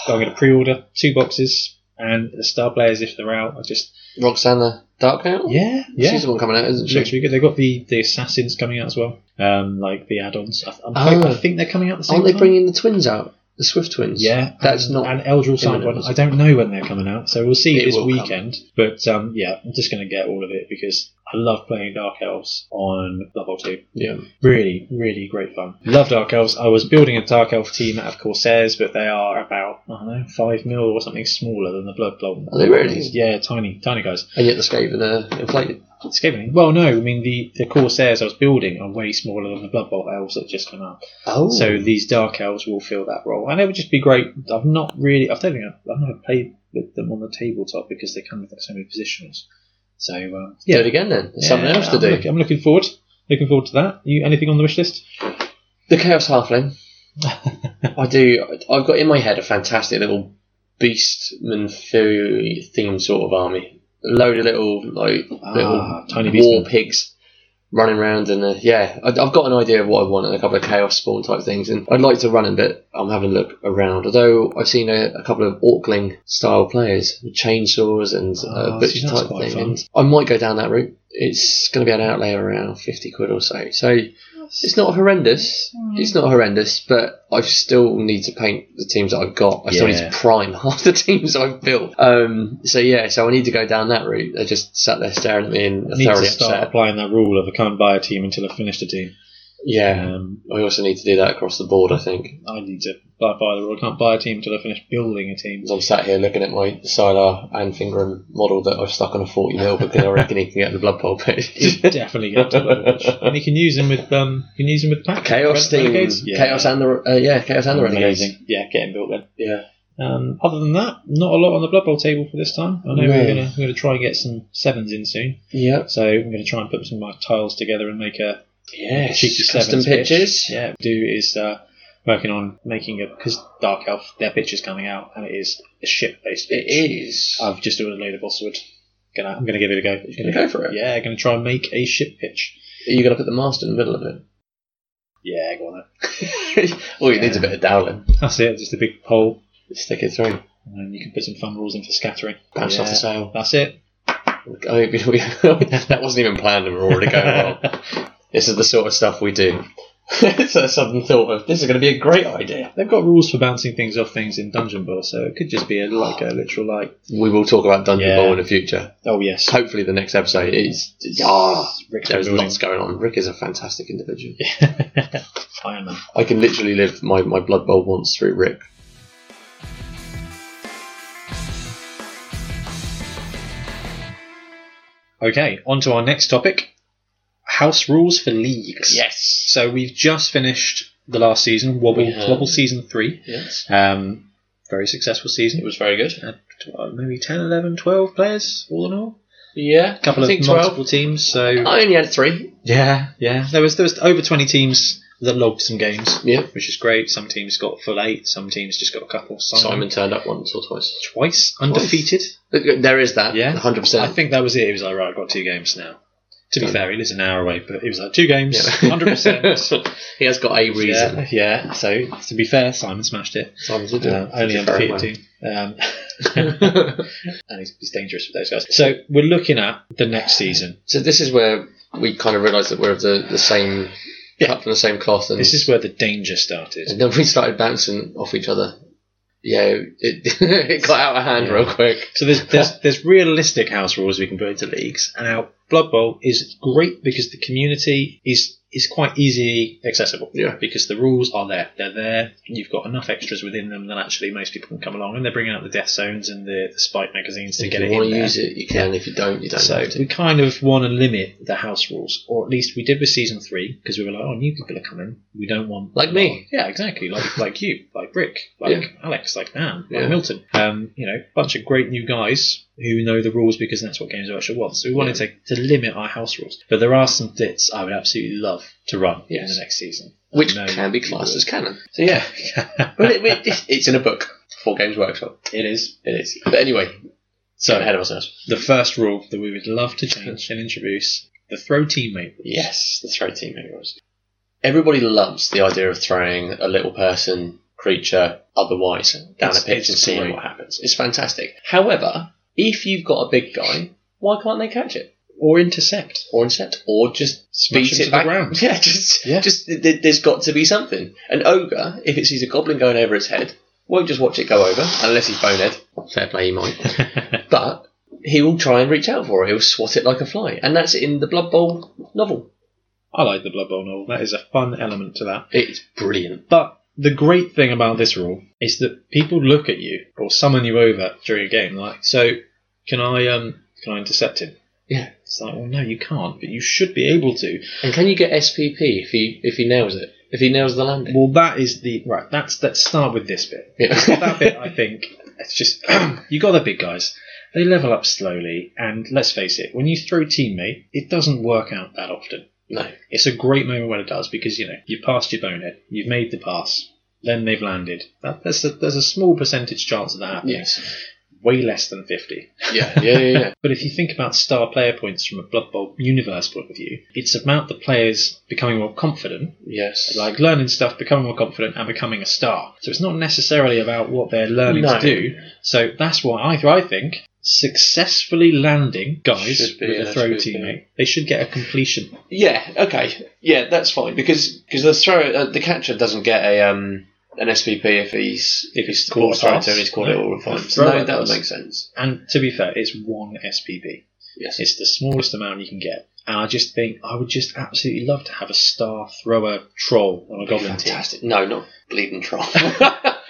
[SPEAKER 2] I'm going to pre-order two boxes and the Star Players if they're out. I just
[SPEAKER 1] Roxana Dark Out?
[SPEAKER 2] yeah yeah.
[SPEAKER 1] She's the one coming out, isn't
[SPEAKER 2] It
[SPEAKER 1] she?
[SPEAKER 2] looks really good. They've got the, the assassins coming out as well, um, like the add-ons. I, I'm quite-
[SPEAKER 1] Oh.
[SPEAKER 2] I think they're coming out at the same
[SPEAKER 1] Aren't they
[SPEAKER 2] time.
[SPEAKER 1] bringing the twins out? The Swift twins?
[SPEAKER 2] yeah,
[SPEAKER 1] That's
[SPEAKER 2] and,
[SPEAKER 1] not-
[SPEAKER 2] And Eldril Silent
[SPEAKER 1] imminent,
[SPEAKER 2] one.
[SPEAKER 1] is
[SPEAKER 2] I
[SPEAKER 1] it?
[SPEAKER 2] don't know when they're coming out, so we'll see
[SPEAKER 1] It
[SPEAKER 2] this
[SPEAKER 1] will come.
[SPEAKER 2] weekend. But um, yeah, I'm just going to get all of it because I love playing Dark Elves on level two.
[SPEAKER 1] Yeah.
[SPEAKER 2] Really, really great fun. Love Dark Elves. I was building a Dark Elf team out of Corsairs, but they are about, I don't know, 5 mil or something smaller than the Blood Bowl.
[SPEAKER 1] Are they really?
[SPEAKER 2] Yeah, tiny, tiny guys.
[SPEAKER 1] And yet the Skaven are inflated.
[SPEAKER 2] Escaping. Well, no, I mean, the, the Corsairs I was building are way smaller than the Blood Bowl Elves that just come out.
[SPEAKER 1] Oh.
[SPEAKER 2] So these Dark Elves will fill that role. And it would just be great. I've not really, I don't think I've, I've never played with them on the tabletop because they come with so many positionals. So, um,
[SPEAKER 1] Do
[SPEAKER 2] yeah.
[SPEAKER 1] it again then. There's something
[SPEAKER 2] Yeah, Oh
[SPEAKER 1] else to
[SPEAKER 2] I'm
[SPEAKER 1] do.
[SPEAKER 2] look- I'm looking forward. Looking forward to that. You Anything on the wish list?
[SPEAKER 1] The Chaos Halfling. I do. I've got in my head a fantastic little beastman fu- themed sort of army. A load of little like
[SPEAKER 2] Ah,
[SPEAKER 1] little
[SPEAKER 2] tiny
[SPEAKER 1] war
[SPEAKER 2] beastmen. pigs.
[SPEAKER 1] pigs running around and uh, yeah, I, I've got an idea of what I want and a couple of chaos spawn type things, and I'd like to run it, but I'm having a look around. Although I've seen a, a couple of Orkling style players with chainsaws and
[SPEAKER 2] Ah,
[SPEAKER 1] uh,
[SPEAKER 2] see,
[SPEAKER 1] butcher
[SPEAKER 2] that's
[SPEAKER 1] type
[SPEAKER 2] quite
[SPEAKER 1] thing.
[SPEAKER 2] fun.
[SPEAKER 1] and I might go down that route. It's going to be an outlay of around fifty quid or so. So it's not horrendous. It's not horrendous, but I still need to paint the teams that I've got. I still need
[SPEAKER 2] Yeah.
[SPEAKER 1] to prime half the teams I've built. Um, so yeah, so I need to go down that route. They just sat there staring at me and
[SPEAKER 2] I
[SPEAKER 1] are
[SPEAKER 2] need to
[SPEAKER 1] thoroughly
[SPEAKER 2] start
[SPEAKER 1] upset.
[SPEAKER 2] applying that rule of I can't buy a team until I finish the team.
[SPEAKER 1] Yeah,
[SPEAKER 2] Um,
[SPEAKER 1] I also need to do that across the board. I think
[SPEAKER 2] I need to buy, buy the rule. I can't buy a team until I finish building a team.
[SPEAKER 1] 'Cause I'm sat here looking at my Silar and Fingram model that I've stuck on a forty mil because I reckon he can get the blood bowl
[SPEAKER 2] He's
[SPEAKER 1] page.
[SPEAKER 2] definitely going to level which. and he can use them with um, you can use them with pack
[SPEAKER 1] Chaos
[SPEAKER 2] Ren-
[SPEAKER 1] team,
[SPEAKER 2] Renegades?
[SPEAKER 1] chaos and the uh, yeah, chaos and the renegades.
[SPEAKER 2] amazing. Yeah, get him built then.
[SPEAKER 1] Yeah,
[SPEAKER 2] Um, other than that, not a lot on the Blood Bowl table for this time. I know
[SPEAKER 1] No.
[SPEAKER 2] we're going to we're going to try and get some sevens in soon.
[SPEAKER 1] yeah,
[SPEAKER 2] So I'm going to try and put some of my tiles together and make a
[SPEAKER 1] yeah.
[SPEAKER 2] cheeky
[SPEAKER 1] Custom
[SPEAKER 2] sevens pitch.
[SPEAKER 1] pitches.
[SPEAKER 2] Yeah, do is uh, working on making a because Dark Elf their pitch is coming out and it is a ship based pitch.
[SPEAKER 1] It is.
[SPEAKER 2] I've just ordered a load of Bosswood. Gonna I'm gonna give it a go.
[SPEAKER 1] You're gonna go for it.
[SPEAKER 2] Yeah, gonna try and make a ship pitch.
[SPEAKER 1] Are you going to put the master in the middle of it?
[SPEAKER 2] Yeah, go on then.
[SPEAKER 1] All you need is a bit of doweling.
[SPEAKER 2] That's it. Just a big pole,
[SPEAKER 1] Stick it through.
[SPEAKER 2] and then you can put some fun rules in for scattering.
[SPEAKER 1] Bounce off the sail.
[SPEAKER 2] That's it.
[SPEAKER 1] I mean, we, we, that wasn't even planned and we're already going well. This is the sort of stuff we do. it's a sudden thought of, this is going to be a great idea.
[SPEAKER 2] They've got rules for bouncing things off things in Dungeon Boss, so it could just be a, like a literal like.
[SPEAKER 1] We will talk about Dungeon
[SPEAKER 2] Yeah.
[SPEAKER 1] Ball in the future.
[SPEAKER 2] Oh yes,
[SPEAKER 1] Hopefully the next episode is...
[SPEAKER 2] Ah, Rick's
[SPEAKER 1] There's
[SPEAKER 2] building.
[SPEAKER 1] lots going on. Rick is a fantastic individual.
[SPEAKER 2] Iron Man.
[SPEAKER 1] I can literally live my, my Blood Bowl once through Rick.
[SPEAKER 2] Okay, on to our next topic: house rules for leagues.
[SPEAKER 1] Yes!
[SPEAKER 2] So we've just finished the last season, Wobble
[SPEAKER 1] We have.
[SPEAKER 2] Wobble season three.
[SPEAKER 1] Yes.
[SPEAKER 2] Um, very successful season.
[SPEAKER 1] It was very good.
[SPEAKER 2] Had uh, maybe 10, 11, 12 players all in all.
[SPEAKER 1] Yeah.
[SPEAKER 2] A couple
[SPEAKER 1] I
[SPEAKER 2] of
[SPEAKER 1] think
[SPEAKER 2] multiple teams. So
[SPEAKER 1] 12. I only had three.
[SPEAKER 2] yeah, yeah. There was there was over twenty teams that logged some games.
[SPEAKER 1] Yeah.
[SPEAKER 2] which is great. Some teams got full eight, some teams just got a couple. Simon,
[SPEAKER 1] Simon turned up once or twice.
[SPEAKER 2] twice undefeated.
[SPEAKER 1] There is that.
[SPEAKER 2] Yeah.
[SPEAKER 1] 100%.
[SPEAKER 2] I think that was it. He was like, right, I've got two games now. To be
[SPEAKER 1] Done.
[SPEAKER 2] fair, he lives an hour away, but he was like, two games,
[SPEAKER 1] Yeah.
[SPEAKER 2] 100%.
[SPEAKER 1] he has got a reason.
[SPEAKER 2] yeah, yeah, so to be fair, Simon smashed it.
[SPEAKER 1] Simon did
[SPEAKER 2] Uh, only undefeated team. Um, and he's, he's dangerous with those guys. So we're looking at the next season.
[SPEAKER 1] so this is where we kind of realised that we're of the, the same
[SPEAKER 2] Yeah.
[SPEAKER 1] cut from the same cloth, and,
[SPEAKER 2] This is where the danger started.
[SPEAKER 1] and then we started bouncing off each other. Yeah, it, it got out of hand
[SPEAKER 2] Yeah.
[SPEAKER 1] real quick.
[SPEAKER 2] So there's, there's there's realistic house rules we can put into leagues, and our Blood Bowl is great because the community is is quite easily accessible.
[SPEAKER 1] Yeah.
[SPEAKER 2] Because the rules are there, they're there. You've got enough extras within them that actually most people can come along, and they're bringing out the death zones and the, the spike magazines to
[SPEAKER 1] If
[SPEAKER 2] get
[SPEAKER 1] you
[SPEAKER 2] it
[SPEAKER 1] want
[SPEAKER 2] in
[SPEAKER 1] to
[SPEAKER 2] there.
[SPEAKER 1] use it, you can. If you don't, you don't
[SPEAKER 2] So
[SPEAKER 1] have to.
[SPEAKER 2] we kind of want to limit the house rules, or at least we did with season three because we were like, oh, new people are coming. We don't want
[SPEAKER 1] Like me.
[SPEAKER 2] Yeah, exactly. Like like you, like Rick, like
[SPEAKER 1] Yeah.
[SPEAKER 2] Alex, like Anne, like
[SPEAKER 1] Yeah.
[SPEAKER 2] Milton. Um, you know, bunch of great new guys who know the rules because that's what Games Workshop wants. So we wanted to, to limit our house rules, but there are some bits I would absolutely love to run in
[SPEAKER 1] Yes.
[SPEAKER 2] the next season,
[SPEAKER 1] Which
[SPEAKER 2] No,
[SPEAKER 1] can be
[SPEAKER 2] you
[SPEAKER 1] classed
[SPEAKER 2] would.
[SPEAKER 1] as canon.
[SPEAKER 2] So yeah,
[SPEAKER 1] But it, it, it's in a book for Games Workshop.
[SPEAKER 2] it is.
[SPEAKER 1] It is. But anyway, so ahead of ourselves.
[SPEAKER 2] The first rule that we would love to change and introduce the throw teammate.
[SPEAKER 1] Yes, the throw team heroes. Everybody loves the idea of throwing a little person, creature, otherwise down
[SPEAKER 2] It's-
[SPEAKER 1] a pitch and
[SPEAKER 2] it's
[SPEAKER 1] seeing
[SPEAKER 2] great.
[SPEAKER 1] what happens. It's fantastic. However, if you've got a big guy, why can't they catch it?
[SPEAKER 2] Or intercept.
[SPEAKER 1] Or intercept, or just
[SPEAKER 2] Smash
[SPEAKER 1] beat
[SPEAKER 2] him
[SPEAKER 1] it
[SPEAKER 2] to the
[SPEAKER 1] back.
[SPEAKER 2] ground.
[SPEAKER 1] Yeah, just,
[SPEAKER 2] Yeah.
[SPEAKER 1] just th- th- there's got to be something. An ogre, if it sees a goblin going over its head, won't just watch it go over, unless he's bonehead. Fair play, he might but he will try and reach out for it. He'll swat it like a fly, and that's in the Blood Bowl novel.
[SPEAKER 2] I like the Blood Bowl novel. That is a fun element to that.
[SPEAKER 1] It's brilliant.
[SPEAKER 2] But the great thing about this rule is that people look at you or summon you over during a game, like, so can I um can I intercept him?
[SPEAKER 1] Yeah.
[SPEAKER 2] It's like, well, no, you can't, but you should be able to.
[SPEAKER 1] And can you get SPP if he if he nails it? If he nails the landing?
[SPEAKER 2] Well, that is the right. That's let's start with this bit.
[SPEAKER 1] Yeah.
[SPEAKER 2] That bit, I think, it's just you got the big guys. They level up slowly, and let's face it, when you throw teammate, it doesn't work out that often.
[SPEAKER 1] no.
[SPEAKER 2] It's a great moment when it does because you know you've passed your bonehead, you've made the pass, then they've landed. That, that's a, there's a small percentage chance of that happening,
[SPEAKER 1] Yes.
[SPEAKER 2] way less than fifty.
[SPEAKER 1] Yeah. Yeah. Yeah. yeah.
[SPEAKER 2] But if you think about star player points from a Blood Bowl universe point of view, it's about the players becoming more confident,
[SPEAKER 1] yes.
[SPEAKER 2] like learning stuff, becoming more confident, and becoming a star. So it's not necessarily about what they're learning
[SPEAKER 1] No.
[SPEAKER 2] to do. So that's why I, I think successfully landing guys
[SPEAKER 1] Should be
[SPEAKER 2] with
[SPEAKER 1] an
[SPEAKER 2] a throw
[SPEAKER 1] SPP.
[SPEAKER 2] teammate, they should get a completion.
[SPEAKER 1] yeah. Okay. Yeah, that's fine because because the throw uh, the catcher doesn't get a um an SPP if he's if he's
[SPEAKER 2] Caught
[SPEAKER 1] caught
[SPEAKER 2] a
[SPEAKER 1] a throw
[SPEAKER 2] pass.
[SPEAKER 1] to and he's caught it all the time.
[SPEAKER 2] Throw
[SPEAKER 1] No,
[SPEAKER 2] it
[SPEAKER 1] that would
[SPEAKER 2] does.
[SPEAKER 1] make sense.
[SPEAKER 2] And to be fair, it's one SPB.
[SPEAKER 1] Yes.
[SPEAKER 2] It's the smallest amount you can get. And I just think I would just absolutely love to have a star thrower troll on a goblin team.
[SPEAKER 1] Fantastic. No, not bleeding troll.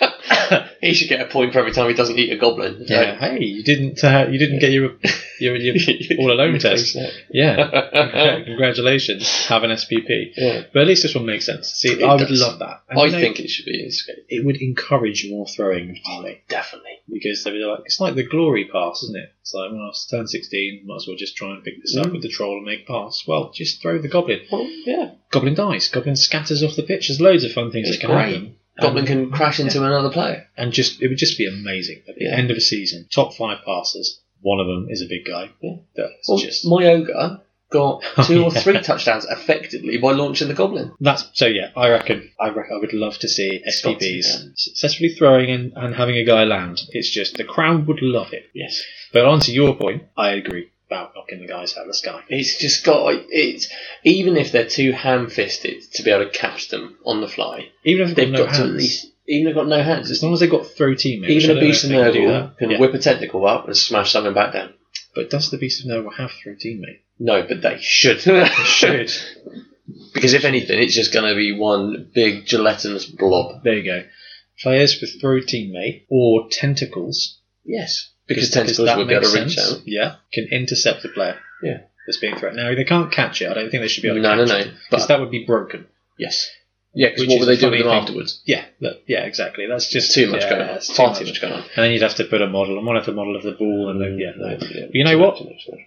[SPEAKER 1] he should get a point for every time he doesn't eat a goblin.
[SPEAKER 2] Yeah. Hey, you didn't uh, you didn't get your your, your all alone test. Yeah.
[SPEAKER 1] yeah.
[SPEAKER 2] Congratulations. Have an SPP. But at least this one makes sense. See,
[SPEAKER 1] It
[SPEAKER 2] I would
[SPEAKER 1] does.
[SPEAKER 2] love that. And,
[SPEAKER 1] I
[SPEAKER 2] you know,
[SPEAKER 1] think it should be escape.
[SPEAKER 2] it would encourage more throwing of teammate
[SPEAKER 1] Definitely.
[SPEAKER 2] because they'd be like, it's like the glory pass, isn't it? It's like, well, it's turn 16, might as well just try and pick this up
[SPEAKER 1] Mm.
[SPEAKER 2] with the troll and make pass. Well, just throw the goblin.
[SPEAKER 1] Well, yeah.
[SPEAKER 2] Goblin dies. Goblin scatters off the pitch. There's loads of fun things
[SPEAKER 1] It's
[SPEAKER 2] that can
[SPEAKER 1] great.
[SPEAKER 2] happen.
[SPEAKER 1] Goblin
[SPEAKER 2] And-
[SPEAKER 1] can crash into another player.
[SPEAKER 2] and just it would just be amazing at the
[SPEAKER 1] Yeah.
[SPEAKER 2] end of a season. Top five passes. One of them is a big guy.
[SPEAKER 1] Yeah.
[SPEAKER 2] That's
[SPEAKER 1] Well,
[SPEAKER 2] just
[SPEAKER 1] my ogre got
[SPEAKER 2] Oh,
[SPEAKER 1] two or
[SPEAKER 2] yeah.
[SPEAKER 1] three touchdowns effectively by launching the Goblin.
[SPEAKER 2] That's so. Yeah, I reckon. I reckon. I would love to see
[SPEAKER 1] Scotty,
[SPEAKER 2] SPBs
[SPEAKER 1] yeah.
[SPEAKER 2] successfully throwing and, and having a guy land. It's just the crowd would love it.
[SPEAKER 1] Yes.
[SPEAKER 2] But on to your point, I agree about knocking the guys out of the sky.
[SPEAKER 1] It's just got it's even if they're too ham-fisted to be able to catch them on the fly,
[SPEAKER 2] Even if
[SPEAKER 1] they've
[SPEAKER 2] they've got, no
[SPEAKER 1] got
[SPEAKER 2] hands,
[SPEAKER 1] to at least even they've got no hands.
[SPEAKER 2] as
[SPEAKER 1] It's not,
[SPEAKER 2] long as they've got throw teammates.
[SPEAKER 1] even
[SPEAKER 2] I
[SPEAKER 1] a
[SPEAKER 2] don't know
[SPEAKER 1] beast of
[SPEAKER 2] if they can do
[SPEAKER 1] Nurgle
[SPEAKER 2] that.
[SPEAKER 1] can
[SPEAKER 2] Yeah.
[SPEAKER 1] whip a tentacle up and smash something back down.
[SPEAKER 2] But does the beast of Nurgle have throw teammate?
[SPEAKER 1] No, but they should. should. Because if anything, it's just going to be one big gelatinous blob.
[SPEAKER 2] There you go. Players with throw teammate or tentacles,
[SPEAKER 1] Yes. Because tentacles
[SPEAKER 2] that
[SPEAKER 1] would be able to
[SPEAKER 2] makes
[SPEAKER 1] reach out.
[SPEAKER 2] Yeah, can intercept the player.
[SPEAKER 1] Yeah.
[SPEAKER 2] that's being threatened. Now they can't catch it. I don't think they should be
[SPEAKER 1] No,
[SPEAKER 2] able
[SPEAKER 1] no,
[SPEAKER 2] to catch
[SPEAKER 1] no.
[SPEAKER 2] it because
[SPEAKER 1] But
[SPEAKER 2] that would be broken.
[SPEAKER 1] yes. Yeah, because
[SPEAKER 2] Which
[SPEAKER 1] what
[SPEAKER 2] is
[SPEAKER 1] would they
[SPEAKER 2] a
[SPEAKER 1] do with
[SPEAKER 2] funny
[SPEAKER 1] them
[SPEAKER 2] thing.
[SPEAKER 1] afterwards?
[SPEAKER 2] Yeah, that, yeah, exactly. That's just
[SPEAKER 1] It's too much
[SPEAKER 2] yeah,
[SPEAKER 1] going on.
[SPEAKER 2] that's too
[SPEAKER 1] Far
[SPEAKER 2] much.
[SPEAKER 1] too much going on.
[SPEAKER 2] And then you'd have to put a model, and one of the model of the ball, and then, yeah, no.
[SPEAKER 1] Mm,
[SPEAKER 2] You know
[SPEAKER 1] Too
[SPEAKER 2] what?
[SPEAKER 1] much, too much, too much.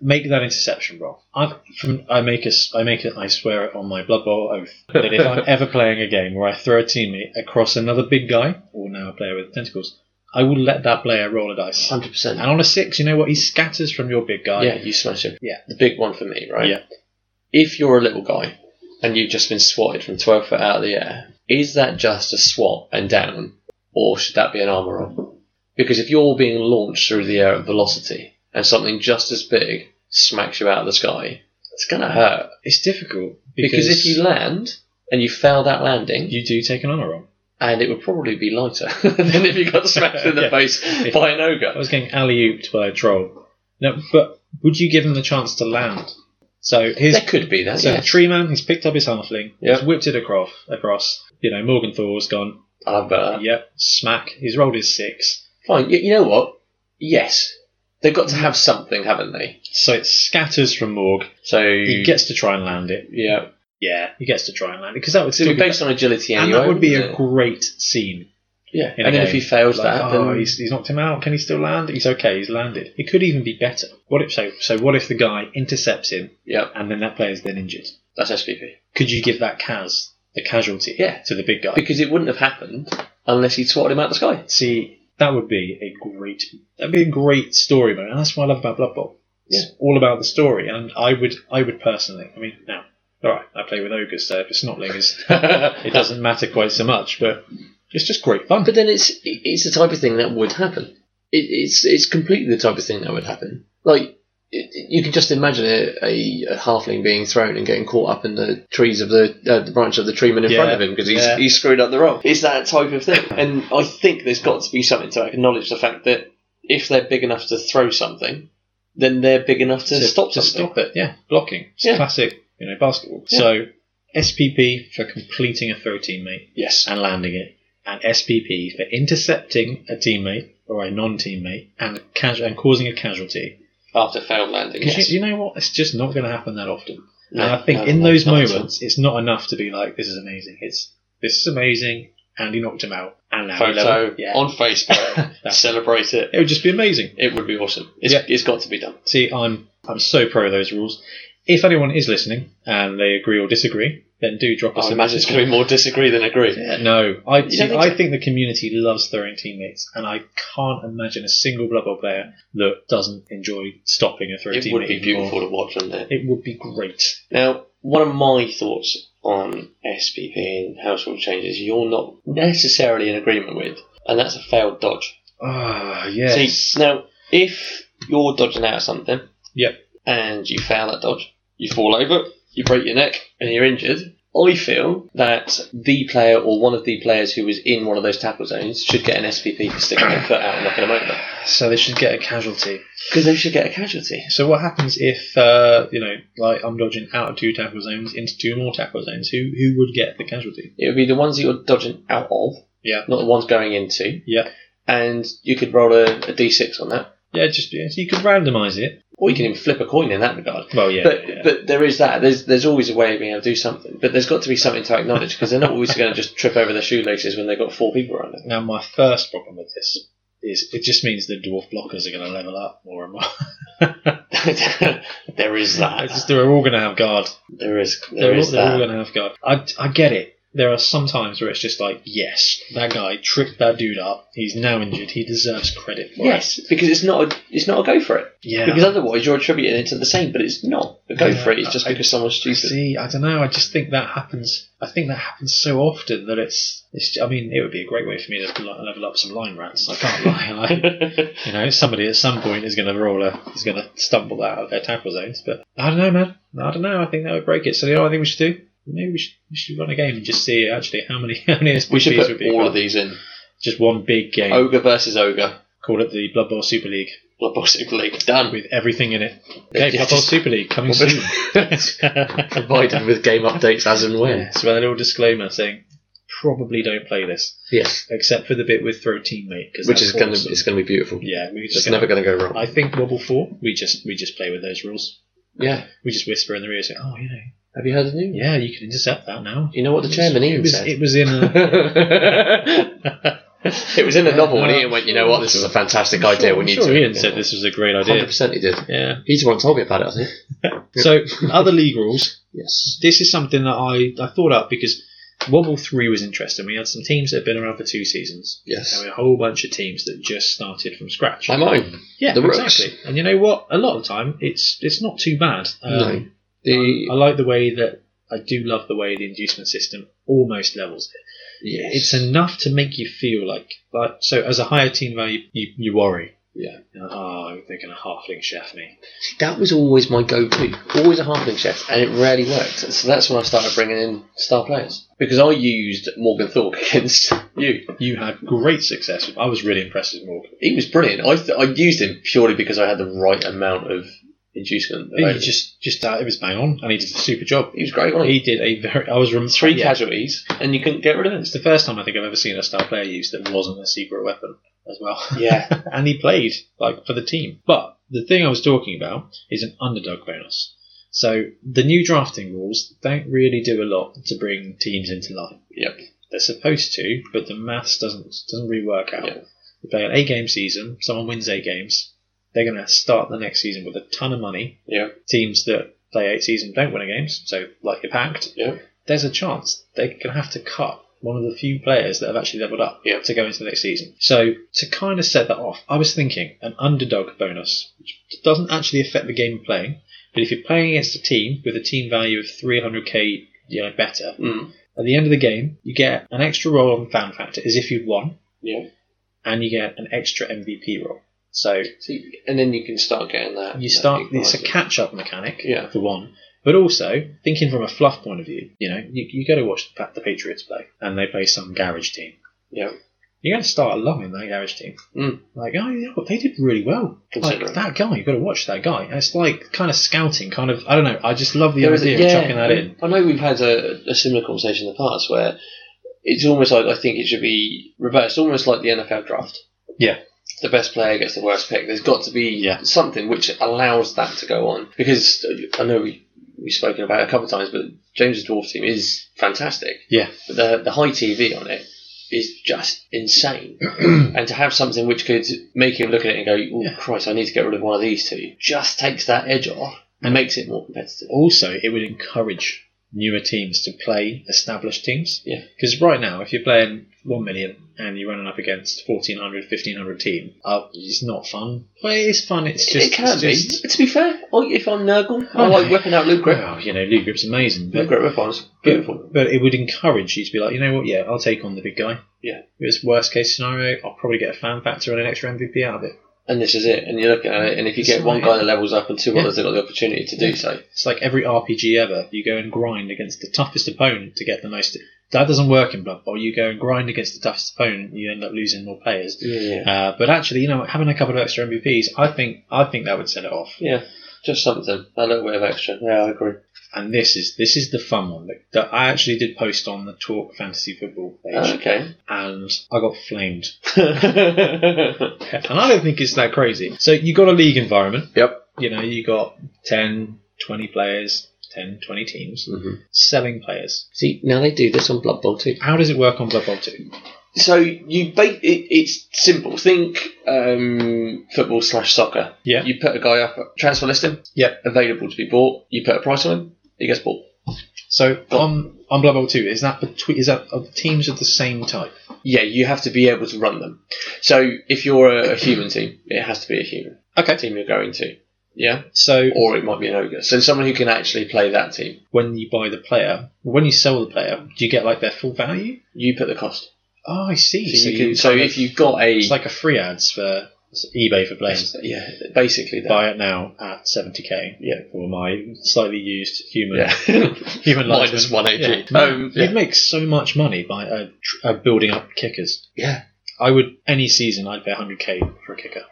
[SPEAKER 2] make that interception roll. I from I make a s- I make it I swear it on my Blood Bowl oath that if I'm ever playing a game where I throw a teammate across another big guy or now a player with tentacles, I will let that player roll a dice. And
[SPEAKER 1] 100%.
[SPEAKER 2] on a six, you know what? He scatters from your big guy.
[SPEAKER 1] Yeah, you smash him.
[SPEAKER 2] Yeah.
[SPEAKER 1] The big one for me, right?
[SPEAKER 2] Yeah.
[SPEAKER 1] If you're a little guy and you've just been swatted from 12 foot out of the air, is that just a swat and down, or should that be an armor roll? Because if you're being launched through the air at velocity and something just as big smacks you out of the sky, it's going to hurt.
[SPEAKER 2] It's difficult
[SPEAKER 1] Because, if you land and you fail that landing,
[SPEAKER 2] you do take an honor roll.
[SPEAKER 1] and it would probably be lighter than if you got smacked in the
[SPEAKER 2] Yeah.
[SPEAKER 1] face by an
[SPEAKER 2] I
[SPEAKER 1] ogre.
[SPEAKER 2] was getting alley ooped by a troll. No, but would you give him the chance to land? So here's
[SPEAKER 1] There could be that.
[SPEAKER 2] So
[SPEAKER 1] yeah.
[SPEAKER 2] the tree man, he's picked up his halfling,
[SPEAKER 1] Yep.
[SPEAKER 2] he's whipped it across. Across, you know, Morgenthor's gone.
[SPEAKER 1] I bet.
[SPEAKER 2] Yep, smack. He's rolled his six,
[SPEAKER 1] uh, Fine. You, you know what? Yes, they've got to have something, haven't they?
[SPEAKER 2] so it scatters from Morg.
[SPEAKER 1] So
[SPEAKER 2] He gets to try and land it.
[SPEAKER 1] yeah,
[SPEAKER 2] Yeah, he gets to try and land it because that would
[SPEAKER 1] so
[SPEAKER 2] still
[SPEAKER 1] it'd
[SPEAKER 2] be
[SPEAKER 1] be based on agility
[SPEAKER 2] and
[SPEAKER 1] anyway.
[SPEAKER 2] that would be
[SPEAKER 1] wouldn't
[SPEAKER 2] a
[SPEAKER 1] it?
[SPEAKER 2] great scene.
[SPEAKER 1] yeah.
[SPEAKER 2] in
[SPEAKER 1] And
[SPEAKER 2] a
[SPEAKER 1] then if he
[SPEAKER 2] game.
[SPEAKER 1] fails
[SPEAKER 2] Like,
[SPEAKER 1] that,
[SPEAKER 2] oh,
[SPEAKER 1] then
[SPEAKER 2] he's, he's knocked him out. Can he still land? He's okay. He's landed. It could even be better. What if so? So what if the guy intercepts him
[SPEAKER 1] yeah,
[SPEAKER 2] and then that player is then injured?
[SPEAKER 1] that's SVP
[SPEAKER 2] Could you give that Kaz the casualty?
[SPEAKER 1] Yeah.
[SPEAKER 2] to the big guy.
[SPEAKER 1] because it wouldn't have happened unless he swatted him out the sky.
[SPEAKER 2] See, that would be a great that'd be a great story moment, and that's what I love about Blood Bowl. It's all about the story, and I would I would personally I mean now, alright, I play with ogres, so if it's not is it
[SPEAKER 1] but
[SPEAKER 2] doesn't matter quite so much, but it's just great fun.
[SPEAKER 1] then it's it's the type of thing that would happen. It, it's it's completely the type of thing that would happen. Like. it- it- You can just imagine a, a, a halfling being thrown and getting caught up in the trees of the uh, the branch of the tree man in
[SPEAKER 2] Yeah.
[SPEAKER 1] front of him because he's,
[SPEAKER 2] Yeah.
[SPEAKER 1] he's screwed up the role. It's that type of thing. And I think there's got to be something to acknowledge the fact that if they're big enough to throw something, then they're big enough to, stop
[SPEAKER 2] to
[SPEAKER 1] something.
[SPEAKER 2] stop it, yeah. Blocking. It's
[SPEAKER 1] Yeah.
[SPEAKER 2] classic, you know, basketball.
[SPEAKER 1] Yeah.
[SPEAKER 2] So SPP for completing a throw teammate
[SPEAKER 1] Yes.
[SPEAKER 2] and landing it, and SPP for intercepting a teammate or a non-teammate and cas- and causing a casualty.
[SPEAKER 1] After failed landing.
[SPEAKER 2] Because
[SPEAKER 1] Yes.
[SPEAKER 2] you, you know what? It's just not going to happen that often.
[SPEAKER 1] No,
[SPEAKER 2] and I think
[SPEAKER 1] no,
[SPEAKER 2] in
[SPEAKER 1] no,
[SPEAKER 2] those
[SPEAKER 1] not at all.
[SPEAKER 2] moments, it's not enough to be like, "This is amazing." It's this is amazing, and he knocked him out. And now he
[SPEAKER 1] Photo
[SPEAKER 2] leveled. yeah.
[SPEAKER 1] on Facebook.
[SPEAKER 2] That's-
[SPEAKER 1] celebrate it.
[SPEAKER 2] it would just be amazing.
[SPEAKER 1] It would be awesome. It's,
[SPEAKER 2] Yeah.
[SPEAKER 1] it's got to be done.
[SPEAKER 2] See, I'm I'm so pro those rules. If anyone is listening and they agree or disagree, then do drop us
[SPEAKER 1] I
[SPEAKER 2] a
[SPEAKER 1] Oh, imagine it's
[SPEAKER 2] message.
[SPEAKER 1] going to be more disagree than agree.
[SPEAKER 2] Yeah, no, I see,
[SPEAKER 1] think so?
[SPEAKER 2] I think the community loves throwing teammates, and I can't imagine a single Blood Bowl player that doesn't enjoy stopping a throwing
[SPEAKER 1] It
[SPEAKER 2] teammate.
[SPEAKER 1] would be
[SPEAKER 2] even more.
[SPEAKER 1] beautiful to watch, wouldn't it?
[SPEAKER 2] It would be great.
[SPEAKER 1] Now, one of my thoughts on SPP and household changes you're not necessarily in agreement with, and that's a failed dodge.
[SPEAKER 2] Ah, yes.
[SPEAKER 1] See, now, if you're dodging out of something,
[SPEAKER 2] Yep.
[SPEAKER 1] and you fail that dodge, you fall over, you break your neck, and you're injured, I feel that the player or one of the players who was in one of those tackle zones should get an SPP for sticking their foot out and knocking them over.
[SPEAKER 2] So they should get a casualty.
[SPEAKER 1] Because they should get a casualty.
[SPEAKER 2] So what happens if uh, you know, like I'm dodging out of two tackle zones into two more tackle zones? Who who would get the casualty?
[SPEAKER 1] It would be the ones that you're dodging out of,
[SPEAKER 2] Yeah.
[SPEAKER 1] not the ones going into,
[SPEAKER 2] Yeah,
[SPEAKER 1] and you could roll a, a d6 on that.
[SPEAKER 2] yeah. Just yeah, so you could randomize it.
[SPEAKER 1] Or you can even flip a coin in that regard.
[SPEAKER 2] Well, yeah,
[SPEAKER 1] But
[SPEAKER 2] yeah.
[SPEAKER 1] but there is that. There's there's always a way of being able to do something. But there's got to be something to acknowledge because they're not always going to just trip over their shoelaces when they've got four people around them.
[SPEAKER 2] Now my first problem with this is it just means the dwarf blockers are going to level up more and more.
[SPEAKER 1] there is that.
[SPEAKER 2] It's just they're all going to have guard.
[SPEAKER 1] There is
[SPEAKER 2] They're,
[SPEAKER 1] there
[SPEAKER 2] all,
[SPEAKER 1] is
[SPEAKER 2] they're all
[SPEAKER 1] that.
[SPEAKER 2] going to have guard. I, I get it. there are some times where it's just like, yes, that guy tripped that dude up. He's now injured. He deserves credit for
[SPEAKER 1] Yes, because it's not a it's not a go for it.
[SPEAKER 2] it. Yeah.
[SPEAKER 1] Because otherwise you're attributing it to the same, but it's not a go
[SPEAKER 2] Yeah,
[SPEAKER 1] for it. It's just
[SPEAKER 2] I-
[SPEAKER 1] because someone's
[SPEAKER 2] I
[SPEAKER 1] stupid.
[SPEAKER 2] see. I don't know. I just think that happens. I think that happens so often that it's. It's. I mean, it would be a great way for me to li- level up some line rants. I can't lie. Like, you know, somebody at some point is going to roll a. is going to stumble out of their tackle zones. But I don't know, man. I don't know. I think that would break it. So you know, what I think we should do. Maybe we should, we should run a game and just see actually how many how many SPCs
[SPEAKER 1] we should
[SPEAKER 2] would
[SPEAKER 1] put
[SPEAKER 2] be
[SPEAKER 1] all
[SPEAKER 2] across.
[SPEAKER 1] of these in.
[SPEAKER 2] Just one big game.
[SPEAKER 3] Oh.
[SPEAKER 1] Ogre versus ogre.
[SPEAKER 2] Call it the Blood Bowl Super League
[SPEAKER 1] Blood Bowl Super League. Done.
[SPEAKER 2] with everything in it.
[SPEAKER 1] Yeah,
[SPEAKER 2] Okay, Blood Bowl
[SPEAKER 1] just-
[SPEAKER 2] Super League coming soon.
[SPEAKER 3] Provided with game updates as and when.
[SPEAKER 2] Yes, with a little disclaimer saying probably don't play this
[SPEAKER 3] Yes,
[SPEAKER 2] except for the bit with throw teammate because
[SPEAKER 3] which is gonna
[SPEAKER 2] awesome.
[SPEAKER 3] it's gonna be beautiful.
[SPEAKER 2] yeah we
[SPEAKER 3] It's
[SPEAKER 2] just
[SPEAKER 3] never gonna go wrong.
[SPEAKER 2] I think Wobble Four we just we just play with those rules.
[SPEAKER 3] yeah.
[SPEAKER 2] We just whisper in their ears, oh you know,
[SPEAKER 3] Have you heard the news?
[SPEAKER 2] yeah, you can intercept that now.
[SPEAKER 3] You know what the chairman
[SPEAKER 2] it
[SPEAKER 3] Ian
[SPEAKER 2] was,
[SPEAKER 3] said.
[SPEAKER 2] It was in a.
[SPEAKER 3] It was in a novel, and
[SPEAKER 2] no,
[SPEAKER 3] Ian went, "You know what? This is a fantastic
[SPEAKER 2] I'm
[SPEAKER 3] idea.
[SPEAKER 2] sure-
[SPEAKER 3] We
[SPEAKER 2] I'm
[SPEAKER 3] need
[SPEAKER 2] sure
[SPEAKER 3] to."
[SPEAKER 2] Ian said this was a great
[SPEAKER 3] Hundred
[SPEAKER 2] idea.
[SPEAKER 3] percent, he did.
[SPEAKER 2] Yeah.
[SPEAKER 3] He's the one who told me about it. I think.
[SPEAKER 2] So other league rules.
[SPEAKER 3] Yes.
[SPEAKER 2] this is something that I, I thought up because Wobble 3 was interesting. We had some teams that had been around for two seasons.
[SPEAKER 3] Yes.
[SPEAKER 2] And we had a whole bunch of teams that just started from scratch.
[SPEAKER 3] Like mine.
[SPEAKER 2] yeah,
[SPEAKER 3] the Rooks.
[SPEAKER 2] exactly. And you know what? A lot of the time, it's it's not too bad. Um,
[SPEAKER 3] No. The
[SPEAKER 2] I like the way that I do love the way the inducement system almost levels it.
[SPEAKER 3] yes.
[SPEAKER 2] It's enough to make you feel like, like so as a higher team value, you, you worry.
[SPEAKER 3] Yeah.
[SPEAKER 2] You're like, oh, they're going to halfling chef me.
[SPEAKER 3] that was always my go-to. Always a halfling chef, and it rarely worked. So that's when I started bringing in star players.
[SPEAKER 1] Because I used Morgan Thorpe against you.
[SPEAKER 2] You had great success. with- I was really impressed with Morgan.
[SPEAKER 1] He was brilliant. I, th- I used him purely because I had the right amount of inducement.
[SPEAKER 2] He
[SPEAKER 1] available.
[SPEAKER 2] just, just uh, it was bang on, and he did a super job.
[SPEAKER 1] He was great, wasn't he? Oh,
[SPEAKER 2] He did a very. I was rem-
[SPEAKER 1] Three
[SPEAKER 2] yeah.
[SPEAKER 1] casualties, and you couldn't get rid of him.
[SPEAKER 2] It's the first time I think I've ever seen a star player used that wasn't a secret weapon as well.
[SPEAKER 1] Yeah.
[SPEAKER 2] and he played like for the team. But the thing I was talking about is an underdog bonus. So the new drafting rules don't really do a lot to bring teams into line.
[SPEAKER 1] Yep.
[SPEAKER 2] They're supposed to, but the maths doesn't doesn't really work out.
[SPEAKER 1] Yeah.
[SPEAKER 2] You play an eight game season. Someone wins eight games. They're going to start the next season with a ton of money.
[SPEAKER 1] Yeah.
[SPEAKER 2] Teams that play eight season don't win a game, so like your pact,
[SPEAKER 1] Yeah.
[SPEAKER 2] there's a chance they're going to have to cut one of the few players that have actually leveled up
[SPEAKER 1] Yeah.
[SPEAKER 2] to go into the next season. So to kind of set that off, I was thinking an underdog bonus, which doesn't actually affect the game you're playing, but if you're playing against a team with a team value of 300k, you know, better,
[SPEAKER 1] Mm.
[SPEAKER 2] at the end of the game, you get an extra roll on fan factor as if you'd won,
[SPEAKER 1] Yeah.
[SPEAKER 2] and you get an extra MVP roll. So
[SPEAKER 1] See, and then you can start getting that.
[SPEAKER 2] you
[SPEAKER 1] that
[SPEAKER 2] start.
[SPEAKER 1] big
[SPEAKER 2] It's a
[SPEAKER 1] margin.
[SPEAKER 2] catch-up mechanic
[SPEAKER 1] Yeah.
[SPEAKER 2] for one, but also thinking from a fluff point of view. You know, you, you go to watch the, Pa- the Patriots play, and they play some garage team.
[SPEAKER 1] Yeah.
[SPEAKER 2] You're going to start loving that garage team.
[SPEAKER 1] Mm.
[SPEAKER 2] Like, oh, you know what? They did really well.
[SPEAKER 1] Considering.
[SPEAKER 2] Like that guy, you've got to watch that guy. And it's like kind of scouting, kind of. I don't know. I just love the
[SPEAKER 1] There is a-
[SPEAKER 2] idea of chucking that in.
[SPEAKER 1] I know we've had a, a similar conversation in the past where it's almost like I think it should be reversed, almost like the NFL draft.
[SPEAKER 2] Yeah.
[SPEAKER 1] The best player gets the worst pick. There's got to be
[SPEAKER 2] Yeah.
[SPEAKER 1] something which allows that to go on. Because I know we, we've spoken about it a couple of times, but James's Dwarf team is fantastic.
[SPEAKER 2] Yeah.
[SPEAKER 1] But the, the high TV on it is just insane. and to have something which could make him look at it and go, oh,
[SPEAKER 2] Yeah.
[SPEAKER 1] Christ, I need to get rid of one of these two, just takes that edge off and makes it more competitive.
[SPEAKER 2] Also, it would encourage newer teams to play established teams.
[SPEAKER 1] Yeah.
[SPEAKER 2] Because right now, if you're playing 1 million and you're running up against 1400, 1500 team, uh, it's not fun. Well, it is fun. It's just.
[SPEAKER 1] it can
[SPEAKER 2] it's
[SPEAKER 1] be.
[SPEAKER 2] just-
[SPEAKER 1] But to be fair, I, if I'm Nurgle, I
[SPEAKER 2] Oh.
[SPEAKER 1] like whipping out Loot Grip.
[SPEAKER 2] well, you know, Lou Grip's amazing. But
[SPEAKER 1] Loot Grip whip arms. Beautiful.
[SPEAKER 2] But, but it would encourage you to be like, you know what, yeah, I'll take on the big guy.
[SPEAKER 1] Yeah.
[SPEAKER 2] If it's worst case scenario, I'll probably get a fan factor and an extra MVP out of it.
[SPEAKER 1] And this is it. And you look at it, and if you
[SPEAKER 2] It's
[SPEAKER 1] get one
[SPEAKER 2] alright.
[SPEAKER 1] guy that levels up and two
[SPEAKER 2] Yeah.
[SPEAKER 1] others that got the opportunity to do so.
[SPEAKER 2] It's like every RPG ever. You go and grind against the toughest opponent to get the most. That doesn't work in Blood Bowl. You go and grind against the toughest opponent, you end up losing more players.
[SPEAKER 1] Yeah.
[SPEAKER 2] Uh, but actually, you know, what, having a couple of extra MVPs, I think, I think that would set it off.
[SPEAKER 1] Yeah. Just something. A little bit of extra. Yeah, I agree.
[SPEAKER 2] And this is this is the fun one that, that I actually did post on the Talk Fantasy Football page,
[SPEAKER 1] Okay.
[SPEAKER 2] and I got flamed
[SPEAKER 1] yeah.
[SPEAKER 2] And I don't think it's that crazy. So you got a league environment.
[SPEAKER 3] Yep.
[SPEAKER 2] You know, you got 10, 20 players, 10, 20 teams
[SPEAKER 3] Mhm.
[SPEAKER 2] selling players.
[SPEAKER 3] See, now they do this on Blood Bowl too.
[SPEAKER 2] How does it work on Blood Bowl 2?
[SPEAKER 1] So you bait. It, it's simple. Think um, football slash soccer.
[SPEAKER 2] Yeah.
[SPEAKER 1] You put a guy up, transfer list him.
[SPEAKER 2] Yep.
[SPEAKER 1] Available to be bought. You put a price on him. He gets bought.
[SPEAKER 2] So on on Blood Bowl two, is that between is that of teams of the same type?
[SPEAKER 4] Yeah, you have to be able to run them. So if you're a, a human team, it has to be a human
[SPEAKER 2] Okay.
[SPEAKER 4] team you're going to. Yeah,
[SPEAKER 2] So
[SPEAKER 4] or it might be an ogre. So someone who can actually play that team.
[SPEAKER 2] when you buy the player, when you sell the player, do you get like their full value?
[SPEAKER 4] You put the cost.
[SPEAKER 2] Oh, I see.
[SPEAKER 4] So, you can, so
[SPEAKER 2] kind of-
[SPEAKER 4] if you've got a
[SPEAKER 2] it's like a free ads for eBay for players.
[SPEAKER 4] yeah, basically that.
[SPEAKER 2] Buy it now at 70k.
[SPEAKER 4] Yeah.
[SPEAKER 2] For my slightly used human
[SPEAKER 4] Yeah,
[SPEAKER 2] human
[SPEAKER 1] Minus
[SPEAKER 2] license.
[SPEAKER 1] one AG.
[SPEAKER 2] Yeah.
[SPEAKER 4] Um, yeah.
[SPEAKER 2] You'd make so much money by uh, tr- uh, building up kickers.
[SPEAKER 1] Yeah.
[SPEAKER 2] I would any season I'd pay 100k for a kicker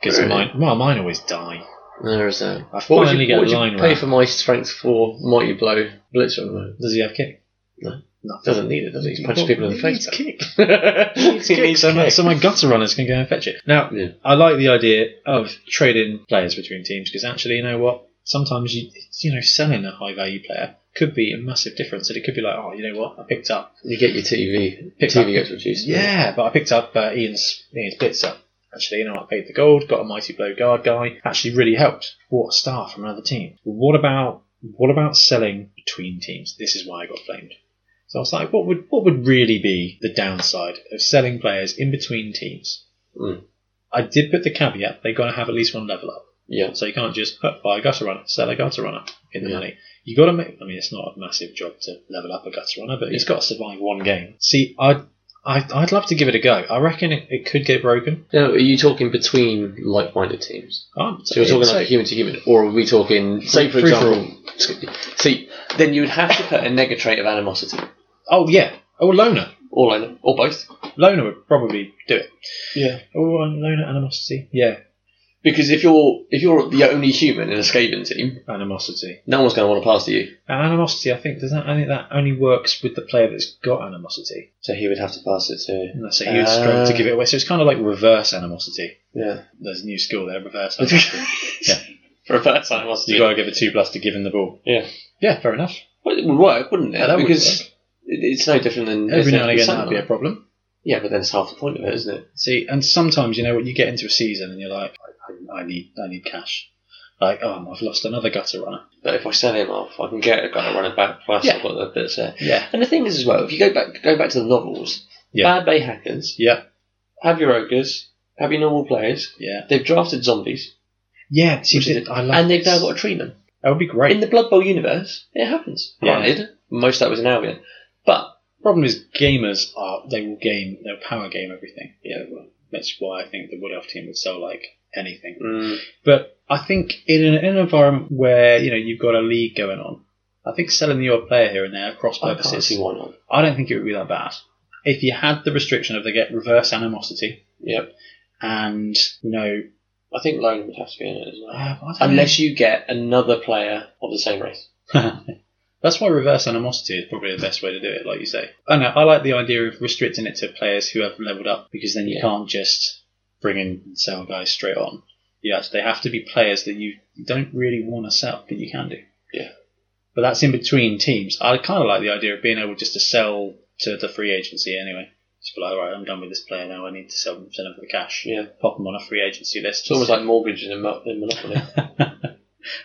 [SPEAKER 2] because
[SPEAKER 1] Really?
[SPEAKER 2] mine well mine always die.
[SPEAKER 1] There is that.
[SPEAKER 2] I
[SPEAKER 1] What would
[SPEAKER 2] finally
[SPEAKER 1] you,
[SPEAKER 2] get
[SPEAKER 1] what would
[SPEAKER 2] a
[SPEAKER 1] you
[SPEAKER 2] line
[SPEAKER 1] pay
[SPEAKER 2] right.
[SPEAKER 1] for my strength for mighty blow blitzer at the moment?
[SPEAKER 2] Does he have kick?
[SPEAKER 1] No.
[SPEAKER 2] Nothing.
[SPEAKER 1] Doesn't need it, does he? He's punching
[SPEAKER 2] Well,
[SPEAKER 1] people in the
[SPEAKER 2] he
[SPEAKER 1] face.
[SPEAKER 2] needs kick.
[SPEAKER 1] He needs
[SPEAKER 2] so, my,
[SPEAKER 1] kick.
[SPEAKER 2] so my gutter runners can go and fetch it. Now,
[SPEAKER 1] Yeah.
[SPEAKER 2] I like the idea of trading players between teams because actually, you know what? Sometimes you you know selling a high value player could be a massive difference, and it could be like, oh, you know what? I picked up,
[SPEAKER 1] You get your TV.
[SPEAKER 2] Pick
[SPEAKER 1] TV
[SPEAKER 2] up.
[SPEAKER 1] gets reduced.
[SPEAKER 2] yeah, but I picked up uh, Ian's Ian's blitzer. Actually, you know, what? I paid the gold, got a mighty blow guard guy. Actually, really helped. Bought a star from another team. What about what about selling between teams? This is why I got flamed. So I was like, what would what would really be the downside of selling players in between teams? I did put the caveat they've got to have at least one level up.
[SPEAKER 1] Yeah.
[SPEAKER 2] So you can't just put, buy a gutter runner, sell a gutter runner, in the
[SPEAKER 1] Yeah.
[SPEAKER 2] money. You got to make. I mean, it's not a massive job to level up a gutter runner, but he's got to survive one game. See, I. I, I'd love to give it a go. I reckon it, it could get broken.
[SPEAKER 1] Now, are you talking between like-minded teams?
[SPEAKER 2] Um,
[SPEAKER 1] Oh, So you're talking
[SPEAKER 2] so-
[SPEAKER 1] like human to human, or are we talking, say for
[SPEAKER 2] Free for
[SPEAKER 1] example, see, then you'd have to put a nega trait of animosity,
[SPEAKER 2] oh yeah, oh loner,
[SPEAKER 1] or like, or both.
[SPEAKER 2] loner would probably do it.
[SPEAKER 4] Yeah.
[SPEAKER 2] Oh, loner animosity. Yeah,
[SPEAKER 4] Because if you're if you're the only human in a Skaven team,
[SPEAKER 2] animosity.
[SPEAKER 4] no one's going to want to pass to you.
[SPEAKER 2] And animosity, I think, does that? I think that only works with the player that's got animosity.
[SPEAKER 4] So he would have to pass it to
[SPEAKER 2] And so he was straight to
[SPEAKER 4] Ah.
[SPEAKER 2] give it away. So it's kind of like reverse animosity.
[SPEAKER 4] yeah.
[SPEAKER 2] there's a new skill there, reverse.
[SPEAKER 4] yeah. Reverse animosity.
[SPEAKER 2] you got to give a two plus to give him the ball.
[SPEAKER 4] Yeah.
[SPEAKER 2] Yeah, fair enough.
[SPEAKER 4] Well, it would work, wouldn't it?
[SPEAKER 2] Yeah, that would
[SPEAKER 4] because it- it's no different than
[SPEAKER 2] Every
[SPEAKER 4] isn't
[SPEAKER 2] now and
[SPEAKER 4] it?
[SPEAKER 2] again,
[SPEAKER 4] Something
[SPEAKER 2] that'd be a
[SPEAKER 4] like-
[SPEAKER 2] problem.
[SPEAKER 4] yeah, but then it's half the point of it, isn't it?
[SPEAKER 2] See, and sometimes you know what you get into a season and you're like, I, I, I need, I need cash. Like, oh, I've lost another gutter runner.
[SPEAKER 4] But if I sell him off, I can get a guy to run it back plus
[SPEAKER 2] Yeah.
[SPEAKER 4] I've got the bits there.
[SPEAKER 2] Yeah,
[SPEAKER 4] And the thing is as well, if you go back go back to the novels,
[SPEAKER 2] Yeah.
[SPEAKER 4] Bad Bay Hackers,
[SPEAKER 2] yeah,
[SPEAKER 4] have your ogres, have your normal players,
[SPEAKER 2] yeah,
[SPEAKER 4] they've drafted zombies,
[SPEAKER 2] yeah. See,
[SPEAKER 4] Which is-
[SPEAKER 2] I like
[SPEAKER 4] and they've now
[SPEAKER 2] this.
[SPEAKER 4] got to treat them.
[SPEAKER 2] that would be great.
[SPEAKER 4] In the Blood Bowl universe, it happens.
[SPEAKER 2] Yeah.
[SPEAKER 4] Granted, most of that was in Albion. But
[SPEAKER 2] problem is gamers are they will game they'll power game everything. Yeah, well, that's why I think the Wood Elf team would sell like anything.
[SPEAKER 4] mm,
[SPEAKER 2] But I think in an, in an environment where you know you've got a league going on, I think selling your player here and there across
[SPEAKER 4] I can't see
[SPEAKER 2] purposes,
[SPEAKER 4] why not.
[SPEAKER 2] I, don't think it would be that bad. If you had the restriction of they get reverse animosity,
[SPEAKER 4] Yep.
[SPEAKER 2] and you know,
[SPEAKER 4] I think Logan would have to be in it as well.
[SPEAKER 2] uh, I don't
[SPEAKER 4] Unless you get another player of the same race.
[SPEAKER 2] know. that's why reverse animosity is probably the best way to do it. Like you say, I know I like the idea of restricting it to players who have leveled up because then you
[SPEAKER 4] Yeah.
[SPEAKER 2] can't just bring in and sell guys straight on. Yes, they have to be players that you don't really want to sell, but you can do.
[SPEAKER 4] Yeah.
[SPEAKER 2] But that's in between teams. I kind of like the idea of being able just to sell to the free agency anyway. Just be like, all right, I'm done with this player now. I need to sell them, sell them for the cash.
[SPEAKER 4] Yeah.
[SPEAKER 2] Pop them on a free agency list.
[SPEAKER 4] It's almost like mortgage in, a mo- in Monopoly.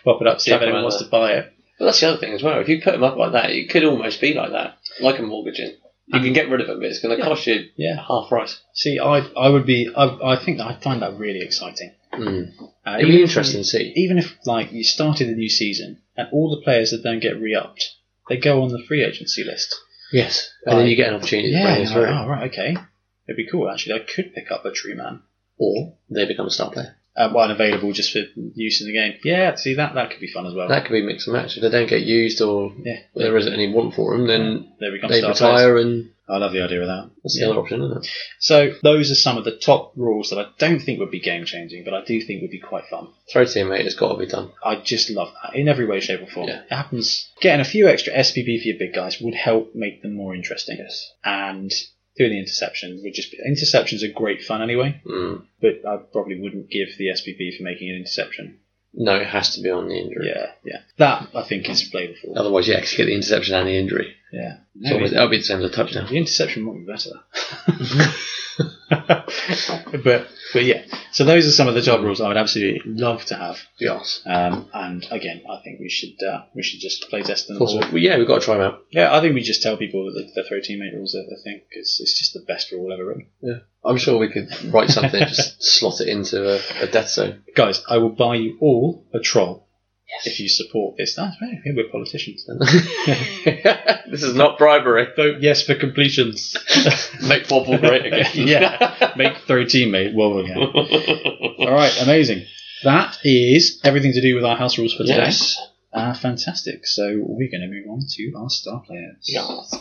[SPEAKER 2] pop it up, see if
[SPEAKER 4] Chuck 'em
[SPEAKER 2] anyone
[SPEAKER 4] out
[SPEAKER 2] wants
[SPEAKER 4] there.
[SPEAKER 2] to buy it.
[SPEAKER 4] But that's the other thing as well. If you put them up like that, it could almost be like that, like a mortgage in. You can get rid of them, but it's going to
[SPEAKER 2] Yeah.
[SPEAKER 4] cost you
[SPEAKER 2] Yeah.
[SPEAKER 4] half price.
[SPEAKER 2] See, I I would be I, I think I find that really exciting.
[SPEAKER 1] Mm.
[SPEAKER 2] Uh,
[SPEAKER 1] It'd
[SPEAKER 2] even
[SPEAKER 1] be
[SPEAKER 2] if-
[SPEAKER 1] interesting to see.
[SPEAKER 2] Even if like you started the new season and all the players that don't get re-upped, they go on the free agency list.
[SPEAKER 1] Yes, and then
[SPEAKER 2] Like-
[SPEAKER 1] you get an opportunity to
[SPEAKER 2] Yeah,
[SPEAKER 1] play
[SPEAKER 2] you're
[SPEAKER 1] this through,
[SPEAKER 2] like, oh, right, okay. It'd be cool, actually. I could pick up a tree man.
[SPEAKER 1] or they become a star player.
[SPEAKER 2] Uh, one available just for use in the game. Yeah, see, that that could be fun as well.
[SPEAKER 1] That could be mix and match. If they don't get used, or
[SPEAKER 2] yeah,
[SPEAKER 1] there isn't any want for them, then
[SPEAKER 2] there we come.
[SPEAKER 1] they
[SPEAKER 2] star
[SPEAKER 1] retire,
[SPEAKER 2] players.
[SPEAKER 1] and
[SPEAKER 2] I love the idea of that.
[SPEAKER 1] that's
[SPEAKER 2] Yeah.
[SPEAKER 1] the other option, isn't it?
[SPEAKER 2] So, those are some of the top rules that I don't think would be game changing, but I do think would be quite fun.
[SPEAKER 1] Throw teammate, it's got to be done.
[SPEAKER 2] I just love that in every way, shape, or form.
[SPEAKER 1] Yeah.
[SPEAKER 2] It happens. Getting a few extra SPB for your big guys would help make them more interesting.
[SPEAKER 1] Yes.
[SPEAKER 2] And doing the interception would just be. Interceptions are great fun anyway,
[SPEAKER 1] Mm.
[SPEAKER 2] but I probably wouldn't give the SPB for making an interception.
[SPEAKER 1] No, it has to be on the injury.
[SPEAKER 2] Yeah, yeah. That I think is flavourful.
[SPEAKER 1] Otherwise, yeah, 'cause you get the interception and the injury.
[SPEAKER 2] Yeah.
[SPEAKER 1] Oh. It's almost- that'll be the same as a touchdown.
[SPEAKER 2] The interception might be better. but but yeah, so those are some of the job rules I would absolutely love to have.
[SPEAKER 1] Yes.
[SPEAKER 2] Um, and again, I think we should uh, we should just play test them.
[SPEAKER 1] Well, yeah, we've got to try them out.
[SPEAKER 2] Yeah, I think we just tell people that the, the throw teammate rules are the thing because it's just the best rule ever written.
[SPEAKER 1] I'm sure we could write something and just slot it into a, a death zone.
[SPEAKER 2] Guys, I will buy you all a troll if you support this. That's right. yeah, We're politicians.
[SPEAKER 1] this is not bribery.
[SPEAKER 2] Vote yes for completions.
[SPEAKER 4] Make football great again.
[SPEAKER 2] yeah, make throw teammate well again. All right, amazing. That is everything to do with our house rules for today.
[SPEAKER 4] yes.
[SPEAKER 2] Ah, fantastic. So we're going to move on to our star players.
[SPEAKER 4] Yes.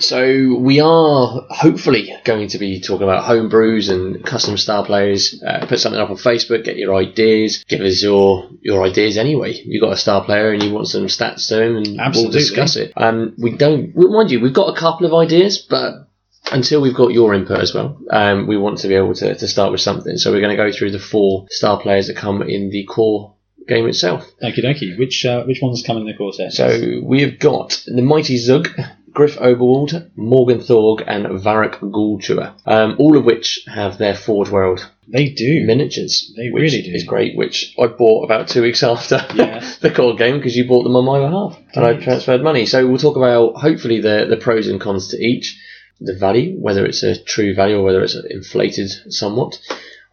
[SPEAKER 1] So we are hopefully going to be talking about home brews and custom style players. Uh, put something up on Facebook, get your ideas, give us your your ideas anyway. You've got a star player and you want some stats to him, and
[SPEAKER 2] Absolutely.
[SPEAKER 1] we'll discuss it. Um, we don't, well, mind you, we've got a couple of ideas, but until we've got your input as well, um, we want to be able to, to start with something. So we're going to go through the four star players that come in the core game itself.
[SPEAKER 2] Okie dokie. Which uh, which ones come in the core set?
[SPEAKER 1] So we have got the Mighty Zug, Griff Oberwald, Morgan Thorg, and Varric Gulchua, um, all of which have their Forge World
[SPEAKER 2] they do.
[SPEAKER 1] miniatures.
[SPEAKER 2] They
[SPEAKER 1] which
[SPEAKER 2] really do.
[SPEAKER 1] Is great, which I bought about two weeks after
[SPEAKER 2] Yeah.
[SPEAKER 1] the core game because you bought them on my behalf and I
[SPEAKER 2] Nice.
[SPEAKER 1] transferred money. So we'll talk about hopefully the the pros and cons to each, the value, whether it's a true value or whether it's inflated somewhat,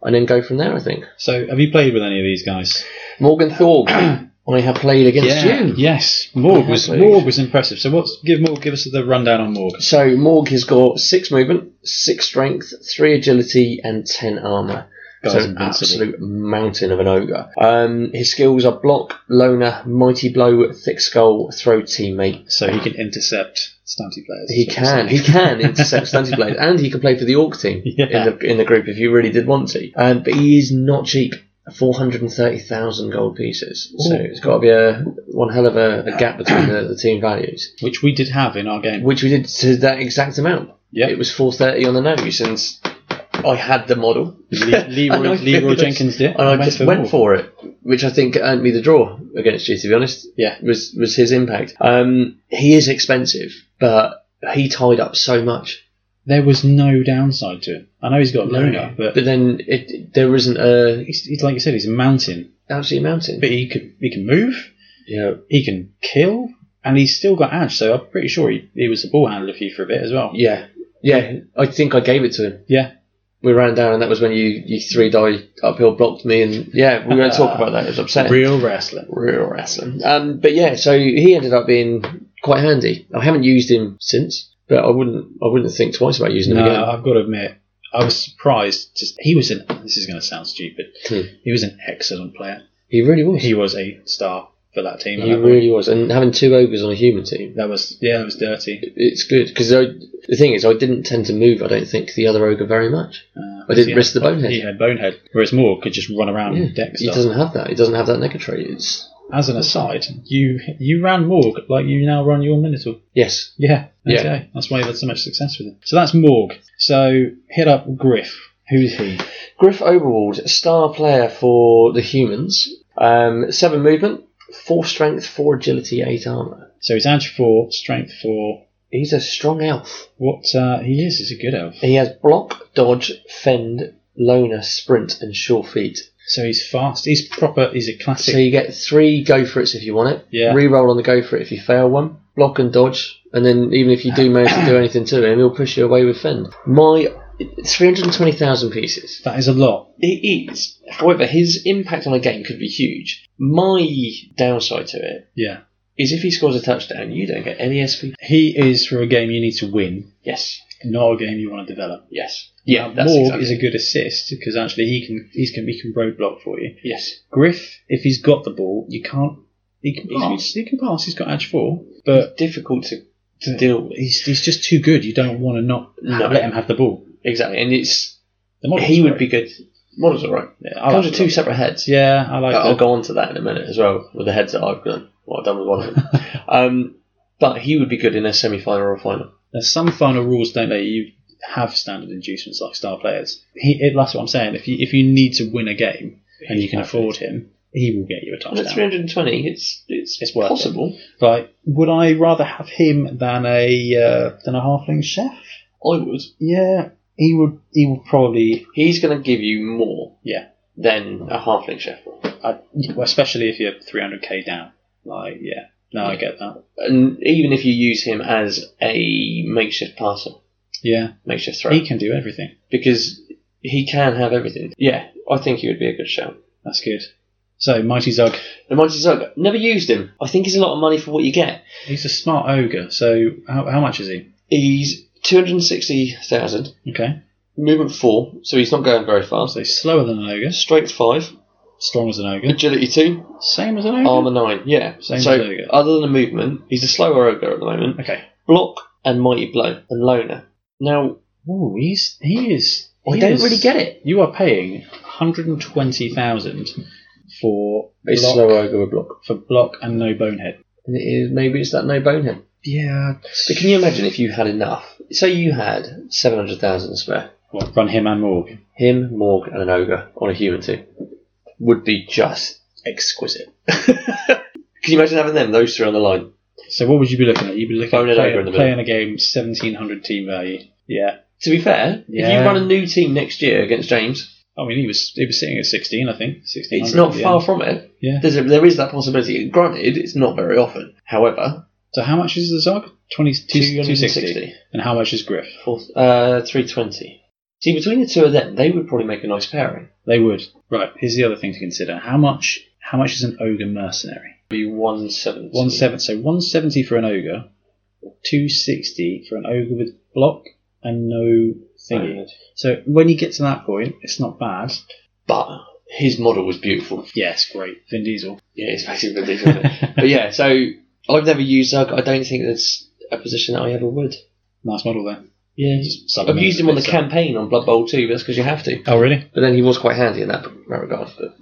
[SPEAKER 1] and then go from there. I think
[SPEAKER 2] So have you played with any of these guys?
[SPEAKER 1] Morgan Thorg. I have played against you.
[SPEAKER 2] Yes. Morg was
[SPEAKER 1] Absolutely.
[SPEAKER 2] Morg was impressive. So what's give Morg give us the rundown on Morg?
[SPEAKER 1] So Morg has got six movement, six strength, three agility, and ten armor.
[SPEAKER 2] Guy's
[SPEAKER 1] so an
[SPEAKER 2] invincible.
[SPEAKER 1] absolute mountain of an ogre. Um, his skills are block, loner, mighty blow, thick skull, throw teammate.
[SPEAKER 2] So he can intercept stunty players.
[SPEAKER 1] He
[SPEAKER 2] is what you're
[SPEAKER 1] can, he
[SPEAKER 2] saying.
[SPEAKER 1] can intercept stunty blades, and he can play for the orc team
[SPEAKER 2] Yeah.
[SPEAKER 1] in the in the group if you really did want to. Um, but he is not cheap. Four hundred and thirty thousand gold pieces. So
[SPEAKER 2] Ooh.
[SPEAKER 1] it's got to be a one hell of a, a gap between the, the team values,
[SPEAKER 2] Which we did have in our game.
[SPEAKER 1] which we did to that exact amount.
[SPEAKER 2] Yeah.
[SPEAKER 1] It was 4.30 on the nose, and I had the model.
[SPEAKER 2] Le- Leroy,
[SPEAKER 1] And I
[SPEAKER 2] Leroy
[SPEAKER 1] just-
[SPEAKER 2] Jenkins did.
[SPEAKER 1] And I just went for it, which I think earned me the draw against you, to be honest.
[SPEAKER 2] Yeah.
[SPEAKER 1] Was, was his impact. Um, he is expensive, but he tied up so much.
[SPEAKER 2] There was no downside to it. I know he's got Lona, but,
[SPEAKER 1] But then it, there isn't a
[SPEAKER 2] he's, he's like you said, he's a mountain.
[SPEAKER 1] absolute mountain.
[SPEAKER 2] But he could he can move,
[SPEAKER 1] yeah.
[SPEAKER 2] he can kill, and he's still got Ash. So I'm pretty sure he, he was the ball handler for you for a bit as well.
[SPEAKER 1] Yeah. Yeah. I think I gave it to him.
[SPEAKER 2] Yeah.
[SPEAKER 1] We ran down, and that was when you, you three die uphill blocked me, and yeah, we won't talk about that. It was upsetting.
[SPEAKER 2] Real wrestler.
[SPEAKER 1] Real wrestling. Um, but yeah, so he ended up being quite handy. I haven't used him since, but I wouldn't I wouldn't think twice about using him
[SPEAKER 2] No,
[SPEAKER 1] again.
[SPEAKER 2] Uh, I've got to admit, I was surprised. Just he was an. This is going to sound stupid.
[SPEAKER 1] Hmm.
[SPEAKER 2] He was an excellent player.
[SPEAKER 1] He really was. He,
[SPEAKER 2] He was a star for that team. at that point.
[SPEAKER 1] really was. And having two ogres on a human team,
[SPEAKER 2] That was yeah, that was dirty.
[SPEAKER 1] it's good because the thing is, I didn't tend to move. I don't think the other ogre very much.
[SPEAKER 2] Uh,
[SPEAKER 1] I didn't
[SPEAKER 2] he
[SPEAKER 1] risk the
[SPEAKER 2] Had,
[SPEAKER 1] bonehead.
[SPEAKER 2] he had bonehead, whereas Moore could just run around
[SPEAKER 1] Yeah.
[SPEAKER 2] with deck
[SPEAKER 1] He
[SPEAKER 2] stuff.
[SPEAKER 1] doesn't have that. He doesn't have that nega trait. It's
[SPEAKER 2] As an aside, you you ran Morg like you now run your Minotaur.
[SPEAKER 1] yes,
[SPEAKER 2] Yeah,
[SPEAKER 1] Yeah.
[SPEAKER 2] okay. That's why you had so much success with it. So that's Morg. So hit up Griff. Who's he?
[SPEAKER 1] Griff Overwald, star player for the humans. Um, seven movement, four strength, four agility, eight armor.
[SPEAKER 2] So he's Edge 4, Strength 4.
[SPEAKER 1] He's a strong elf.
[SPEAKER 2] What uh, he is, is a good elf.
[SPEAKER 1] He has block, dodge, fend, loner, sprint, and sure feet.
[SPEAKER 2] So he's fast. He's proper. He's a classic.
[SPEAKER 1] So you get three go for its if you want it.
[SPEAKER 2] Yeah.
[SPEAKER 1] Reroll on the go for it if you fail one. Block and dodge, and then even if you do manage to do anything to him, he'll push you away with fend. My three hundred and twenty thousand pieces.
[SPEAKER 2] that is a lot.
[SPEAKER 1] It is. However, his impact on a game could be huge. My downside to it
[SPEAKER 2] Yeah.
[SPEAKER 1] is if he scores a touchdown, you don't get any SP.
[SPEAKER 2] He is for a game you need to win,
[SPEAKER 1] Yes.
[SPEAKER 2] not a game you want to develop.
[SPEAKER 1] Yes.
[SPEAKER 2] Now, Uh, Morg is a good assist because actually he can he's can he can road block for you.
[SPEAKER 1] yes.
[SPEAKER 2] Griff, if he's got the ball, you can't. He can
[SPEAKER 1] He's-
[SPEAKER 2] pass. He can pass. He's got edge four, but
[SPEAKER 1] Difficult to, to deal with.
[SPEAKER 2] he's he's just too good. You don't want to not ha-
[SPEAKER 1] No.
[SPEAKER 2] let him have the ball.
[SPEAKER 1] Exactly, and it's
[SPEAKER 2] The model's
[SPEAKER 1] he would
[SPEAKER 2] great.
[SPEAKER 1] be good. Models are right.
[SPEAKER 2] Yeah, I
[SPEAKER 1] Those
[SPEAKER 2] like
[SPEAKER 1] are
[SPEAKER 2] the
[SPEAKER 1] two
[SPEAKER 2] model.
[SPEAKER 1] separate heads.
[SPEAKER 2] Yeah, I like
[SPEAKER 1] I'll
[SPEAKER 2] that.
[SPEAKER 1] go on to that in a minute as well with the heads that I've done. What I've done with one of them. um, but he would be good in a semi-final or a final.
[SPEAKER 2] There's some final rules, don't they? You have standard inducements like star players. He, it, that's what I'm saying. If you if you need to win a game and you can afford him, he will get you a
[SPEAKER 1] And at
[SPEAKER 2] touchdown.
[SPEAKER 1] 320, it's it's,
[SPEAKER 2] It's worth it.
[SPEAKER 1] possible.
[SPEAKER 2] Like, would I rather have him than a uh, than a halfling chef?
[SPEAKER 1] I would.
[SPEAKER 2] Yeah, he would. He would probably.
[SPEAKER 1] He's going to give you more
[SPEAKER 2] Yeah.
[SPEAKER 1] than a halfling chef will.
[SPEAKER 2] I, uh, especially if you're 300k down. Like, yeah. No, I get that.
[SPEAKER 1] And even if you use him as a makeshift passer,
[SPEAKER 2] Yeah,
[SPEAKER 1] makeshift throw,
[SPEAKER 2] he can do everything.
[SPEAKER 1] because he can have everything. Yeah, I think he would be a good shout.
[SPEAKER 2] That's good. So, Mighty Zug,
[SPEAKER 1] And Monty Zucker, never used him. I think he's a lot of money for what you get.
[SPEAKER 2] he's a smart ogre. So, how, how much is he?
[SPEAKER 1] He's 260,000,
[SPEAKER 2] Okay.
[SPEAKER 1] movement 4, so he's not going very fast.
[SPEAKER 2] So, he's slower than an ogre,
[SPEAKER 1] Strength 5,
[SPEAKER 2] strong as an ogre,
[SPEAKER 1] agility 2,
[SPEAKER 2] same as an ogre.
[SPEAKER 1] armor 9. Yeah,
[SPEAKER 2] Same
[SPEAKER 1] so
[SPEAKER 2] as Ogre.
[SPEAKER 1] other than the movement, he's a slower ogre at the moment.
[SPEAKER 2] Okay.
[SPEAKER 1] Block and mighty blow and loner. Now,
[SPEAKER 2] Ooh, he's he is.
[SPEAKER 1] I
[SPEAKER 2] he
[SPEAKER 1] don't
[SPEAKER 2] is-
[SPEAKER 1] really get it.
[SPEAKER 2] You are paying 120,000 for
[SPEAKER 5] It's
[SPEAKER 2] block,
[SPEAKER 5] slow ogre with block.
[SPEAKER 2] for block and no bonehead.
[SPEAKER 5] And it is, maybe it's that no bonehead.
[SPEAKER 2] Yeah.
[SPEAKER 1] but can you imagine if you had enough? Say you had 700,000 spare.
[SPEAKER 2] What, run him and Morg.
[SPEAKER 1] Him, Morg, and an ogre on a human too would be just exquisite. can you imagine having them, those three on the line?
[SPEAKER 2] So what would you be looking at? You'd be looking
[SPEAKER 1] Bonehead
[SPEAKER 2] at
[SPEAKER 1] over
[SPEAKER 2] playing,
[SPEAKER 1] in the
[SPEAKER 2] playing a game 1700 team value. Yeah.
[SPEAKER 1] To be fair, if
[SPEAKER 2] Yeah.
[SPEAKER 1] you run a new team next year against James,
[SPEAKER 2] I mean, he was he was sitting at 16, I think. 16.
[SPEAKER 1] it's not far from it.
[SPEAKER 2] Yeah.
[SPEAKER 1] There's a, there is that possibility. Granted, it's not very often. However,
[SPEAKER 2] So how much is the Zog? 20, 260.
[SPEAKER 1] 260.
[SPEAKER 2] And how much is Griff?
[SPEAKER 1] Four, uh, 320. See, between the two of them, they would probably make a nice pairing.
[SPEAKER 2] They would. Right. Here's the other thing to consider. How much? How much is an ogre mercenary?
[SPEAKER 1] Be 170.
[SPEAKER 2] One seven, so one seventy for an ogre, two sixty for an ogre with block and no thingy. So when you get to that point, it's not bad.
[SPEAKER 1] But his model was beautiful.
[SPEAKER 2] Yes, great. Vin Diesel.
[SPEAKER 1] Yeah, it's basically ridiculous. isn't it? but yeah, so I've never used Zug. I don't think that's a position that I ever would.
[SPEAKER 2] Nice model there.
[SPEAKER 1] Yeah,
[SPEAKER 2] Just sub
[SPEAKER 1] I've
[SPEAKER 2] him in
[SPEAKER 1] used
[SPEAKER 2] as a
[SPEAKER 1] him on the
[SPEAKER 2] bit, so-
[SPEAKER 1] campaign on Blood Bowl too, but that's because you have to.
[SPEAKER 2] Oh really?
[SPEAKER 1] But then he was quite handy in that regard. But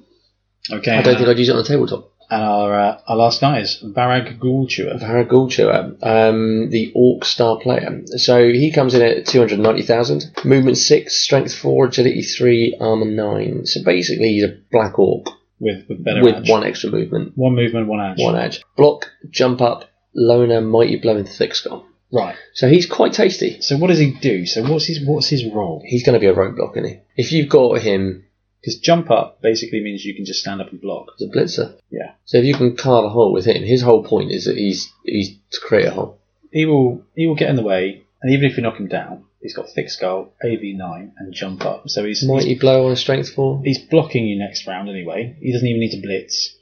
[SPEAKER 2] Okay.
[SPEAKER 5] I don't
[SPEAKER 2] and,
[SPEAKER 5] think I'd use it on the tabletop.
[SPEAKER 2] our uh, our last guy is Varag Gulchua.
[SPEAKER 5] Varagulchua, um, the Orc star player. So he comes in at 290,000. Movement 6, Strength 4, Agility 3, Armour 9. So basically he's a black orc
[SPEAKER 2] with with better
[SPEAKER 5] with
[SPEAKER 2] edge.
[SPEAKER 5] one extra movement,
[SPEAKER 2] One movement, one edge.
[SPEAKER 5] one edge. Block, jump up, loner, mighty blow, and thick skull.
[SPEAKER 2] Right.
[SPEAKER 5] So he's quite tasty.
[SPEAKER 2] So what does he do? So what's his what's his role?
[SPEAKER 5] He's going to be a roadblock, isn't he? If you've got him
[SPEAKER 2] Because jump up basically means you can just stand up and block.
[SPEAKER 5] as a blitzer.
[SPEAKER 2] Yeah.
[SPEAKER 5] So if you can carve a hole with him, his whole point is that he's he's to create a hole.
[SPEAKER 2] he will he will get in the way, and even if you knock him down, he's got thick skull, AV nine, and jump up. So he's he's,
[SPEAKER 5] Mighty blow on a strength 4.
[SPEAKER 2] he's blocking you next round anyway. He doesn't even need to blitz,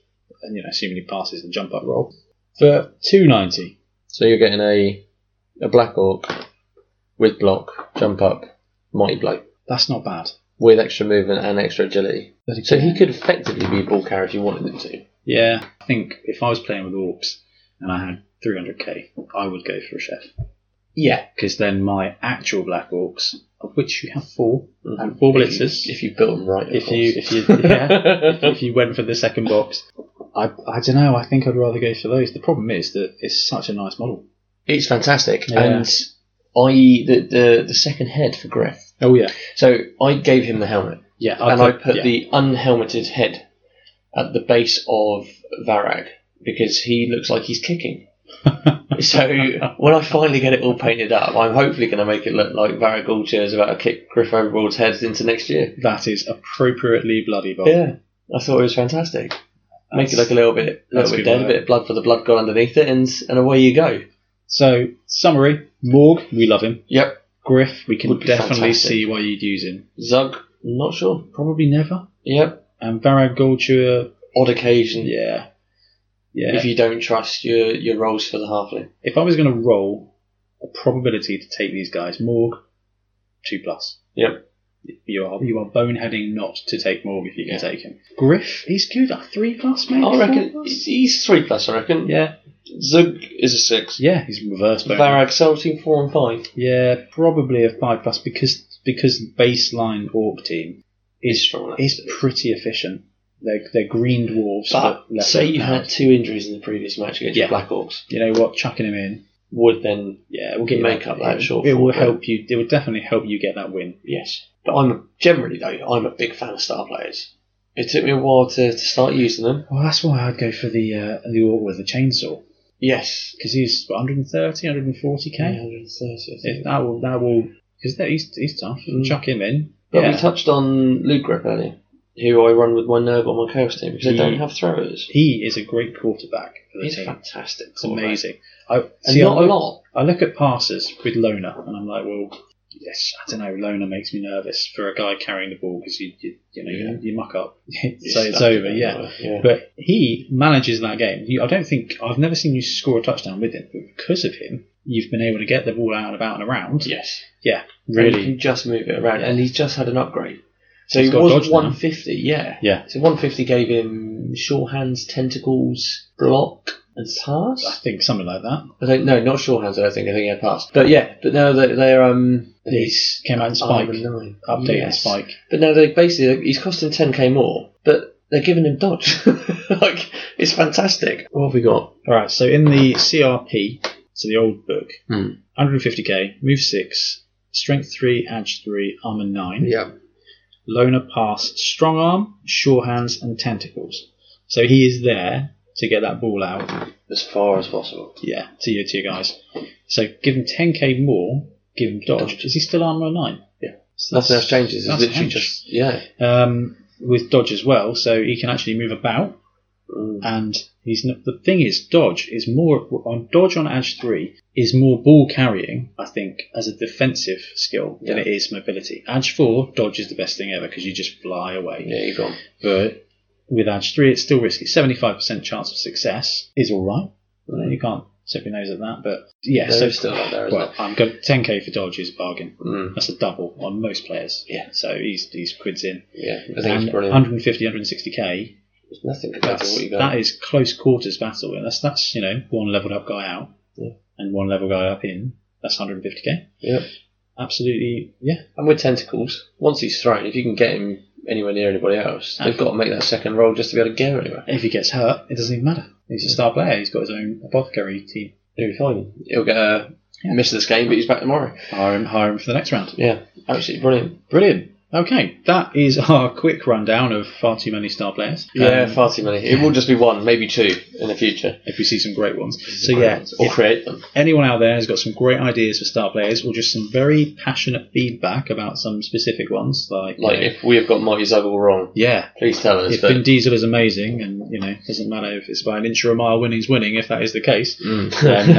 [SPEAKER 2] and you know, assuming he passes the jump up roll for two ninety.
[SPEAKER 5] So you're getting a a black orc with block, jump up, mighty blow
[SPEAKER 2] That's not bad.
[SPEAKER 5] with extra movement and extra agility.
[SPEAKER 2] But he
[SPEAKER 5] So
[SPEAKER 2] can-
[SPEAKER 5] he could effectively be a ball carrier if you wanted him to.
[SPEAKER 2] yeah, I think if I was playing with orcs and I had three hundred k, I would go for a chef
[SPEAKER 1] yeah,
[SPEAKER 2] because then my actual black orcs, of which you have 4 and four blitzers.
[SPEAKER 1] if you built him right, Mm-hmm. of
[SPEAKER 2] if you
[SPEAKER 1] course.
[SPEAKER 2] if you yeah, if, if you went for the second box, I I don't know. I think I'd rather go for those. The problem is that it's such a nice model.
[SPEAKER 5] It's fantastic.
[SPEAKER 2] Yeah.
[SPEAKER 1] and I the, the the second head for Griff.
[SPEAKER 2] Oh yeah,
[SPEAKER 1] So I gave him the helmet,
[SPEAKER 2] yeah.
[SPEAKER 1] and I put
[SPEAKER 2] yeah.
[SPEAKER 1] the unhelmeted head at the base of Varag because he looks like he's kicking. so when I finally get it all painted up, I'm hopefully going to make it look like Varag Ulcher is about to kick Griff Overlord's heads into next year.
[SPEAKER 2] that is appropriately bloody bold.
[SPEAKER 1] Yeah, I thought it was fantastic. Make it look
[SPEAKER 2] That's-
[SPEAKER 1] a little bit, a little
[SPEAKER 2] that's
[SPEAKER 1] bit
[SPEAKER 2] good
[SPEAKER 1] dead, a
[SPEAKER 2] work.
[SPEAKER 1] bit of blood for the blood god underneath it, and and away you go.
[SPEAKER 2] So summary: Morg, we love him.
[SPEAKER 1] Yep.
[SPEAKER 2] Griff, we can
[SPEAKER 1] Would be
[SPEAKER 2] definitely
[SPEAKER 1] fantastic.
[SPEAKER 2] see why you'd use him.
[SPEAKER 1] Zug, not sure.
[SPEAKER 2] Probably never.
[SPEAKER 1] Yep.
[SPEAKER 2] And Varag Golchua,
[SPEAKER 1] Odd occasion.
[SPEAKER 2] yeah, yeah.
[SPEAKER 1] If you don't trust your your roles for the halfling.
[SPEAKER 2] if I was going to roll a probability to take these guys, Morg, two plus.
[SPEAKER 1] Yep.
[SPEAKER 2] You are you are boneheading not to take Morg if you can take him. Griff, he's good. A three plus, maybe.
[SPEAKER 1] I
[SPEAKER 2] four
[SPEAKER 1] reckon
[SPEAKER 2] plus?
[SPEAKER 1] he's three plus. I reckon.
[SPEAKER 2] Yeah,
[SPEAKER 1] Zug is a six.
[SPEAKER 2] yeah. He's reverse bone.
[SPEAKER 1] Varag Celtic four and five.
[SPEAKER 2] Yeah, probably a five plus because because the baseline orc team
[SPEAKER 1] He's
[SPEAKER 2] is
[SPEAKER 1] strong.
[SPEAKER 2] is pretty efficient. They're they're green dwarves.
[SPEAKER 1] But
[SPEAKER 2] less
[SPEAKER 1] say you
[SPEAKER 2] overpowered.
[SPEAKER 1] had two injuries in the previous match against
[SPEAKER 2] Yeah.
[SPEAKER 1] the Black Orcs,
[SPEAKER 2] You know what? Chucking him in.
[SPEAKER 1] would then
[SPEAKER 2] Yeah, we'll get you
[SPEAKER 1] Make up that
[SPEAKER 2] it-
[SPEAKER 1] shortfall,
[SPEAKER 2] It will
[SPEAKER 1] yeah.
[SPEAKER 2] help you. It will definitely help you get that win.
[SPEAKER 1] yes. But I'm generally though I'm a big fan of star players. It took me a while to, to start using them.
[SPEAKER 2] Well, that's why I'd go for the uh, the orc with the chainsaw
[SPEAKER 1] Yes.
[SPEAKER 2] because he's what, 130, 140k.
[SPEAKER 1] 130, I think.
[SPEAKER 2] If that will that will because he's he's tough.
[SPEAKER 1] Mm.
[SPEAKER 2] Chuck him in.
[SPEAKER 1] But
[SPEAKER 2] Yeah.
[SPEAKER 1] we touched on Loot Grip earlier, who I run with my Nerve on my Chaos team because they
[SPEAKER 2] He-
[SPEAKER 1] don't have throwers.
[SPEAKER 2] he is a great quarterback for the
[SPEAKER 1] He's
[SPEAKER 2] team.
[SPEAKER 1] fantastic.
[SPEAKER 2] It's
[SPEAKER 1] quarterback.
[SPEAKER 2] amazing. I
[SPEAKER 1] And
[SPEAKER 2] see. I
[SPEAKER 1] not a
[SPEAKER 2] look,
[SPEAKER 1] lot.
[SPEAKER 2] I look at passes with Lona, and I'm like, well, yes, I don't know. Lona makes me nervous for a guy carrying the ball because you, you you know
[SPEAKER 1] Yeah.
[SPEAKER 2] you, you muck up,
[SPEAKER 1] He's
[SPEAKER 2] so it's
[SPEAKER 1] stuck
[SPEAKER 2] over.
[SPEAKER 1] in
[SPEAKER 2] Yeah.
[SPEAKER 1] there, yeah.
[SPEAKER 2] But he manages that game. You, I don't think I've never seen you score a touchdown with him, but because of him, you've been able to get the ball out and about and around.
[SPEAKER 1] yes.
[SPEAKER 2] Yeah,
[SPEAKER 1] Really?
[SPEAKER 2] really.
[SPEAKER 1] you can just move it around, and he's just had an upgrade. So
[SPEAKER 2] He's
[SPEAKER 1] he
[SPEAKER 2] got
[SPEAKER 1] was
[SPEAKER 2] dodge now.
[SPEAKER 1] 150, yeah.
[SPEAKER 2] Yeah.
[SPEAKER 1] So 150 gave him sure hands, tentacles, block, and
[SPEAKER 2] I
[SPEAKER 1] pass.
[SPEAKER 2] think something like that.
[SPEAKER 1] I don't no, not sure hands. I don't think. I think he had pass. But yeah, but now that they're um,
[SPEAKER 2] He's came out in Spike,
[SPEAKER 1] armor nine.
[SPEAKER 2] updating
[SPEAKER 1] Yes.
[SPEAKER 2] Spike.
[SPEAKER 1] But now they basically he's costing 10k more, but they're giving him dodge. like it's fantastic. What have we got?
[SPEAKER 2] All right, so in the CRP, so the old book,
[SPEAKER 6] Hmm.
[SPEAKER 2] 150k, move six, strength three, edge three, armor nine,
[SPEAKER 6] Yeah.
[SPEAKER 2] loner pass, strong arm, sure hands, and tentacles. So he is there to get that ball out,
[SPEAKER 1] As far as possible.
[SPEAKER 2] yeah, to your to your guys. So give him 10k more, give him dodge.
[SPEAKER 1] Dodge.
[SPEAKER 2] Is he still armor nine?
[SPEAKER 1] Yeah.
[SPEAKER 2] So
[SPEAKER 1] Nothing else changes. It's
[SPEAKER 2] that's
[SPEAKER 1] literally
[SPEAKER 2] hench.
[SPEAKER 1] just yeah.
[SPEAKER 2] um, with dodge as well, so he can actually move about.
[SPEAKER 1] Mm.
[SPEAKER 2] And he's not, the thing is, dodge is more on dodge on edge three is more ball carrying, I think, as a defensive skill than
[SPEAKER 1] Yeah.
[SPEAKER 2] it is mobility. Edge four dodge is the best thing ever because you just fly away.
[SPEAKER 1] Yeah, you're gone.
[SPEAKER 2] But with edge three, it's still risky. Seventy five percent chance of success is all right. You can't tip your nose at that, but yeah.
[SPEAKER 1] There
[SPEAKER 2] so
[SPEAKER 1] is still out there, isn't
[SPEAKER 2] well, I'm going ten k for dodge is a bargain.
[SPEAKER 1] Mm.
[SPEAKER 2] That's a double on most players.
[SPEAKER 1] Yeah.
[SPEAKER 2] So he's he's quids in.
[SPEAKER 1] Yeah, I think
[SPEAKER 2] And
[SPEAKER 1] it's brilliant.
[SPEAKER 2] 150, 160k.
[SPEAKER 1] There's nothing compared to
[SPEAKER 2] That's,
[SPEAKER 1] what you
[SPEAKER 2] that
[SPEAKER 1] got.
[SPEAKER 2] is close quarters battle. And that's that's you know one leveled up guy out
[SPEAKER 1] Yeah.
[SPEAKER 2] and one level guy up in. That's 150k.
[SPEAKER 1] Yep.
[SPEAKER 2] Absolutely, yeah.
[SPEAKER 1] And with tentacles, once he's thrown, if you can get him anywhere near anybody else, they've got to make that second roll just to be able to get him anywhere.
[SPEAKER 2] If he gets hurt, it doesn't even matter. He's a star player. He's got his own apothecary team.
[SPEAKER 1] He'll be fine. He'll get a
[SPEAKER 2] Yeah.
[SPEAKER 1] miss this game, but he's back tomorrow.
[SPEAKER 2] Hire him, hire him for the next round.
[SPEAKER 1] Yeah, absolutely brilliant.
[SPEAKER 2] Brilliant. Okay, that is our quick rundown of far too many star players.
[SPEAKER 1] Yeah,
[SPEAKER 2] Um,
[SPEAKER 1] far too many. It will just be one, maybe two in the future.
[SPEAKER 2] if we see some great ones. So yeah,
[SPEAKER 1] or create them.
[SPEAKER 2] anyone out there has got some great ideas for star players or just some very passionate feedback about some specific ones, like, you
[SPEAKER 1] Like
[SPEAKER 2] know,
[SPEAKER 1] if we have got Mighty Zuggle wrong,
[SPEAKER 2] yeah,
[SPEAKER 1] please tell us.
[SPEAKER 2] if
[SPEAKER 1] But
[SPEAKER 2] Vin Diesel is amazing, and you know, doesn't matter if it's by an inch or a mile, winning's winning. If that is the case,
[SPEAKER 1] mm.
[SPEAKER 2] then,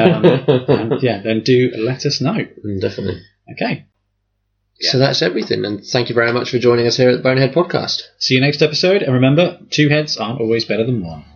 [SPEAKER 2] um, um, yeah, then do let us know.
[SPEAKER 6] Mm, definitely.
[SPEAKER 2] Okay,
[SPEAKER 6] So that's everything, and thank you very much for joining us here at the Bonehead Podcast.
[SPEAKER 2] see you next episode, and remember, two heads aren't always better than one.